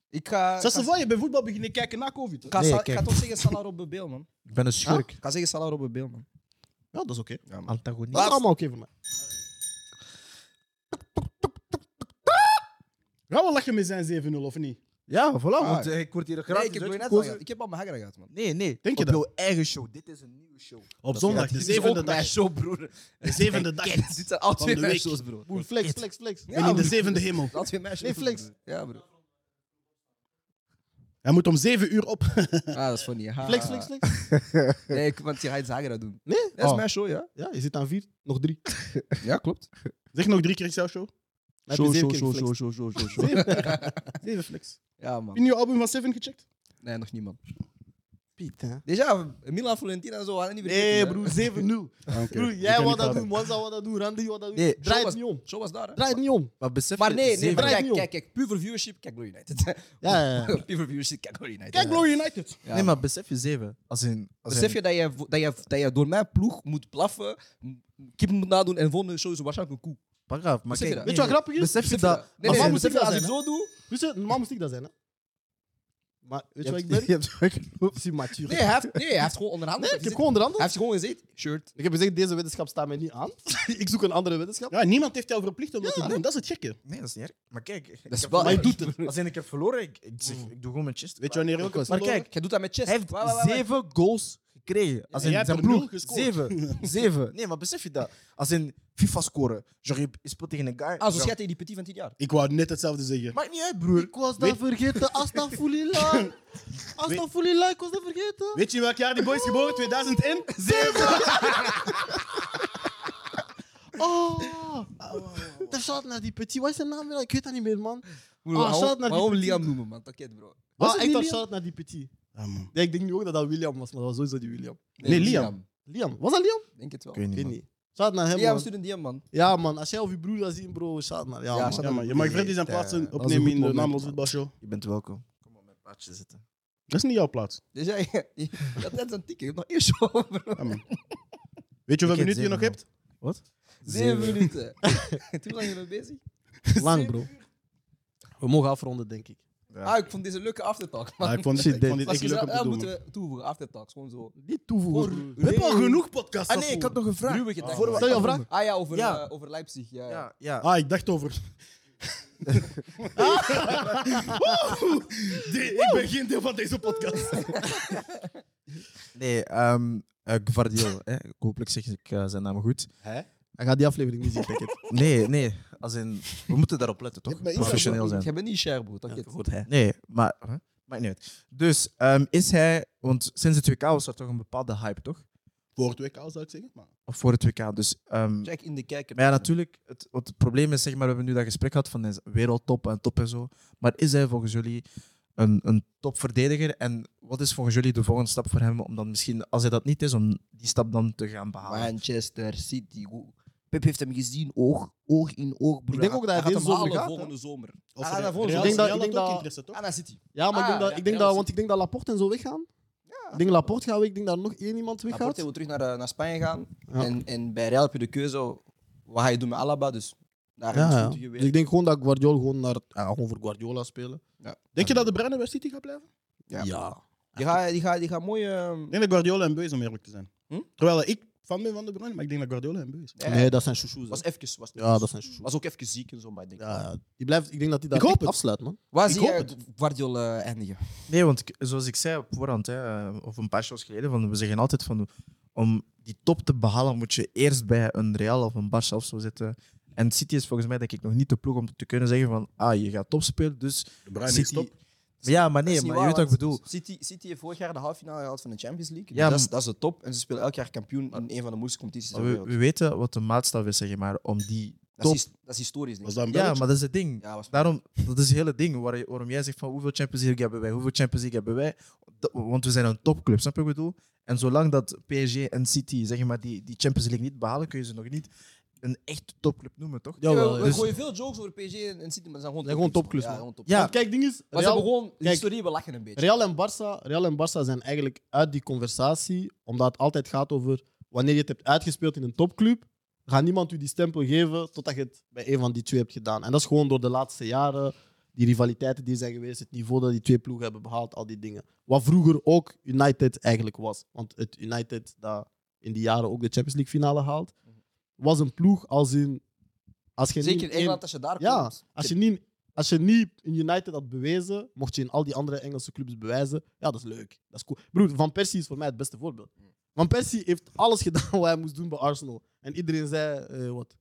E: Ik ga...
C: Zelfs van je bij voetbal beginnen kijken na COVID. hè.
A: Ik ga,
E: Nee,
A: Sa-
E: kijk.
A: ik ga toch zeggen Salah Rob de Beel, man.
E: Ik ben een schurk.
A: Ik ga zeggen Salah Rob de Beel, man.
C: Ja, dat is oké.
A: Ja, man.
E: Antagonist.
B: Dat is allemaal oké voor mij.
C: Gaan we lachen met zijn 7-0 of niet?
E: Ja, voilà. Want
A: Ah.
E: eh, ik word hier
A: Nee,
E: gratis
A: ik heb net al
E: uitgekozen.
A: gehad. Ik heb al mijn hagra gehad, man.
E: Nee, nee.
C: Denk je
E: Op
C: dat?
E: jouw eigen show. Dit is een nieuwe show.
C: Op
E: zondag,
C: de
E: dit is ook
C: zevende
E: mijn
C: dag.
E: show,
A: [laughs]
E: broer.
C: De zevende dag.
E: Dit zijn al
C: Van
E: twee
C: de
E: mijn
C: week.
E: shows, broer.
B: Boer, flex, flex, flex.
C: En in de zevende hemel.
A: Dat weer meisje.
B: Nee, flex.
A: Ja, bro.
C: Hij moet om zeven uur op.
A: Ah, dat is funny. Ha.
B: Flex, flex, flex.
A: Nee, ik- want je gaat iets hagra doen.
B: Nee?
A: Dat is
E: Oh.
A: mijn show, ja.
B: Ja, je zit aan vier, nog drie. Dan
A: Ja, klopt.
C: Zeg nog drie keer Excel show.
B: heb je zeven keer geflext.
E: show, show, show,
C: Zeven flex.
A: Ja,
C: Heb je
A: man.
C: nieuw album van Seven gecheckt?
A: Nee, nog niemand.
B: Piet, hè.
A: Déjà, Milan Florentina en zo hadden niet
B: Nee,
A: vergeten,
B: broer,
A: hè.
B: 7-0. Broer, jij wou dat doen, Monza wou dat doen, Randy wou dat doen.
E: Nee,
B: Draai
A: Show was-
B: het niet om.
A: Show was daar, hè.
B: Draai het niet om.
E: Maar besef
A: Maar
E: je,
A: nee, nee,
E: zeven-
A: maar
B: Draai
A: kijk,
B: niet om.
A: kijk, kijk. Puur voor viewership, kijk Glory United.
B: Ja, ja, ja.
A: [laughs] Puur voor viewership, kijk Glory United.
C: Kijk,
A: Ja.
C: Glory United.
A: Ja,
E: Nee, maar besef je zeven. Als in... Als
A: Besef
E: in-
A: je dat je, vo- dat, je, dat je door mijn ploeg moet blaffen, m- kip moet nadoen en volgende show is waarschijnlijk een koe.
E: Pak af, maar
A: Besef je
E: kijk...
A: dat?
B: Weet je wat grappig is?
E: Besef je dat...
A: Nee,
B: Maar
A: nee,
B: waarom
A: besef je
B: moet ik
A: dat als
B: dat
A: ik zo doe...
B: Weet je, normaal moest ik dat zijn, hè. Maar weet je wat ik ben?
E: Je hebt wel geloofd.
B: Zie matuur.
A: Nee, hij heeft, nee, hij heeft gewoon onderhandeld.
B: Nee, ik heb
A: Hij
B: gewoon onderhandeld.
A: heeft gewoon gezegd, shirt.
B: Ik heb gezegd, deze wetenschap staat mij niet aan. [laughs] ik zoek een andere wetenschap.
C: Ja, niemand heeft jou verplicht om dat te doen. Dat is het gekke.
E: Nee, dat is niet erg. Maar kijk... ik
A: is
E: heb-
A: wel
E: Maar
A: erg.
E: ik doe het. Als in, ik heb verloren, ik, ik, zeg, ik doe gewoon mijn chest.
C: Weet je wanneer ook was?
E: Maar kijk,
A: Jij doet dat met chest.
E: hij heeft
A: Wa- wa- wa- wa-
E: zeven goals gekregen. Als
C: en
E: in
C: jij hebt
E: zijn
C: er nul
E: ploeg.
C: gescoord. [laughs]
E: Zeven. Zeven. Nee, maar besef je dat? Als in FIFA scoren. Genre, je speelt tegen een guy.
A: Ah, zo
E: genre-
A: schat hij die petit van 10 jaar.
C: Ik wou net hetzelfde zeggen.
E: Maakt niet uit, broer.
B: Ik was dat vergeten. [laughs] Astafulila. Astafulila, ik was dat vergeten.
C: Weet je in welk jaar die boy is geboren? Ah, 2007.
B: Oh. Ter shout naar die petit. Wat is zijn naam weer? Ik weet dat niet meer, man.
A: Broer,
B: Ah,
A: waarom-
B: shout naar die
A: waarom
B: petit.
A: Liam noemen, man? Takket, bro.
B: Was ah,
C: het
B: echt
C: niet
B: ter
C: Liam?
B: shout naar die petit.
C: Ah, man.
B: Nee, ik denk nu ook dat dat William was, maar dat was sowieso die William.
C: Nee, Liam.
B: Liam. Was dat Liam?
A: Denk het wel.
E: Ik weet
B: Ik
E: niet,
B: weet
E: man.
B: niet. Shout naar hem,
A: Ja, we
B: man.
A: sturen DM, man.
B: Ja, man. Als jij of je broer dat zien, bro, shout naar. Ja,
A: Ja,
B: man.
A: shout
C: Ja, man. Je mag Freddy zijn plaats
E: Nee, eh, dat was een
C: opnemen
E: goed
C: in de
E: moment,
C: Naamloos
E: man.
C: Voetbalshow.
E: Je bent welkom. Kom op mijn plaatje zitten.
C: Dat is niet jouw plaats.
A: Dus jij, [laughs] je had net zo'n ticket. Je hebt nog eerst show, bro.
C: Ja, man. Weet je
E: Ik heb
C: hoeveel minuten je nog
E: zeven,
C: hebt?
E: Wat?
A: Zeven minuten.
B: [laughs]
A: Hoe lang zijn we bezig?
B: Lang, bro. We mogen afronden, denk ik.
A: Ah, ik vond deze leuke aftertalk, man.
C: Ah, ik vond
E: Shit,
C: dit, ik vond dit
A: Als
C: echt
A: je
C: leuk om
A: zou-
C: te
A: eh,
C: doen.
A: moeten
C: man.
A: we toevoegen, aftertalks, gewoon zo.
B: Niet toevoegen.
A: Gewoon
C: We hebben al
A: ruwe-
C: genoeg podcasts.
E: Ah nee, ik had nog een vraag.
A: Ruwe gedachten.
C: voor-
B: Stel je een vraag.
A: Ah ja, over,
E: Ja.
A: eh, over Leipzig. Ja, ja.
E: Ja, ja.
C: Ah, ik dacht over. Woe! De- ik ben geen deel van deze podcast.
E: Nee, ehm eh, Gvardiol. hè. Hopelijk zeg ik eh, zijn naam goed.
B: Hij gaat die aflevering niet zien, denk ik.
E: Nee, nee. Als in, we moeten daarop letten,
C: Je
E: toch?
C: hebt mij iets
E: Professioneel zijn.
A: Ik heb niet share, bro. Takket.
E: Goed, hè? Nee, maar... Huh? Maakt niet uit. Dus ehm, is hij... Want sinds het WK was er toch een bepaalde hype, toch?
C: Voor het WK zou ik zeggen. Maar...
E: Of voor het WK. Dus, ehm,
A: Check in de kijker.
E: maar ja, natuurlijk. Het, wat het probleem is, zeg maar, we hebben nu dat gesprek gehad van hij is wereldtop en top en zo. Maar is hij volgens jullie een, een topverdediger? En wat is volgens jullie de volgende stap voor hem om dan misschien, als hij dat niet is, om die stap dan te gaan behalen?
A: Ah, Manchester City. hoe- Pep heeft hem gezien, oog, oog in oog, bro.
B: Ik denk ook dat hij
A: gaat
B: deze
A: hem
B: zomer
A: halen
B: gaat,
A: volgende zomer.
C: Of
A: Ah,
C: Real-
A: daarvoor-
C: Real-
A: Ik denk
B: dat-
C: Real
B: ik denk
C: had ook
B: dat-
C: interesse, toch?
A: Ah, naar City.
B: [laughs] Ja, maar ik denk
A: Ah,
B: dat,
A: ja,
B: ik denk
A: Real
B: dat,
A: is-
B: want ik denk dat Laporte en zo weggaan. ik denk Laporte gaat weg, ik denk dat nog één iemand weggaat.
A: Laporte wil terug naar, eh, naar Spanje gaan.
B: Ja.
A: En, en bij Real heb je de keuze wat ga je doen met Alaba. Dus daar
B: Ja,
A: is
B: ja.
A: het
B: Dus ik denk gewoon dat Guardiola gewoon, naar, ja, gewoon voor Guardiola spelen.
C: Denk je dat de Bruinen bij City gaat blijven?
A: Ja.
B: ja.
A: Die gaat die gaat die gaat mooi... ehm,
C: Ik denk dat Guardiola en Beus, om eerlijk te zijn.
A: Hm?
C: Terwijl ik fan ben van de Bruinen, maar ik denk dat Guardiola en Beus.
A: ja,
B: Nee, dat zijn chouchous.
A: Was
B: hè.
A: even... Was,
B: Ja, dat zijn chouchous.
A: was ook even ziek en zo, maar ik denk...
B: Ja, ja. Die blijft, ik denk dat hij dat
C: Ik hoop
B: echt
C: het.
B: afsluit, man.
A: Waar
C: Ik
A: zie
C: hoop
A: jij Guardiola eh, eindigen?
E: Nee, want k- zoals ik zei op voorhand, hè, eh, of een paar shows geleden, van, we zeggen altijd van om die top te behalen moet je eerst bij een Real of een Barça of zo zitten. En City is volgens mij denk ik nog niet de ploeg om te kunnen zeggen van ah, je gaat top spelen, dus
C: De Bruyne is
E: City...
C: top.
E: Ja, maar
A: Dat
E: nee,
A: is niet
E: maar je
A: waar,
E: weet wat ik
A: want
E: bedoel.
A: City, City heeft vorig jaar de halve finale gehaald van de Champions League.
E: Ja,
A: Ja, dat, is,
E: maar-
A: dat is de top. En ze spelen elk jaar kampioen in een van de moeilijkste competities ter
E: We,
A: wereld.
E: we weten wat de maatstaf is, zeg maar, om die
A: Dat is,
E: top...
A: his- dat is historisch, denk
C: Was
A: ik.
C: dat een
E: Ja,
C: Belg?
E: maar dat is het ding.
A: Ja, was...
E: Daarom, dat is het hele ding waar, je- waarom jij zegt van hoeveel Champions League hebben wij, hoeveel Champions League hebben wij. Dat- want we zijn een topclub, snap je wat ik bedoel? En zolang dat PSG en City zeg maar, die, die Champions League niet behalen, kun je ze nog niet een echt topclub noemen, toch?
A: Ja,
B: Jawel,
A: we
B: dus-
A: gooien veel jokes over PSG en en City, maar ze zijn gewoon
B: Ja, gewoon topclubs,
A: Ja,
B: man.
A: gewoon top.
E: Ja.
B: Want kijk, ding is,
A: Maar ze hebben
B: Real,
A: gewoon de
B: Kijk.
A: historie, we lachen een beetje.
B: Real, en Barça, Real en Barça zijn eigenlijk uit die conversatie, omdat het altijd gaat over wanneer je het hebt uitgespeeld in een topclub, gaat niemand u die stempel geven totdat je het bij een van die twee hebt gedaan. En dat is gewoon door de laatste jaren die rivaliteiten die zijn geweest, het niveau dat die twee ploegen hebben behaald, al die dingen. Wat vroeger ook United eigenlijk was. Want het United dat in die jaren ook de Champions League finale haalt, was een ploeg als in... Als je niet
A: Zeker in
B: één-
A: Engeland als je daar
B: ja,
A: komt.
B: als je, niet, als je niet in United had bewezen, mocht je in al die andere Engelse clubs bewijzen, ja, dat is leuk. Dat is cool. Broer, Van Persie is voor mij het beste voorbeeld. Van Persie heeft alles gedaan [laughs] wat hij moest doen bij Arsenal. En iedereen zei, eh, wat?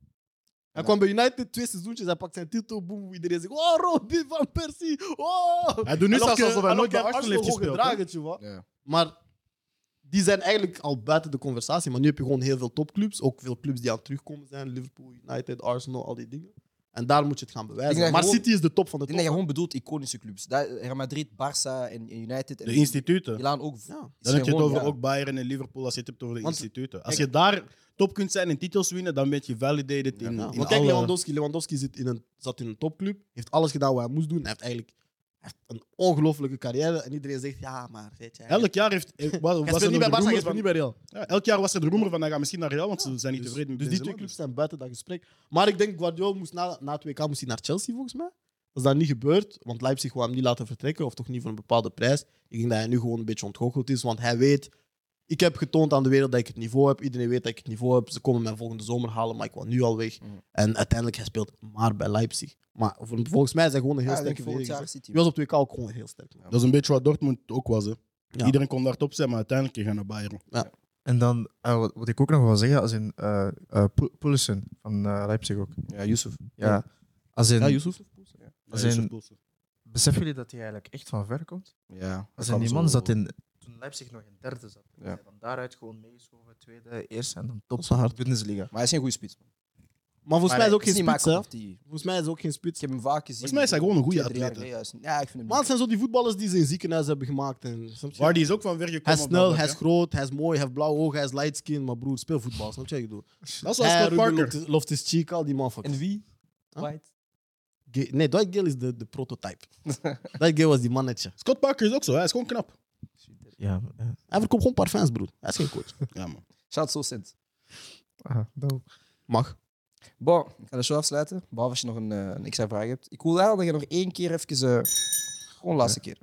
B: Hij kwam bij United twee seizoentjes, hij pakt zijn titel, boem, iedereen zegt, oh, Robin Van Persie, oh!
C: Hij doet nu
B: En
C: zelfs
B: ook,
C: alsof
B: eh,
C: hij
B: en
C: nooit
B: ook
C: bij Arsenal heeft
B: gewoon
C: gespeeld. hè.
B: gedragen, tjoe, hè.
A: Ja.
B: Maar die zijn eigenlijk al buiten de conversatie. Maar nu heb je gewoon heel veel topclubs. Ook veel clubs die aan het terugkomen zijn. Liverpool, United, Arsenal, al die dingen. En daar moet je het gaan
A: Ik
B: bewijzen.
A: denk
B: Maar
A: gewoon-
B: City is de top van de
A: Ik denk
B: top.
A: dat je gewoon bedoelt iconische clubs. Dat- Real Madrid, Barça en en United. En
C: De instituten.
A: Milan ook.
B: Ja.
C: Dan heb je het
A: Gewoon,
C: over
A: ja.
C: ook Bayern en Liverpool als je het hebt over de
B: Want-
C: instituten. Als je daar top kunt zijn en titels winnen, dan ben je validated in,
B: Ja,
C: in
B: want kijk,
C: alle-
B: Lewandowski, Lewandowski zit in een, zat in een topclub. Heeft alles gedaan wat hij moest doen. Hij heeft eigenlijk hij heeft een ongelofelijke carrière. En iedereen zegt, ja, maar weet jij...
C: Elk jaar heeft, eh, wa-
B: Hij
C: was er
B: speelt niet bij
C: nog de
B: Barca, hij
C: rumor
B: speelt
C: van,
B: niet bij Real.
C: ja, elk jaar was er de rumor van, hij gaat misschien naar Real, want ze zijn niet
B: Dus,
C: tevreden met
B: dus die
C: Benzema.
B: twee clubs zijn buiten dat gesprek. Maar ik denk, Guardiola moest na, na het WK moest hij naar Chelsea, volgens mij. Als dat niet gebeurt, want Leipzig wou hem niet laten vertrekken, of toch niet voor een bepaalde prijs. Ik denk dat hij nu gewoon een beetje ontgoocheld is, want hij weet... Ik heb getoond aan de wereld dat ik het niveau heb. Iedereen weet dat ik het niveau heb. Ze komen mij volgende zomer halen, maar ik wil nu al weg.
A: Mhm.
B: En uiteindelijk, hij speelt maar bij Leipzig. Maar voor- volgens mij zijn gewoon een heel
A: Ja, ik denk
B: sterke
A: volgend
B: verdedigers.
A: jaar
B: hè.
A: City.
B: Die was op het WK ook gewoon heel sterk.
C: Dat is een beetje wat Dortmund ook was. Hè.
B: Ja.
C: Iedereen kon daar top zijn, maar uiteindelijk je gaat naar Bayern.
F: En dan,
E: ah,
F: eh, wat, wat ik ook nog wil zeggen, als in eh eh, Pu- Pulisic van eh, Leipzig ook.
A: Ja, Yusuf.
F: Ja, als in,
B: Ja, Yusuf?
F: Als
C: Ja,
F: in-
C: Joseph Poelsen.
F: beseffen jullie dat hij eigenlijk echt van ver komt?
A: Ja.
F: Als in die man zat in, toen Leipzig nog in derde zat.
A: Ja.
F: Ja. Van daaruit gewoon meegeschoven, tweede, eerste en dan top
B: is wel hard.
F: Bundesliga.
A: Maar hij is geen goede spits.
B: Maar volgens mij is
A: het
B: ook geen
A: niet
B: spits,
A: maken
B: hè.
A: of die.
B: Volgens mij is ook geen spits.
A: Ik heb hem vaak gezien.
C: Volgens mij is hij gewoon een goede
A: Twee, drie jaar
C: atleet, hè.
A: geleden, juist. Ja, ik vind hem
B: Maar het zijn zo die voetballers die ze in ziekenhuis hebben gemaakt. En, snap je?
C: Vardy is ook van ver gekomen.
B: Hij is
C: op dat
B: snel,
C: vlak,
B: hij is
C: hè.
B: groot, hij is mooi, hij heeft blauwe ogen, hij is light skin. Maar broer, speel voetbal, snap je wat ik bedoel?
C: Dat is zoals
B: Hij,
C: Scott
B: Ruben
C: Parker.
B: Loftus- Loftus-Cheek, al die motherfuckers.
A: En wie?
B: Huh?
A: White.
B: Ge- Nee, Dwight Gale is de, de
C: [laughs]
B: prototype. Dwight Gale was die mannetje.
C: Scott Parker is ook zo, hè. hij is gewoon knap.
F: Ja,
E: eh.
F: ja.
B: Hij verkoopt gewoon parfums, broer. Hij is geen coach.
C: Ja, man.
A: Shout so cent.
F: Ah, dat
B: Mag.
A: Bon, ik ga de show afsluiten. Behalve als je nog een, eh, een extra vraag hebt. Ik wil wel dat je nog één keer even... eh, gewoon de laatste keer.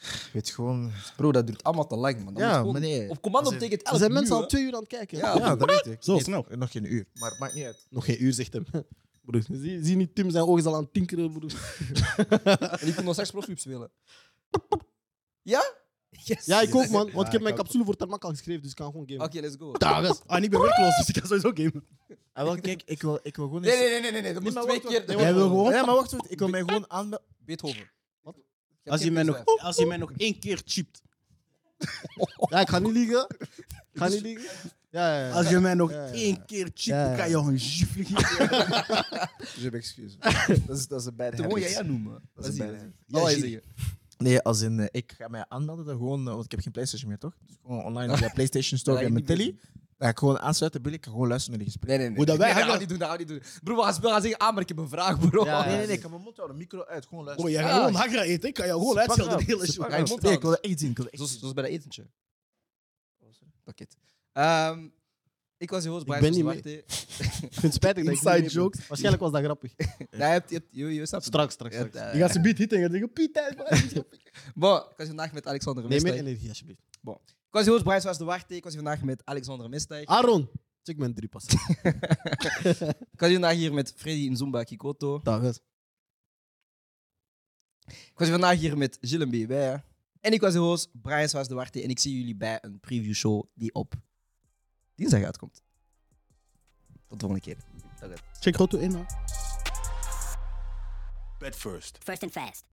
F: Ik weet gewoon...
A: Bro, dat duurt allemaal te lang, man. Dat
F: Ja,
A: moet gewoon-
F: meneer.
A: Op commando
F: Als in-
A: tegen het
B: Er
A: elf
B: zijn
A: uur,
B: mensen
A: hè.
B: al twee uur aan het kijken.
A: Ja.
F: Ja, dat weet ik.
C: Zo
F: Niet-
C: snel.
F: Nog geen uur, maar het maakt niet uit.
B: [laughs] Nog geen uur, zegt hem. [laughs] Broer, zie, zie niet Tim zijn ogen is al aan het tinkeren, broer.
A: En ik kon nog straks profclub spelen. Ja? Yes.
B: Ja, ik ook, man. Want
C: [laughs] Ja,
B: ik heb
C: ik
B: mijn
C: ook.
B: capsule voor Tarmac al geschreven, dus ik kan gewoon gamen.
A: Oké, let's go.
C: Ah, en ik ben werkloos, dus ik kan sowieso gamen.
E: Ah, wel, kijk, ik wil, ik wil gewoon
A: Nee,
E: eens...
A: nee, nee, nee, nee. nee. Dat moest
B: maar
A: twee
B: wacht, wacht.
A: keer... dat
B: Nee,
A: moest-
B: Jij wil gewoon-
E: Ja, maar wacht, wacht, ik wil mij gewoon [laughs] aanmelden.
A: Beethoven.
B: Wat?
A: Ik heb
C: Als je,
A: geen
C: mij nog,
A: PS5.
C: als je mij nog één keer chipt. oh.
B: Ja, ik ga niet liegen. Ik ga
C: [laughs]
B: niet liegen. Ja, ja, ja.
C: Als je mij nog
B: Ja, ja.
C: één keer chipt,
B: Ja, ja.
C: dan kan je een gifle geven.
E: Dus heb excuses. dat is, dat is een bad
A: Te gewoon
E: habit.
A: jij noemen.
E: Dat is een bad habit.
A: Ja,
E: Ja,
A: zeggen.
E: Nee, als in, eh, ik ga mij aanmelden dan gewoon, eh, want ik heb geen PlayStation meer, toch? Dus gewoon online via PlayStation Store
A: Ja,
E: en mijn
A: ik niet
E: telly. Dan ga ik gewoon aansluiten, Billy, ik kan gewoon luisteren naar die gesprekken.
A: Nee, nee, nee.
C: Hoe dat wij
A: nee, dat
C: hangen-
A: gaan we niet doen, dat gaan we niet doen. Broer, we gaan spelen, gaan zeggen, ah, maar ik heb een vraag, bro.
B: Ja,
E: Nee,
B: ja.
E: nee, nee, ik kan mijn mond houden, micro uit, gewoon
C: Bro,
E: luisteren.
C: jij gaat
A: Ja.
C: gewoon hagra eten. Ik kan jou gewoon
E: Ze pakken
C: uitschelden de
E: wel.
C: hele
E: Ze
C: show.
E: pakken wel. Nee, ik wil echt zien, ik wil echt
A: Zoals,
E: zien.
A: zoals bij dat etentje. Pakket. Ehm ik was je host, Brian
B: ben niet
A: Zwarte.
B: Ik vind het spijtig dat ik
C: Inside
B: niet mee ben.
C: jokes.
B: Waarschijnlijk was dat grappig.
A: Nee, je hebt... Je, hebt- je, je snapt het.
B: Straks, straks,
A: Je hebt,
B: straks.
A: eh,
C: Je gaat ze beat hitten en je denkt, Piet, tijd, man.
A: bon, ik was vandaag met Alexander
C: [laughs]
B: Neem
A: Mestijk.
B: meer energie, alsjeblieft.
A: Ik was je host, Brian Zwarte. Warte. Ik was hier vandaag met Alexander Mestijk.
B: Aaron, check mijn drie passen.
A: Ik was hier vandaag hier met Freddy Nzumba Kikoto.
B: Dag, hè.
A: Ik was hier vandaag hier met Gilles B. Bij. En ik was je host, Brian Zwarte. Warte. En ik zie jullie bij een preview show die op dinsdag uitkomt. Tot de volgende keer. Dag. hè.
C: Check Roto in, man.
G: First and fast.